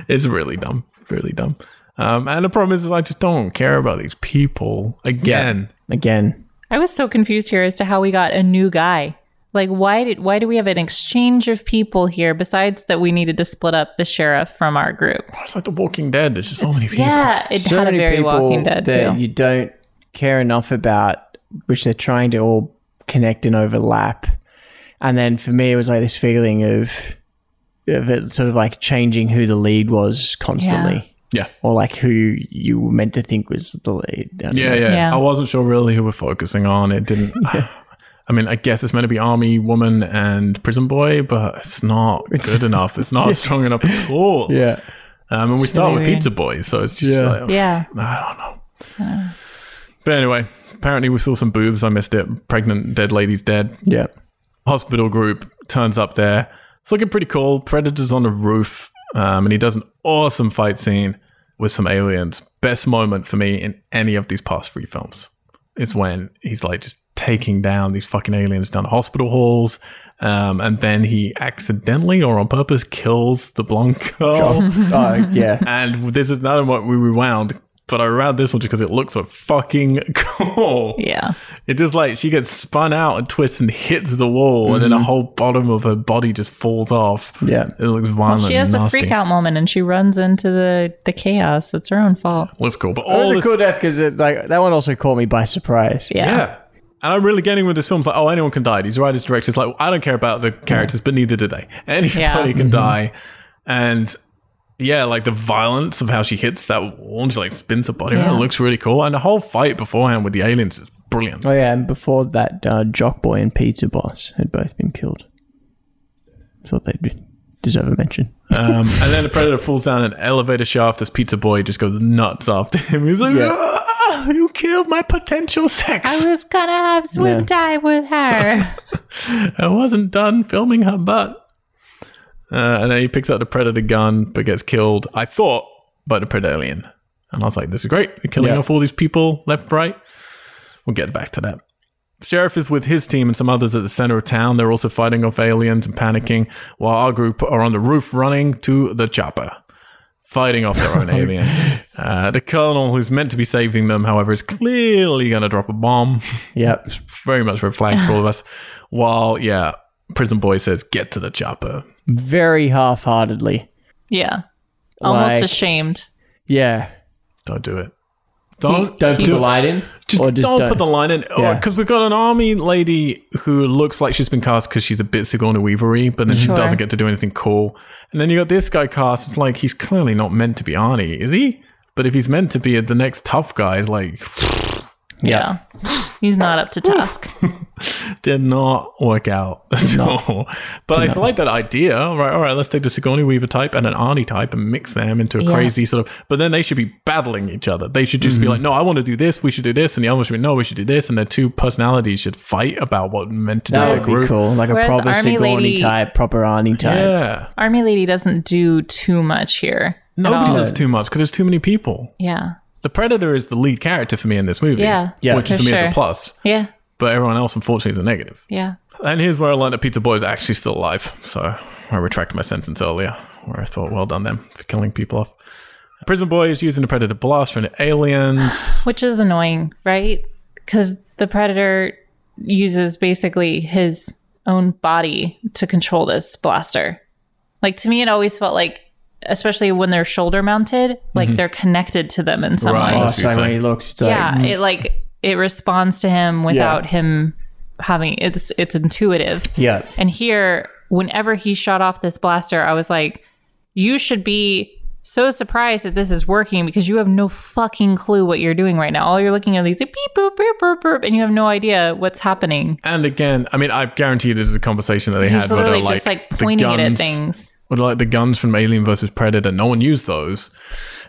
S1: it's really dumb. Really dumb. Um, and the problem is, is I just don't care about these people. Again,
S2: Again.
S3: I was so confused here as to how we got a new guy. Like why did why do we have an exchange of people here besides that we needed to split up the sheriff from our group?
S1: it's like The Walking Dead. There's just so many people.
S3: Yeah, it
S2: so
S3: had a
S2: many
S3: very
S2: people
S3: Walking Dead
S2: that
S3: feel.
S2: you don't care enough about, which they're trying to all connect and overlap. And then for me, it was like this feeling of of it sort of like changing who the lead was constantly,
S1: Yeah.
S2: or like who you were meant to think was the lead. I don't
S1: Yeah,
S2: know.
S1: yeah,
S3: Yeah.
S1: I wasn't sure really who we're focusing on. It didn't. I mean, I guess it's meant to be army woman and prison boy, but it's not good enough. It's not strong enough at all.
S2: yeah.
S1: Um, and we start
S3: really
S1: with
S3: weird.
S1: pizza boy, so it's just
S2: Yeah.
S1: like,
S3: yeah.
S1: I don't know. But anyway, apparently we saw some boobs. I missed it. Pregnant, dead lady's dead.
S2: Yeah.
S1: hospital group turns up there. It's looking pretty cool. Predator's on the roof, um, and he does an awesome fight scene with some aliens. Best moment for me in any of these past three films is when he's like just taking down these fucking aliens down the hospital halls. Um, and then he accidentally or on purpose kills the blonde girl.
S2: oh, yeah.
S1: And this is another one we rewound, but I rewound this one just because it looks so fucking cool.
S3: Yeah.
S1: It just like she gets spun out and twists and hits the wall, and
S3: Mm-hmm.
S1: then the whole bottom of her body just falls off.
S2: Yeah.
S1: it looks violent.
S3: She has
S1: and
S3: a
S1: nasty.
S3: freak out moment and she runs into the the chaos. It's her own fault.
S1: Looks cool,
S3: Oh,
S1: but
S2: It
S1: all
S2: was a
S1: this,
S2: cool death because like that one also caught me by surprise.
S3: Yeah.
S1: yeah. And I'm really getting with this film. It's like, oh, anyone can die. These writers, directors, like, I don't care about the characters, but neither do they. Anybody
S3: Yeah. Mm-hmm.
S1: can die, and yeah, like the violence of how she hits that wall, and she like spins her body around.
S3: Yeah.
S1: It looks really cool, and the whole fight beforehand with the aliens is brilliant.
S2: Oh yeah, and before that, uh, Jock Boy and Pizza Boss had both been killed. Thought they'd be- deserve a mention.
S1: Um, and then the predator falls down an elevator shaft. This pizza boy just goes nuts after him. He's like,
S2: Yeah.
S1: "Ah, "You killed my potential sex.
S3: I was gonna have swim
S2: Yeah.
S3: dive with her.
S1: I wasn't done filming her butt." Uh, and then he picks up the predator gun, but gets killed. I thought by the predator alien, and I was like, "This is great. They're killing
S2: Yeah.
S1: off all these people left, right." We'll get back to that. Sheriff is with his team and some others at the center of town. They're also fighting off aliens and panicking, while our group are on the roof running to the chopper. fighting off their own aliens. Uh, the colonel, who's meant to be saving them, however, is clearly going to drop a bomb.
S2: Yep.
S1: Very much red flag for all of us. While, yeah, prison boy says, "Get to the chopper."
S2: Very half heartedly.
S3: Yeah. Almost
S2: Like-
S3: ashamed.
S2: Yeah.
S1: Don't do it. Don't
S2: Don't put
S1: do
S2: the
S1: it.
S2: light in.
S1: Just
S2: or just
S1: don't,
S2: don't.
S1: put the line in. Because
S2: Yeah.
S1: we've got an army lady who looks like she's been cast because she's a bit Sigourney Weavery, but then she
S3: Sure.
S1: doesn't get to do anything cool. And then you got this guy cast. It's like he's clearly not meant to be Arnie, is he? But if he's meant to be the next tough guy, it's like
S3: Yeah. He's not up to task.
S1: did not work out at all. But I like that idea. All right, all right, let's take the Sigourney Weaver type and an Arnie type and mix them into a
S3: Yeah.
S1: crazy sort of. But then they should be battling each other. They should just
S2: Mm-hmm.
S1: be like, no, I want to do this. We should do this. And the other one should be, no, we should do this. And their two personalities should fight about what meant to
S2: That
S1: do
S2: would
S1: the group.
S2: be cool. Like a
S3: Whereas
S2: proper
S3: Army
S2: Sigourney
S3: Lady-
S2: type, proper Arnie type.
S1: Yeah.
S3: Army lady doesn't do too much here. at
S1: Nobody
S3: all.
S1: does too much because there's too many people.
S3: Yeah.
S1: The Predator is the lead character for me in this movie.
S3: Yeah.
S2: Yeah.
S1: Which for,
S3: For
S1: me is a
S3: sure.
S1: plus.
S3: Yeah.
S1: But everyone else, unfortunately, is a negative.
S3: Yeah.
S1: And here's where I learned that Pizza Boy is actually still alive. So I retract my sentence earlier, where I thought, well done them for killing people off. Prison Boy is using the Predator Blast for the aliens.
S3: Which is annoying, right? Because the predator uses basically his own body to control this blaster. Like to me, it always felt like, especially when they're shoulder mounted, like they're connected to them in some
S1: Mm-hmm. Right.
S3: way.
S2: Oh,
S1: That's what
S2: so
S1: you're
S2: when
S1: saying.
S2: he looks, it's
S3: yeah,
S2: like, mm,
S3: it like it responds to him without him having it's it's intuitive.
S2: yeah.
S3: And here, whenever he shot off this blaster, I was like, you should be so surprised that this is working because you have no fucking clue what you're doing right now. All you're looking at these beep boop beep boop boop, and you have no idea what's happening.
S1: And again, I mean, I guarantee you this is a conversation that they
S3: He's
S1: had where they're
S3: literally
S1: like,
S3: just like
S1: the
S3: pointing it at
S1: guns-
S3: things.
S1: Where they're like the guns from Alien versus Predator, no one used those.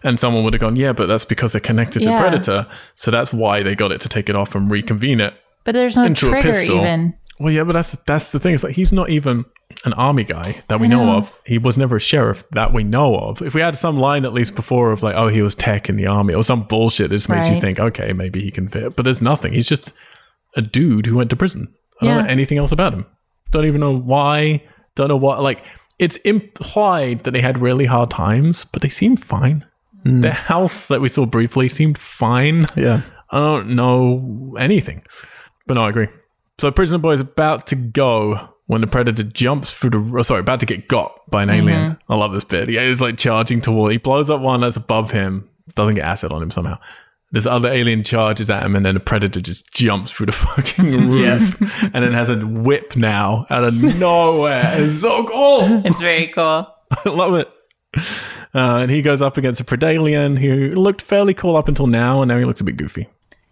S1: And someone would have gone, yeah, but that's because they're connected to
S3: Yeah.
S1: Predator. So that's why they got it to take it off and reconvene it.
S3: But there's no
S1: into a
S3: trigger
S1: pistol.
S3: even.
S1: Well, yeah, but that's that's the thing. It's like he's not even an army guy that we know. of. He was never a sheriff that we know of. If we had some line at least before of like, oh, he was tech in the army or some bullshit, it just makes you
S3: Right.
S1: think, okay, maybe he can fit. But there's nothing. He's just a dude who went to prison. I don't
S3: Yeah.
S1: know anything else about him. Don't even know why. Don't know what. Like, it's implied that they had really hard times, but they seemed fine. The house that we saw briefly seemed fine.
S2: Yeah.
S1: I don't know anything. But no, I agree. So Prisoner Boy is about to go when the predator jumps through the oh, sorry, about to get got by an alien. I love this bit. He is like charging toward he blows up one that's above him, doesn't get acid on him somehow. This other alien charges at him and then the predator just jumps through the fucking roof and then has a whip now out of nowhere. It's so cool.
S3: It's very cool.
S1: I love it. Uh, and he goes up against a Predalien who looked fairly cool up until now, and now he looks a bit goofy.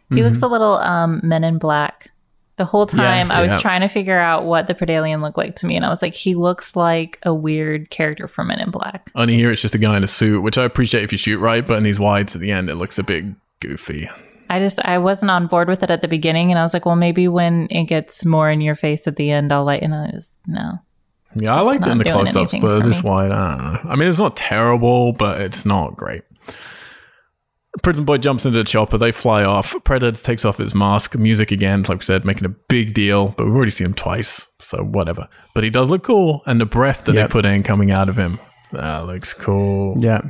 S3: He looks a little um, Men in Black. The whole time I was
S1: Mm-hmm. yeah.
S3: trying to figure out what the Predalien looked like to me, and I was like, he looks like a weird character from Men in Black.
S1: Only here it's just a guy in a suit, which I appreciate if you shoot right, but in these wides at the end, it looks a bit goofy.
S3: I just I wasn't on board with it at the beginning, and I was like, well, maybe when it gets more in your face at the end, I'll lighten. I just no.
S1: Yeah, I liked it
S3: not
S1: in the
S3: doing
S1: close ups,
S3: anything
S1: but
S3: for
S1: this
S3: me.
S1: wide, I don't know. I mean, it's not terrible, but it's not great. Prison Boy jumps into the chopper, they fly off. Predator takes off his mask, music again, like we said, making a big deal, but we've already seen him twice, so whatever. But he does look cool, and the breath that
S2: Yep.
S1: they put in coming out of him, that looks cool.
S2: Yeah.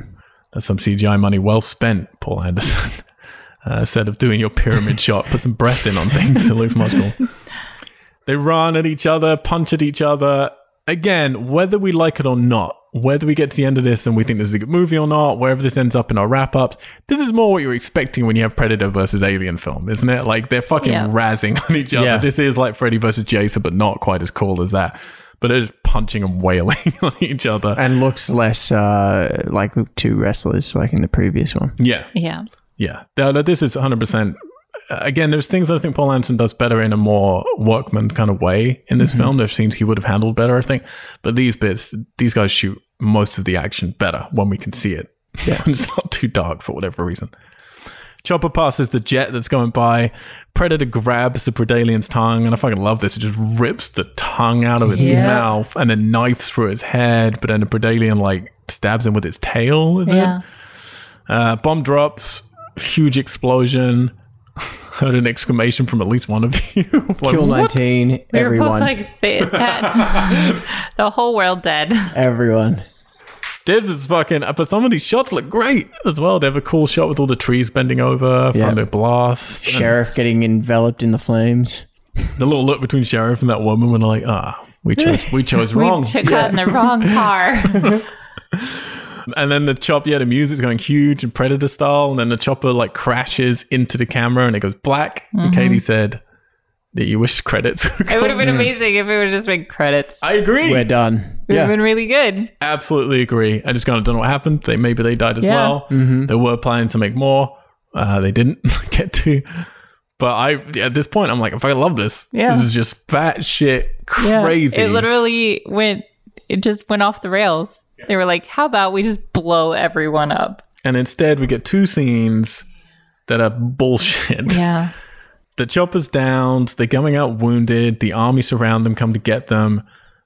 S1: That's some CGI money well spent, Paul Anderson. Uh, instead of doing your pyramid shot, put some breath in on things. It looks much more. They run at each other, punch at each other. Again, whether we like it or not, whether we get to the end of this and we think this is a good movie or not, wherever this ends up in our wrap ups, this is more what you're expecting when you have Predator versus Alien film, isn't it? Like they're fucking
S3: Yeah.
S1: razzing on each other.
S2: Yeah.
S1: This is like Freddy versus Jason, but not quite as cool as that. But they're just punching and wailing on each other.
S2: And looks less uh, like two wrestlers, like in the previous one.
S1: yeah.
S3: Yeah,
S1: Yeah, no, no, this is 100%. Again, there's things I think Paul Anderson does better in a more workman kind of way in this film. There's scenes he would have handled better, I think. But these bits, these guys shoot most of the action better when we can see it. Yeah. it's not too dark for whatever reason. Chopper passes the jet that's going by. Predator grabs the Predalien's tongue, and I fucking love this. It just rips the tongue out of its
S3: Yeah.
S1: mouth and then knives through its head. But then the Predalien, like, stabs him with its tail, is it?
S3: yeah.
S1: Uh, bomb drops, huge explosion. Heard an exclamation from at least one of you. like,
S2: Kill
S1: what?
S2: 19,
S3: We were
S2: everyone.
S3: both like, they- that, the whole world dead.
S2: everyone.
S1: This is fucking. But some of these shots look great as well. They have a cool shot with all the trees bending over
S2: Yeah.
S1: from the blast. and
S2: Sheriff getting enveloped in the flames.
S1: the little look between sheriff and that woman when like, ah, we chose, we chose wrong.
S3: We took out in the wrong car.
S1: and then the chop, yeah, the music's going huge and predator style, and then the chopper like crashes into the camera and it goes black. And Katie said that you wish credits. were
S3: It would have
S1: gone.
S3: been amazing if it would have just been credits. It
S1: I agree.
S2: We're done.
S3: would have
S2: Yeah.
S3: been really good.
S1: Absolutely agree. I just kind of don't know what happened. They maybe they died as
S3: Yeah.
S1: well. They were planning to make more. Uh, they didn't get to. But I at this point I'm like, if I love this,
S3: Yeah.
S1: this is just fat shit
S3: Yeah.
S1: crazy.
S3: It literally went. It just went off the rails. They were like, "How about we just blow everyone up?"
S1: and instead we get two scenes that are bullshit.
S3: Yeah.
S1: The chopper's downed, they're going out wounded, the army surround them, come to get them.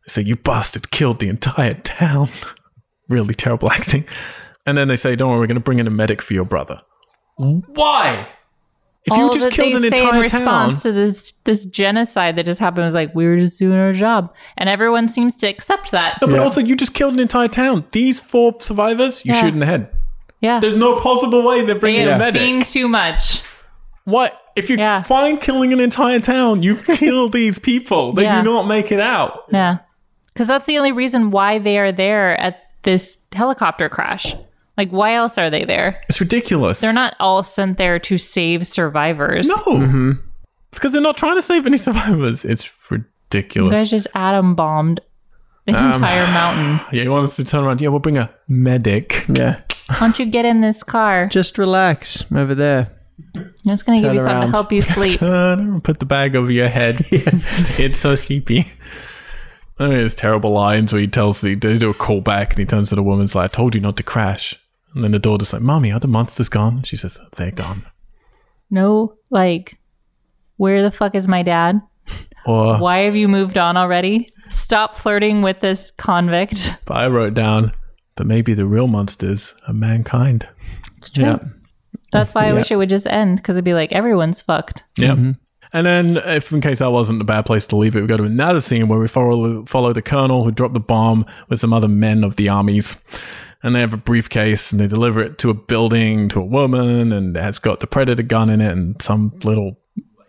S1: They say, You bastard killed the entire town. really terrible acting. And then they say, Don't worry, we're gonna bring in a medic for your brother. Why? If
S3: All
S1: you just
S3: that
S1: killed
S3: they
S1: an
S3: say in
S1: entire town.
S3: response to this this genocide that just happened was like, "We were just doing our job," and everyone seems to accept that.
S1: No, but
S2: Yeah.
S1: also you just killed an entire town. These four survivors, you
S3: Yeah.
S1: shoot in the head.
S3: Yeah.
S1: There's no possible way they're
S3: They
S1: bringing a
S3: have
S1: medic.
S3: seen too much.
S1: What if you
S3: Yeah.
S1: find killing an entire town? You kill these people. They
S3: Yeah.
S1: do not make it out.
S3: Yeah. Because that's the only reason why they are there at this helicopter crash. Like, why else are they there?
S1: It's ridiculous.
S3: They're not all sent there to save survivors.
S1: no, because they're not trying to save any survivors. It's
S3: You
S1: ridiculous.
S3: guys just atom bombed the
S2: Um.
S3: entire mountain.
S1: yeah, you want us to turn around? Yeah, we'll bring a medic.
S2: Yeah.
S3: Why don't you get in this car?
S2: Just relax over there.
S3: I'm just going to give you
S2: turn
S3: something
S2: around.
S3: to help you sleep.
S1: Turn and put the bag over your head. it's so sleepy. I mean, it's terrible lines where he tells the they do a callback and he turns to the woman's like, "I told you not to crash." And then the daughter's like, "Mommy, are the monsters gone?" She says, "They're gone."
S3: no, like, where the fuck is my dad?
S1: Or
S3: Why have you moved on already? Stop flirting with this convict.
S1: But I wrote down, but maybe the real monsters are mankind.
S2: Yeah.
S3: That's why I wish it would just end because it'd be like, everyone's fucked.
S1: Yeah. And then, if in case that wasn't a bad place to leave it, we go to another scene where we follow, follow the colonel who dropped the bomb with some other men of the armies. And they have a briefcase and they deliver it to a building, to a woman, and it's got the predator gun in it and some little.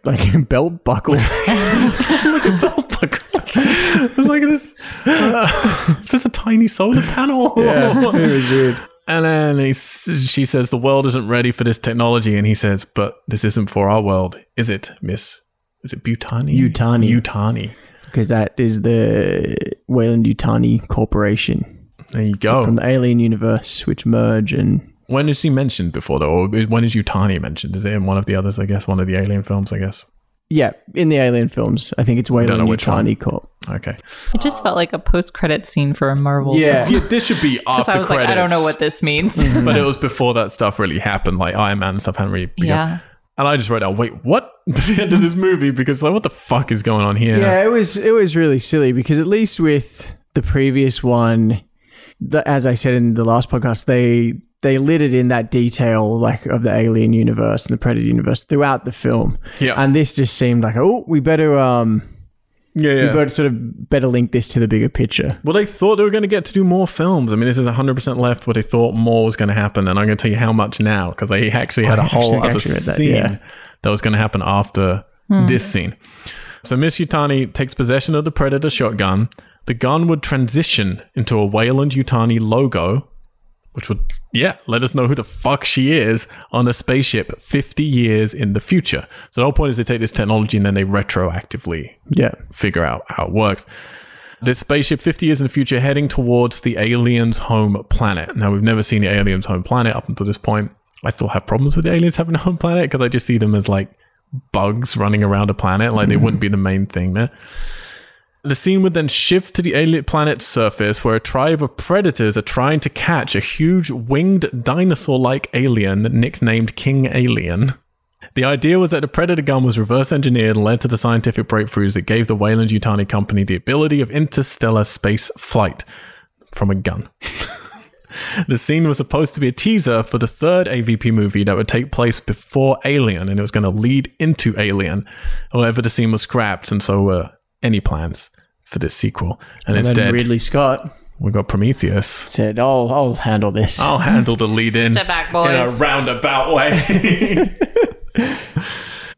S2: Like belt buckles.
S1: Look, it's all It's like this. Uh, it's just a tiny solar panel.
S2: yeah. It was weird.
S1: And then he, s- she says, The world isn't ready for this technology. And he says, But this isn't for our world, is it, Miss? Is it Butani?
S2: Butani.
S1: Butani.
S2: Because that is the Wayland Utani Corporation
S1: There you go.
S2: from the Alien Universe, which merge and
S1: when is he mentioned before, though? Or when is Utani mentioned? Is it in one of the others, I guess? One of the alien films, I guess?
S2: yeah, in the Alien films, I think it's Wayland
S1: know which one.
S2: Utani Corp.
S1: Okay.
S3: It just felt like a post-credit scene for a
S1: Oh,
S3: Marvel.
S2: Yeah.
S1: Yeah, Hmm. this should be
S3: So
S1: after
S3: I was
S1: credits.
S3: like, I don't know what this means.
S1: But it was before that stuff really happened, like Iron Man and stuff hadn't really begun.
S3: yeah.
S1: And I just wrote down, wait, what? At the end of this movie, because like, what the fuck is going on here?
S2: Yeah, it was it was really silly because at least with the previous one, the, as I said in the last podcast, they they lit it in that detail like of the alien universe and the predator universe throughout the film.
S1: Yeah.
S2: And this just seemed like, oh, we better um
S1: yeah, yeah.
S2: we better sort of better link this to the bigger picture.
S1: Well, they thought they were going to get to do more films. I mean, this is 100% left where they thought more was going to happen. And I'm going to tell you how much now because they actually had a
S2: I
S1: whole
S2: actually-
S1: other
S2: actually read that,
S1: scene
S2: yeah. Hmm.
S1: that was going to happen after this scene. So Miss Yutani takes possession of the Predator shotgun. The gun would transition into a Wayland Yutani logo, which would, yeah, let us know who the fuck she is on a spaceship 50 years in the future. So the whole point is they take this technology and then they retroactively
S2: Yeah.
S1: figure out how it works. This spaceship 50 years in the future heading towards the aliens' home planet. Now, we've never seen the aliens' home planet up until this point. I still have problems with the aliens having a home planet because I just see them as like bugs running around a planet. Like, they wouldn't be the main thing there. The scene would then shift to the alien planet's surface where a tribe of predators are trying to catch a huge winged dinosaur like alien nicknamed King Alien. The idea was that the Predator gun was reverse engineered and led to the scientific breakthroughs that gave the Wayland Yutani Company the ability of interstellar space flight from a gun. the scene was supposed to be a teaser for the third AVP movie that would take place before Alien, and it was going to lead into Alien. However, the scene was scrapped, and so were any plans for this sequel. And,
S2: And then
S1: instead,
S2: Ridley Scott
S1: We got Prometheus.
S2: Said, "Oh, I'll handle this."
S1: I'll handle the lead in
S3: Step back,
S1: in a
S3: boys.
S1: roundabout way.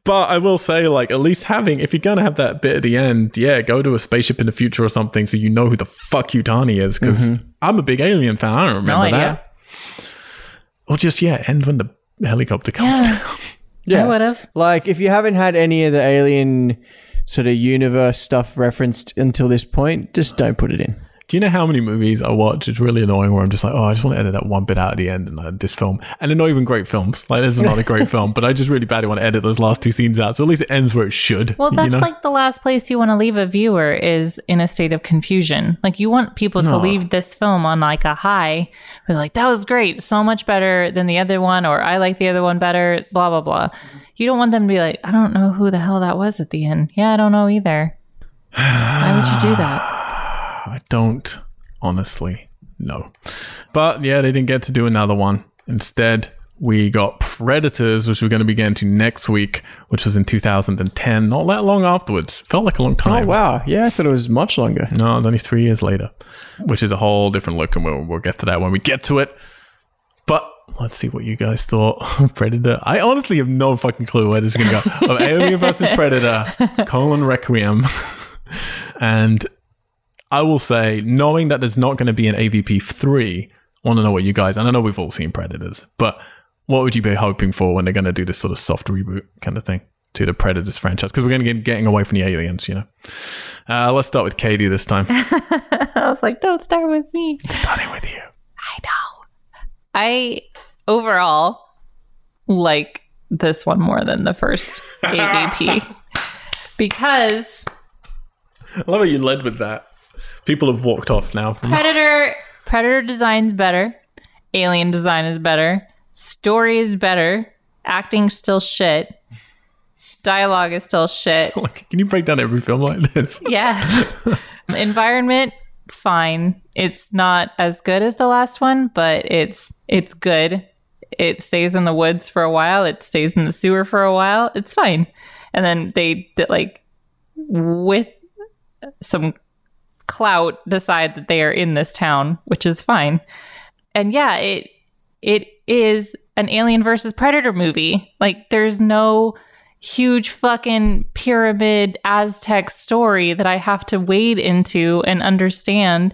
S1: but I will say, like, at least having, if you're going to have that bit at the end, yeah, go to a spaceship in the future or something so you know who the fuck Utani is. Because I'm a big alien fan. I don't
S3: No
S1: remember
S3: idea.
S1: that. Or just, yeah, end when the helicopter comes
S3: Yeah.
S1: down.
S3: I would have.
S2: Like, if you haven't had any of the alien sort of universe stuff referenced until this point, just don't put it in.
S1: Do you know how many movies I watch? It's really annoying where I'm just like, oh, I just want to edit that one bit out at the end and uh, this film. And they're not even great films. Like, this is not a great film, but I just really badly want to edit those last two scenes out. So at least it ends where it should.
S3: Well, that's
S1: you know?
S3: like the last place you want to leave a viewer is in a state of confusion. Like you want people to
S1: No.
S3: leave this film on like a high. They're like, that was great, so much better than the other one, or I like the other one better, blah, blah, blah. You don't want them to be like, I don't know who the hell that was at the end. Yeah, I don't know either. Why would you do that?
S1: I don't honestly know. But yeah, they didn't get to do another one. Instead, we got Predators, which we're going to begin to next week, which was in 2010, not that long afterwards. Felt like a long time.
S2: Oh wow, yeah, I thought it was much longer.
S1: No, it's only three years later, which is a whole different look, and we'll, we'll get to that when we get to it. But let's see what you guys thought of Predator. I honestly have no fucking clue where this is going to go. of Alien versus Predator, colon Requiem. and I will say, knowing that there's not going to be an AVP 3, I want to know what you guys, and I know we've all seen Predators, but what would you be hoping for when they're going to do this sort of soft reboot kind of thing to the Predators franchise? Because we're going to get getting away from the aliens, you know? Uh, let's start with Katie this time.
S3: I was like, don't start with me.
S1: Starting with you.
S3: I know. I overall like this one more than the first AVP because
S1: I love how you led with that. People have walked off now. From-
S3: Predator Predator design's better. Alien design is better. Story is better. Acting still shit. Dialogue is still shit.
S1: like, can you break down every film like this?
S3: Yeah. Environment fine. It's not as good as the last one, but it's it's good. It stays in the woods for a while. It stays in the sewer for a while. It's fine. And then they did like with some clout decide that they are in this town, which is fine. And yeah, it it is an alien versus predator movie. Like there's no huge fucking pyramid Aztec story that I have to wade into and understand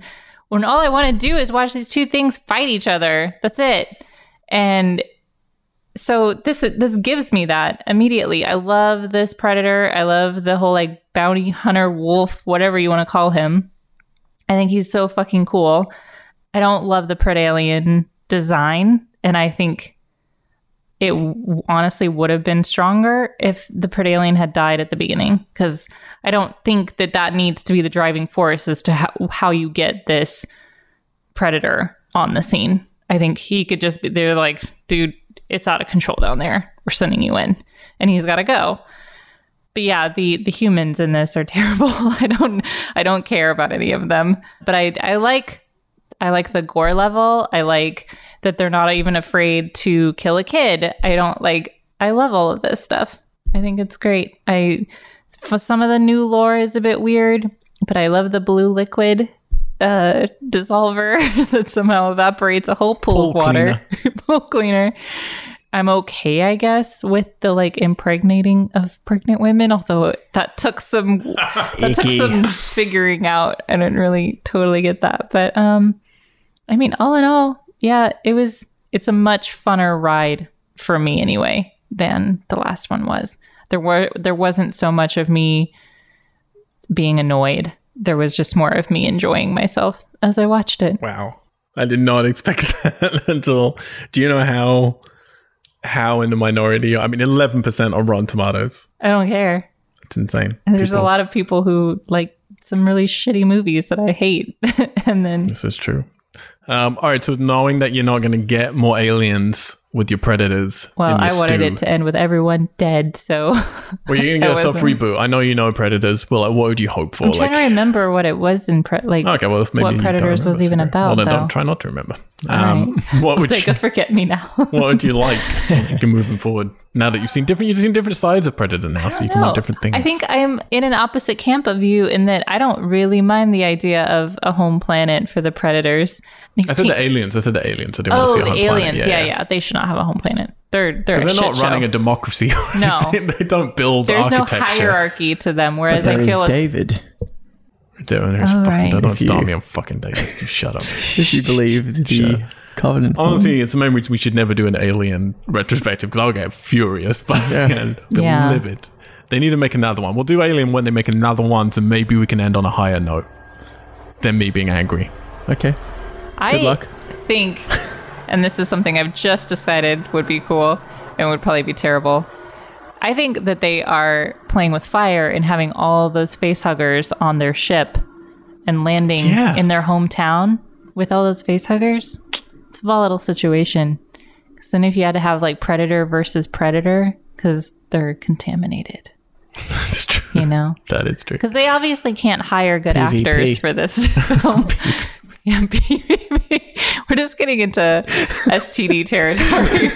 S3: when all I want to do is watch these two things fight each other. That's it. And so this this gives me that immediately. I love this predator. I love the whole like bounty hunter wolf, whatever you want to call him. I think he's so fucking cool. I don't love the pred alien design, and I think it w- honestly would have been stronger if the pred alien had died at the beginning, because I don't think that that needs to be the driving force as to how, how you get this predator on the scene. I think he could just be they're like, dude, it's out of control down there. We're sending you in, and he's got to go but yeah, the the humans in this are terrible. I don't I don't care about any of them. But I I like I like the gore level. I like that they're not even afraid to kill a kid. I don't like I love all of this stuff. I think it's great. I for some of the new lore is a bit weird, but I love the blue liquid uh dissolver that somehow evaporates a whole pool of
S1: Pool
S3: water. pool cleaner. I'm okay, I guess, with the like impregnating of pregnant women, although that took some that took
S2: Icky.
S3: some figuring out. I didn't really totally get that. But um I mean, all in all, yeah, it was it's a much funner ride for me anyway than the last one was. There were there wasn't so much of me being annoyed. There was just more of me enjoying myself as I watched it.
S1: Wow. I did not expect that at all. Do you know how how in the minority? I mean, 11% on Rotten Tomatoes.
S3: I don't care.
S1: It's insane.
S3: There's
S1: People-
S3: a lot of people who like some really shitty movies that I hate, and then
S1: This is true. Um, all right, so knowing that you're not going to get more aliens with your predators,
S3: Well,
S1: in your
S3: I wanted
S1: stew,
S3: it to end with everyone dead, so
S1: Well, you're gonna
S3: I
S1: get a soft
S3: wasn't.
S1: reboot. I know you know predators. Well, like, what would you hope for?
S3: I'm trying to remember what it was in pre- like.
S1: okay, well, if maybe
S3: what
S1: you don't
S3: Predators was
S1: remember,
S3: even
S1: sorry.
S3: about,
S1: Well, then
S3: though.
S1: don't try not to remember. Um, What
S3: I'll
S1: would
S3: take
S1: you,
S3: a forget me now.
S1: What would you like? You're moving forward now that you've seen different. You've seen different sides of predator now, so you can
S3: No,
S1: like different things.
S3: I think I'm in an opposite camp of you in that I don't really mind the idea of a home planet for the predators.
S1: I said the aliens. I said the aliens. I didn't want to
S3: oh,
S1: see
S3: the
S1: a home
S3: aliens.
S1: planet.
S3: yeah, yeah, They should not have a home planet. They're they're a
S1: They're not
S3: shit
S1: running
S3: show.
S1: a democracy. or
S3: No.
S1: anything. they don't build
S3: There's no
S1: architecture.
S3: hierarchy to them. Whereas
S2: There
S3: I
S2: is
S3: feel like
S2: David,
S1: Dude, there's
S3: Oh,
S1: fucking,
S3: right.
S1: Don't
S2: If
S1: start
S2: you-
S1: me on fucking David. You shut up.
S2: if you believe the
S1: Sure.
S2: covenant.
S1: Honestly, it's the main reason we should never do an alien retrospective because I'll get furious, but
S2: Yeah.
S1: you know, they'll
S3: Yeah.
S1: live it. They need to make another one. We'll do Alien when they make another one, so maybe we can end on a higher note than me being angry.
S2: okay.
S3: I
S2: Good luck.
S3: think, and this is something I've just decided would be cool and would probably be terrible. I think that they are playing with fire and having all those facehuggers on their ship and landing
S1: Yeah.
S3: in their hometown with all those facehuggers. It's a volatile situation. Because then if you had to have like predator versus predator, because they're contaminated,
S1: That's true.
S3: you know?
S1: That is true.
S3: Because they obviously can't hire good
S2: PvP.
S3: actors for this film. yeah, PvP. We're just getting into STD territory.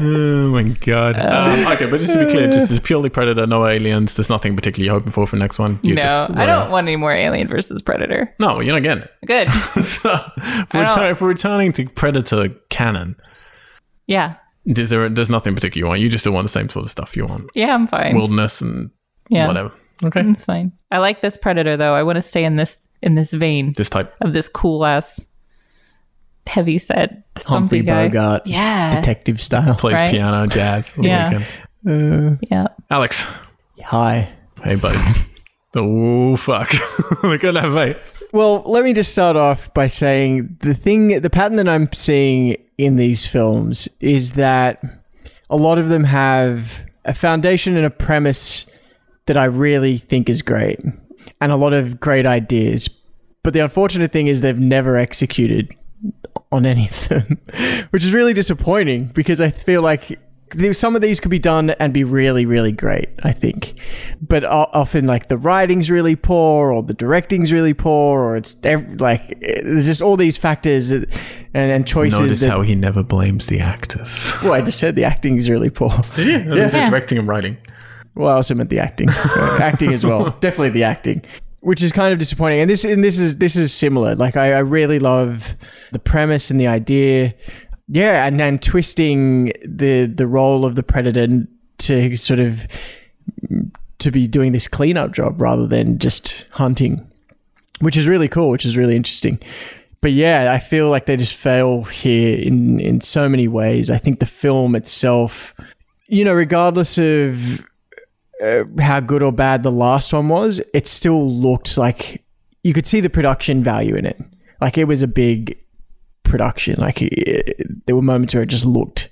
S1: Oh my god.
S3: Uh.
S1: Um, okay, but just to be clear, just it's purely Predator, no aliens. There's nothing particularly you're hoping for for next one. You
S3: no,
S1: just
S3: I don't
S1: wanna-
S3: want any more Alien versus Predator.
S1: No, you're not getting it.
S3: Good.
S1: so, if
S3: I
S1: we're,
S3: don't-
S1: turn- if we're returning to Predator canon,
S3: Yeah.
S1: is there, there's nothing particular you want. You just still want the same sort of stuff you want.
S3: Yeah, I'm fine.
S1: Wilderness and
S3: yeah.
S1: whatever. Okay.
S3: It's fine. I like this Predator though. I want to stay in this in this vein
S1: This type.
S3: of this cool ass heavy set
S2: Humphrey
S3: thumpy guy.
S2: Bogart,
S3: Yeah.
S2: detective style.
S1: plays
S3: Right.
S1: piano, jazz. all
S3: Yeah.
S1: weekend.
S2: Uh,
S3: yeah.
S1: Alex.
S2: hi.
S1: Hey, buddy. oh, fuck. Look at that face.
S2: Well, let me just start off by saying the thing, the pattern that I'm seeing in these films is that a lot of them have a foundation and a premise that I really think is great and a lot of great ideas. But the unfortunate thing is they've never executed on any of them, which is really disappointing because I feel like there- some of these could be done and be really, really great, I think. But o- often, like, the writing's really poor or the directing's really poor, or it's ev- like eh, there's just all these factors that- and, and choices
S1: Notice
S2: that.
S1: how he never blames the actors.
S2: well, I just said the acting's really poor.
S1: Yeah,
S3: Yeah.
S1: directing and writing.
S2: Well, I also meant the acting, Uh, acting as well. Definitely the acting, which is kind of disappointing. And this and this is this is similar. Like I, I really love the premise and the idea. Yeah, and then twisting the the role of the predator to sort of to be doing this cleanup job rather than just hunting, which is really cool, which is really interesting. But yeah, I feel like they just fail here in in so many ways. I think the film itself, you know, regardless of uh, how good or bad the last one was, it still looked like you could see the production value in it. Like it was a big production. Like it, it- there were moments where it just looked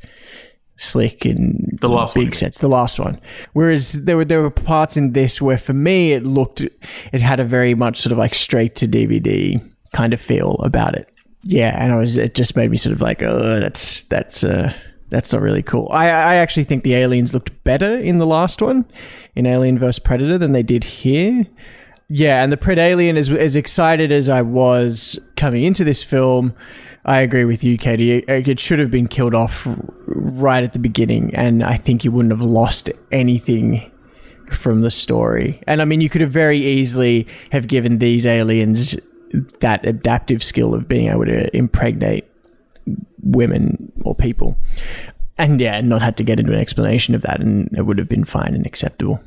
S2: slick and
S1: The last one, you
S2: big
S1: mean?
S2: sets. The last one. Whereas there were there were parts in this where for me it looked it had a very much sort of like straight to DVD kind of feel about it. Yeah, and I was it just made me sort of like oh that's that's uh that's not really cool. I I actually think the aliens looked better in the last one in Alien vs Predator than they did here. Yeah, and the Pred Alien as as excited as I was coming into this film, I agree with you, Katie. It, it should have been killed off r- right at the beginning, and I think you wouldn't have lost anything from the story. And I mean, you could have very easily have given these aliens that adaptive skill of being able to impregnate women or people, and yeah, not had to get into an explanation of that, and it would have been fine and acceptable.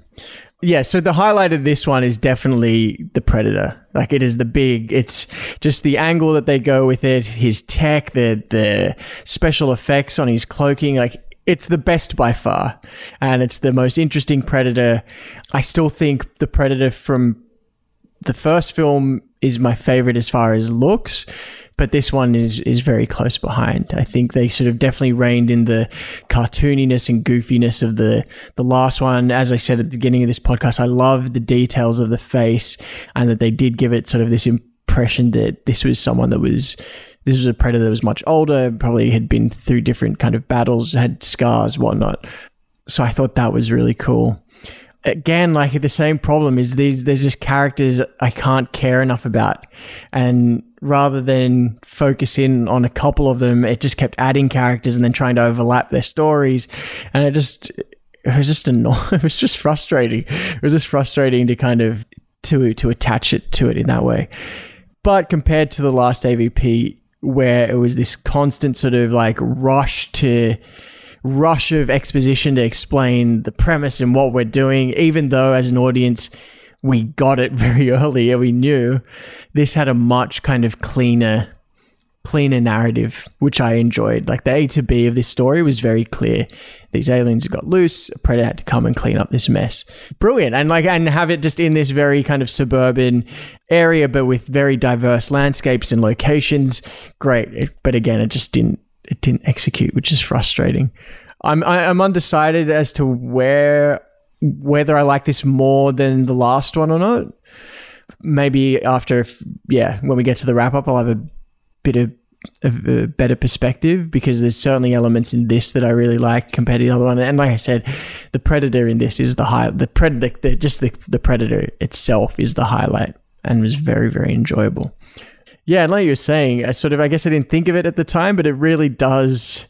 S2: Yeah, so the highlight of this one is definitely the predator. Like it is the big. It's just the angle that they go with it, his tech, the the special effects on his cloaking. Like it's the best by far, and it's the most interesting predator. I still think the predator from the first film is my favorite as far as looks, but this one is is very close behind. I think they sort of definitely reined in the cartooniness and goofiness of the the last one. As I said at the beginning of this podcast, I love the details of the face and that they did give it sort of this im- impression that this was someone that was this was a predator that was much older, probably had been through different kind of battles, had scars, whatnot. So I thought that was really cool. Again, like the same problem is these there's just characters I can't care enough about. And rather than focus in on a couple of them, it just kept adding characters and then trying to overlap their stories. And it just it was just annoying. It was just frustrating. It was just frustrating to kind of to to attach it to it in that way. But compared to the last AVP, where it was this constant sort of like rush to rush of exposition to explain the premise and what we're doing, even though as an audience we got it very early and we knew this had a much kind of cleaner cleaner narrative, which I enjoyed. Like the A to B of this story was very clear. These aliens got loose. A predator had to come and clean up this mess. Brilliant, and like and have it just in this very kind of suburban area, but with very diverse landscapes and locations. Great, It- but again, it just didn't it didn't execute, which is frustrating. I'm I, I'm undecided as to where whether I like this more than the last one or not. Maybe after, if, yeah, when we get to the wrap up, I'll have a bit of, of a better perspective because there's certainly elements in this that I really like compared to the other one. And like I said, the predator in this is the high the pred the, the, just the, the predator itself is the highlight and was very very enjoyable. Yeah, and like you were saying, I sort of I guess I didn't think of it at the time, but it really does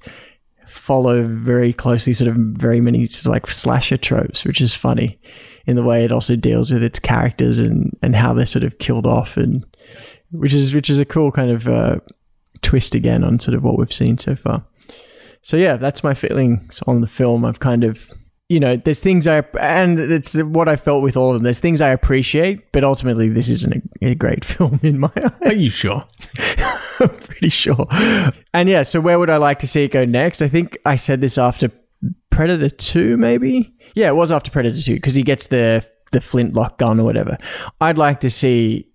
S2: follow very closely sort of very many sort of like slasher tropes, which is funny in the way it also deals with its characters and and how they're sort of killed off and which is which is a cool kind of uh, twist again on sort of what we've seen so far. So yeah, that's my feelings on the film. I've kind of you know, there's things I and it's what I felt with all of them. There's things I appreciate, but ultimately this isn't a, a great film in my
S1: Are
S2: eyes.
S1: you sure?
S2: I'm pretty sure. And yeah, so where would I like to see it go next? I think I said this after Predator 2, maybe? Yeah, it was after Predator 2 because he gets the, the flintlock gun or whatever. I'd like to see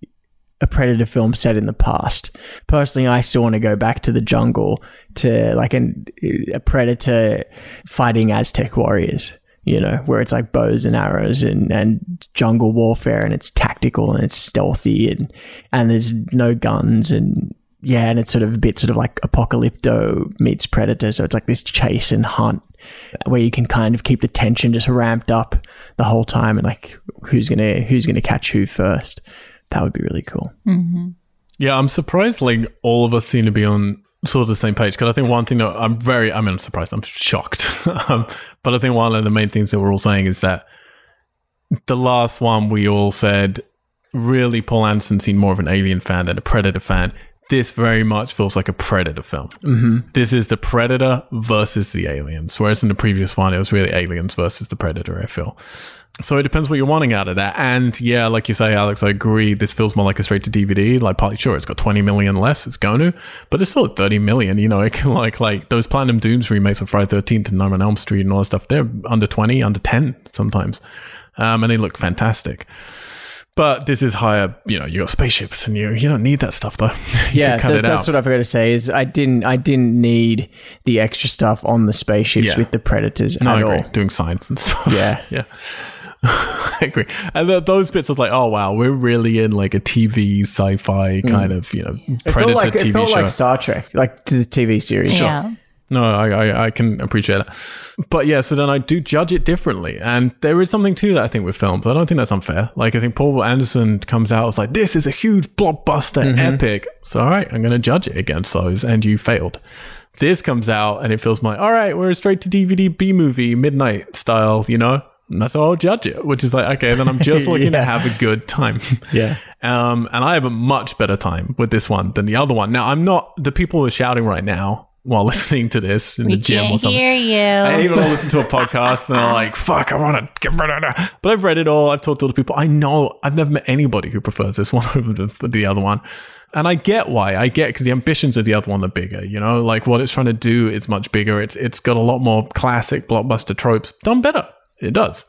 S2: a Predator film set in the past. Personally, I still want to go back to the jungle to like an, a Predator fighting Aztec warriors. You know, where it's like bows and arrows and, and jungle warfare and it's tactical and it's stealthy and and there's no guns and yeah, and it's sort of a bit sort of like Apocalypto meets Predator. So it's like this chase and hunt where you can kind of keep the tension just ramped up the whole time and like who's gonna who's gonna catch who first. That would be really cool.
S1: Yeah, I'm surprised like all of us seem to be on sort of the same page because I think one thing that I'm very, I mean, I'm surprised, I'm shocked. um, but I think one of the main things that we're all saying is that the last one we all said really Paul Anderson seemed more of an alien fan than a predator fan. This very much feels like a predator film. Mm-hmm. This is the predator versus the aliens, whereas in the previous one it was really aliens versus the predator. I feel so. It depends what you're wanting out of that. And yeah, like you say, Alex, I agree. This feels more like a straight to DVD. Like partly sure, it's got 20 million less. It's going to, but it's still at 30 million. You know, it can like like those Platinum Dooms remakes of Friday 13th and Nightmare on Elm Street and all that stuff. They're under 20, under 10 sometimes, um, and they look fantastic. But this is higher, you know, you got spaceships and you you don't need that stuff though. you
S2: yeah,
S1: can cut
S2: that-
S1: it
S2: that's
S1: out.
S2: what I forgot to say is I didn't I didn't need the extra stuff on the spaceships
S1: Yeah.
S2: with the predators
S1: no, I
S2: at
S1: agree.
S2: all.
S1: Doing science and stuff.
S2: Yeah.
S1: yeah. I agree. And th- those bits was like, oh wow, we're really in like a TV sci-fi kind of, you know,
S2: Mm. It felt
S1: predator
S2: like
S1: TV
S2: it felt
S1: show.
S2: like Star Trek, like to the TV series.
S3: Yeah.
S1: No, I, I, I can appreciate it. But yeah, so then I do judge it differently. And there is something to that, I think, with films. I don't think that's unfair. Like, I think Paul Anderson comes out as like, this is a huge blockbuster epic. So, all right, I'm going to judge it against those. And you failed. This comes out and it feels like, all right, we're a straight to DVD B movie, midnight style, you know? And that's how I'll judge it, which is like, okay, then I'm just looking to have a good time.
S2: Yeah.
S1: Um, and I have a much better time with this one than the other one. Now, I'm not the people who are shouting right now while listening to this in the gym or
S3: Can't
S1: something.
S3: hear
S1: I
S3: you.
S1: even listen to a podcast and they're like, fuck, I want to get rid of it. But I've read it all. I've talked to other people. I know I've never met anybody who prefers this one over the, the other one. And I get why. I get because the ambitions of the other one are bigger. You know, like what it's trying to do is much bigger. It's It's got a lot more classic blockbuster tropes done better. It does.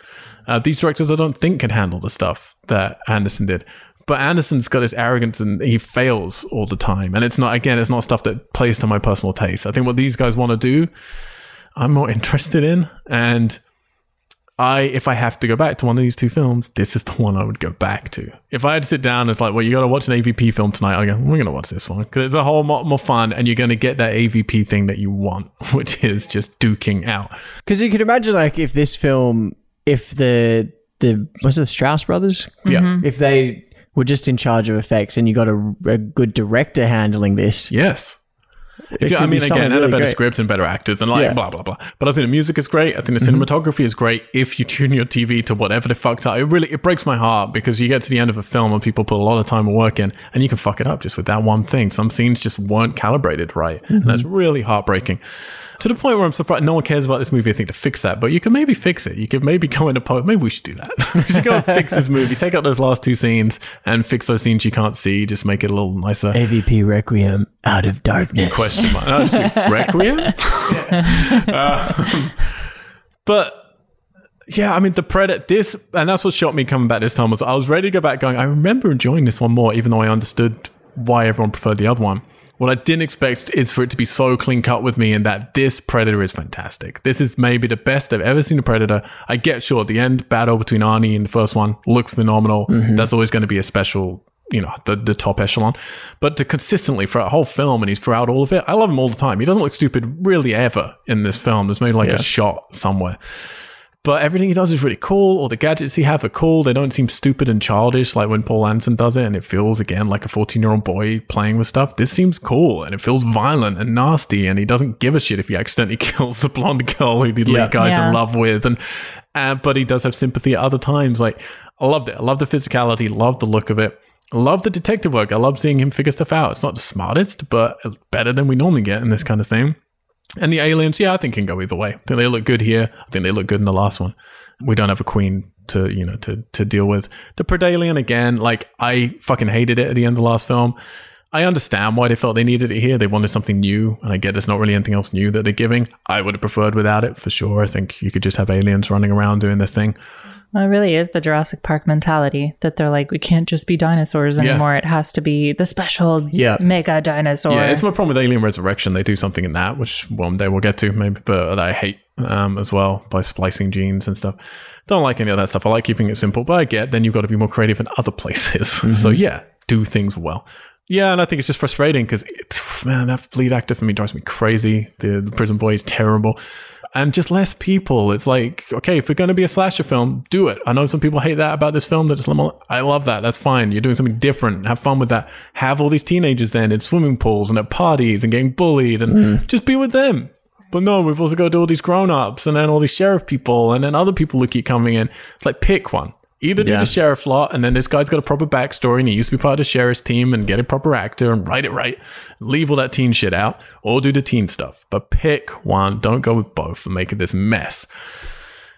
S1: Uh, these directors, I don't think, can handle the stuff that Anderson did. But Anderson's got this arrogance and he fails all the time. And it's not, again, it's not stuff that plays to my personal taste. I think what these guys want to do I'm more interested in. And I if I have to go back to one of these two films, this is the one I would go back to. If I had to sit down, and it's like, well, you got to watch an AVP film tonight. I go, we're gonna watch this one because it's a whole lot more fun, and you're gonna get that AVP thing that you want, which is just duking out.
S2: Because you could imagine, like, if this film, if the the was it the Strauss brothers,
S1: Yeah.
S2: if they were just in charge of effects, and you got a, a good director handling this,
S1: Yes. If
S2: It
S1: you, I
S2: could be
S1: mean,
S2: something
S1: again, and a
S2: really
S1: better
S2: great.
S1: script and better actors and like
S2: Yeah. Mm-hmm.
S1: blah blah blah. But I think the music is great. I think the cinematography is great. If you tune your TV to whatever the fuck's up, it really it breaks my heart because you get to the end of a film and people put a lot of time and work in, and you can fuck it up just with that one thing. Some scenes just weren't calibrated right,
S2: Mm-hmm.
S1: and that's really heartbreaking. To the point where I'm surprised no one cares about this movie. I think to fix that, but you can maybe fix it. You could maybe go into po- maybe we should do that. we should go and fix this movie. Take out those last two scenes and fix those scenes you can't see. Just make it a little nicer
S2: AVP Requiem out of darkness.
S1: question mark. No, it's the Requiem. Um, but yeah, I mean the Predator. This and that's what shocked me coming back this time was I was ready to go back, going. I remember enjoying this one more, even though I understood why everyone preferred the other one. What I didn't expect is for it to be so clean cut with me, and that this Predator is fantastic. This is maybe the best I've ever seen a Predator. I get sure the end battle between Arnie and the first one looks phenomenal. That's always going to be a special you know the, the top echelon but to consistently throughout a whole film and he's throughout all of it i love him all the time he doesn't look stupid really ever in this film there's maybe like a shot somewhere but everything he does is really cool all the gadgets he have are cool they don't seem stupid and childish like when paul Anderson does it and it feels again like a 14 year old boy playing with stuff this seems cool and it feels violent and nasty and he doesn't give a shit if he accidentally kills the blonde girl who the lead guy's
S3: Yeah.
S1: in love with and uh, but he does have sympathy at other times like i loved it i love the physicality love the look of it I love the detective work i love seeing him figure stuff out it's not the smartest but it's better than we normally get in this kind of thing and the aliens, yeah, I think can go either way. I think they look good here. I think they look good in the last one. We don't have a queen to you know to to deal with. The Predalien again, like I fucking hated it at the end of the last film. I understand why they felt they needed it here. They wanted something new, and I get there's not really anything else new that they're giving. I would have preferred without it for sure. I think you could just have aliens running around doing their thing.
S3: Well, it really is the Jurassic Park mentality that they're like, we can't just be dinosaurs
S1: Yeah.
S3: anymore. It has to be the special
S2: Yeah.
S3: mega dinosaur.
S1: Yeah, it's my problem with Alien Resurrection. They do something in that, which one day we'll get to, maybe, but that I hate um, as well by splicing genes and stuff. Don't like any of that stuff. I like keeping it simple, but I get then you've got to be more creative in other places. So yeah, do things well. Yeah, and I think it's just frustrating because man, that lead actor for me drives me crazy. The, the prison boy is terrible. And just less people. It's like, okay, if we're going to be a slasher film, do it. I know some people hate that about this film. That it's like, I love that. That's fine. You're doing something different. Have fun with that. Have all these teenagers then in swimming pools and at parties and getting bullied and just be with them. But no, we've also got to do all these grown ups and then all these sheriff people and then other people who keep coming in. It's like, pick one. Either do
S2: Yeah.
S1: the sheriff lot and then this guy's got a proper backstory and he used to be part of the sheriff's team and get a proper actor and write it right, leave all that teen shit out, or do the teen stuff. But pick one. Don't go with both and make it this mess.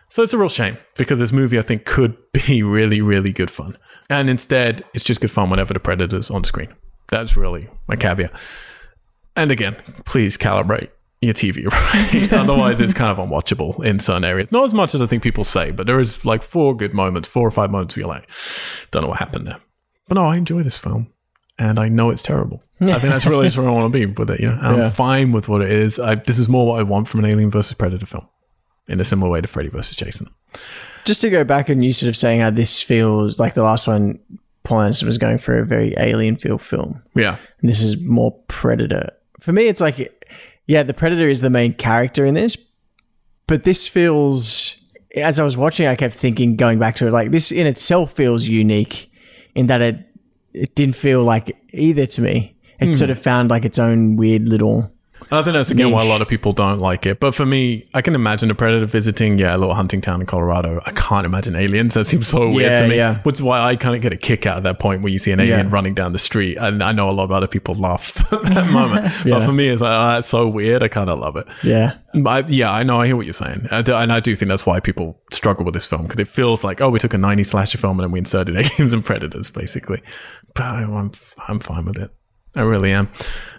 S1: So it's a real shame because this movie, I think, could be really, really good fun. And instead, it's just good fun whenever the Predator's on screen. That's really my caveat. And again, please calibrate your TV right. Otherwise, it's kind of unwatchable in certain areas. Not as much as I think people say, but there is like four good moments, four or five moments where you're like, don't know what happened there. But no, I enjoy this film and I know it's terrible. I think that's really just where I want to be with it. You know, and
S2: Yeah.
S1: I'm fine with what it is. I, this is more what I want from an Alien versus Predator film in a similar way to Freddy versus Jason.
S2: Just to go back and you sort of saying how this feels like the last one, Paul Anderson was going for a very alien feel film.
S1: Yeah.
S2: And this is more predator. For me, it's like, yeah, the predator is the main character in this, but this feels. As I was watching, I kept thinking, going back to it, like this in itself feels unique, in that it it didn't feel like either to me.
S1: Hmm.
S2: It sort of found like its own weird little.
S1: I think that's again why a
S2: Niche.
S1: lot of people don't like it. But for me, I can imagine a predator visiting, yeah, a little hunting town in Colorado. I can't imagine aliens. That seems so weird
S2: Yeah,
S1: to me.
S2: yeah.
S1: Which is why I kind of get a kick out of that point where you see an alien
S2: Yeah.
S1: running down the street. And I know a lot of other people laugh at that moment. But
S2: Yeah.
S1: for me, it's like, oh, that's so weird. I kind of love it.
S2: Yeah,
S1: I, yeah, I know. I hear what you're saying, I do- and I do think that's why people struggle with this film because it feels like, oh, we took a '90s slasher film and then we inserted aliens and predators, basically. But I'm, I'm- I'm fine with it. I really am.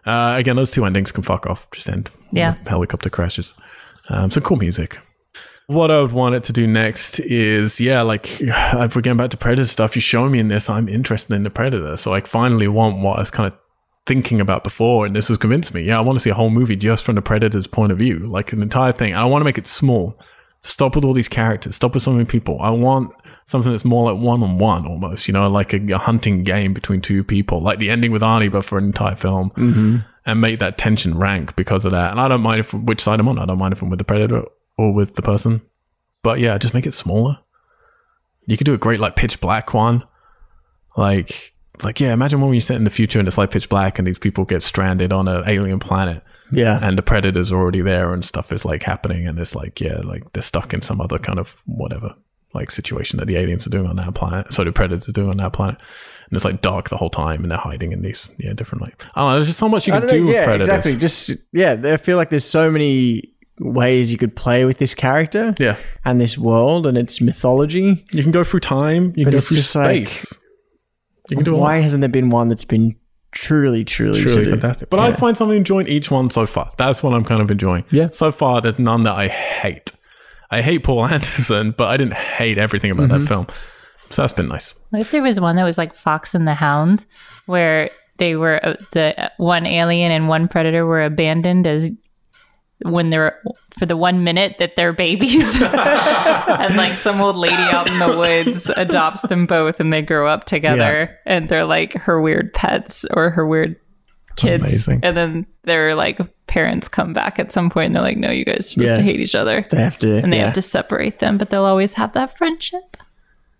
S1: Uh, again, those two endings can fuck off. Just end.
S3: Yeah.
S1: The helicopter crashes. Um, some cool music. What I would want it to do next is, yeah, like if we're getting back to Predator stuff, you show me in this, I'm interested in the Predator. So I finally want what I was kind of thinking about before, and this has convinced me. Yeah, I want to see a whole movie just from the Predator's point of view, like an entire thing. And I want to make it small. Stop with all these characters. Stop with so many people. I want something that's more like one on one almost, you know, like a, a hunting game between two people, like the ending with Arnie, but for an entire film. Mm-hmm. And make that tension rank because of that. And I don't mind if which side I'm on. I don't mind if I'm with the predator or with the person. But yeah, just make it smaller. You could do a great like pitch black one. Like like yeah, imagine when you set in the future and it's like pitch black and these people get stranded on an alien planet
S2: Yeah.
S1: and the predators are already there and stuff is like happening and it's like yeah like they're stuck in some other kind of whatever like situation that the aliens are doing on that planet so the predators are doing on that planet and it's like dark the whole time and they're hiding in these yeah different like i don't know there's just so much you
S2: I
S1: can
S2: don't know,
S1: do with
S2: yeah,
S1: predators
S2: exactly. Just yeah, I feel like there's so many ways you could play with this character
S1: yeah
S2: and this world and its mythology.
S1: you can go through time you can
S2: But
S1: go
S2: it's
S1: through
S2: just like-
S1: space you can do a lot.
S2: Why hasn't there been one that's been truly, truly,
S1: truly
S2: sort of-
S1: fantastic. But I
S2: yeah.
S1: find something enjoying each one so far. That's what I'm kind of enjoying.
S2: Yeah.
S1: So far, there's none that I hate. I hate Paul Anderson, but I didn't hate everything about that film. So that's been nice.
S3: What if there was one that was like Fox and the Hound, where they were uh, the one alien and one predator were abandoned as when they're for the one minute that they're babies, and like some old lady out in the woods adopts them both, and they grow up together, and they're like her weird pets or her weird kids,
S1: Amazing.
S3: and then their like parents come back at some point, and they're like, "No, you guys are supposed
S2: Yeah.
S3: to hate each other."
S2: They have to.
S3: and they
S2: yeah,
S3: have to separate them, but they'll always have that friendship.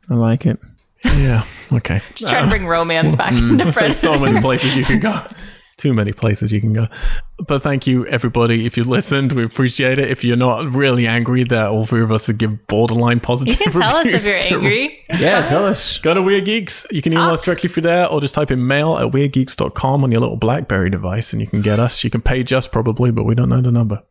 S2: I like it.
S1: Yeah. Okay.
S3: Just
S2: Uh.
S3: trying to bring romance back
S2: Mm.
S3: into
S1: so,
S3: Predator.
S1: so many places you can go. Too many places you can go. But thank you, everybody. If you listened, we appreciate it. If you're not really angry that all three of us would give borderline
S3: You
S1: positive
S3: can tell us if
S1: reviews
S3: you're
S1: to-
S3: angry.
S2: Yeah, tell us.
S1: Go to Weird Geeks. You can email us directly through there or just type in mail at weirdgeeks.com on your little Blackberry device and you can get us. You can page us probably, but we don't know the number.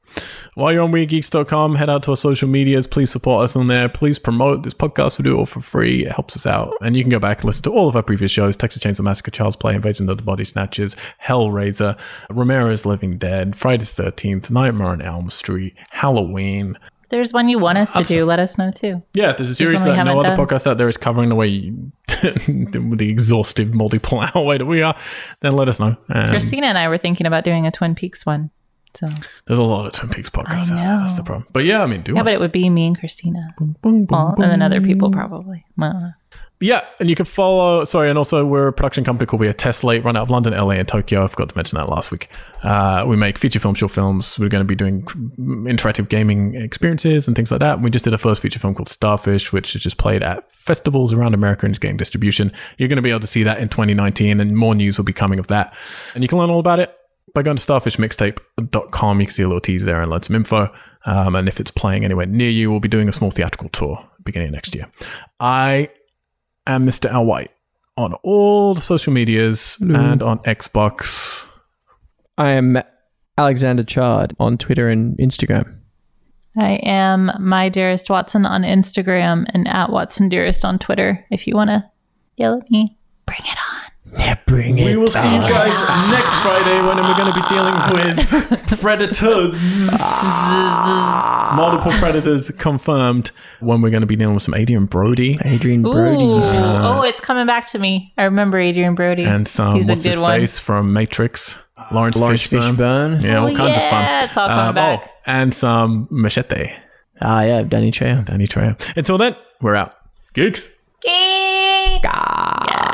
S1: While you're on weirdgeeks.com, head out to our social medias. Please support us on there. Please promote this podcast. We do it all for free. It helps us out. And you can go back and listen to all of our previous shows Texas Chainsaw Massacre, Child's Play, Invasion of the Body Snatchers, Hellraiser, Romero's Living Dead, Friday the 13th, Nightmare on Elm Street, Halloween.
S3: If there's one you want us to do, let us know too.
S1: Yeah, if there's a series
S3: one we
S1: that no
S3: haven't
S1: other
S3: done.
S1: podcast out there is covering the way you, the exhaustive multiple hour way that we are, then let us know. Um,
S3: Christina and I were thinking about doing a Twin Peaks one. So
S1: there's a lot of Twin Peaks podcasts out there. That's the
S3: know.
S1: problem. But yeah, I mean, do
S3: yeah,
S1: one.
S3: but it would be me and Christina.
S1: Boom, boom,
S3: Well,
S1: boom.
S3: and then other people probably. Uh, Well,
S1: Yeah, and you can follow. Sorry, and also we're a production company called We Are Tesla, run out of London, LA, and Tokyo. I forgot to mention that last week. Uh, we make feature film, short films. We're going to be doing interactive gaming experiences and things like that. We just did a first feature film called Starfish, which is just played at festivals around America and is getting distribution. You're going to be able to see that in 2019, and more news will be coming of that. And you can learn all about it by going to starfishmixtape.com, you can see a little teaser there and learn some info. Um, and if it's playing anywhere near you, we'll be doing a small theatrical tour beginning of next year. I am Mr. Al White on all the social medias and on Xbox.
S2: I am Alexander Chard on Twitter and Instagram.
S3: I am my dearest Watson on Instagram and at Watson Dearest on Twitter. If you want to yell at me, bring it on.
S2: Yeah, bring
S1: We will see you guys next Friday when we're going to be dealing with predators. Multiple predators confirmed when we're going to be dealing with some Adrian Brody.
S2: Adrian
S3: Ooh.
S2: Brody's.
S3: oh, it's coming back to me. I remember Adrian Brody.
S1: And some,
S3: He's a
S1: what's
S3: good
S1: his
S3: one.
S1: face from Matrix? Lawrence,
S2: Lawrence
S1: Fishburne.
S2: Fishburne.
S1: Yeah, all
S3: Oh,
S1: kinds of
S3: yeah,
S1: fun.
S3: it's all coming back.
S1: oh, and some machete,
S2: Ah, yeah, Danny Trejo.
S1: Danny Trejo. Until then, we're out. Geeks.
S3: Geek. Yeah.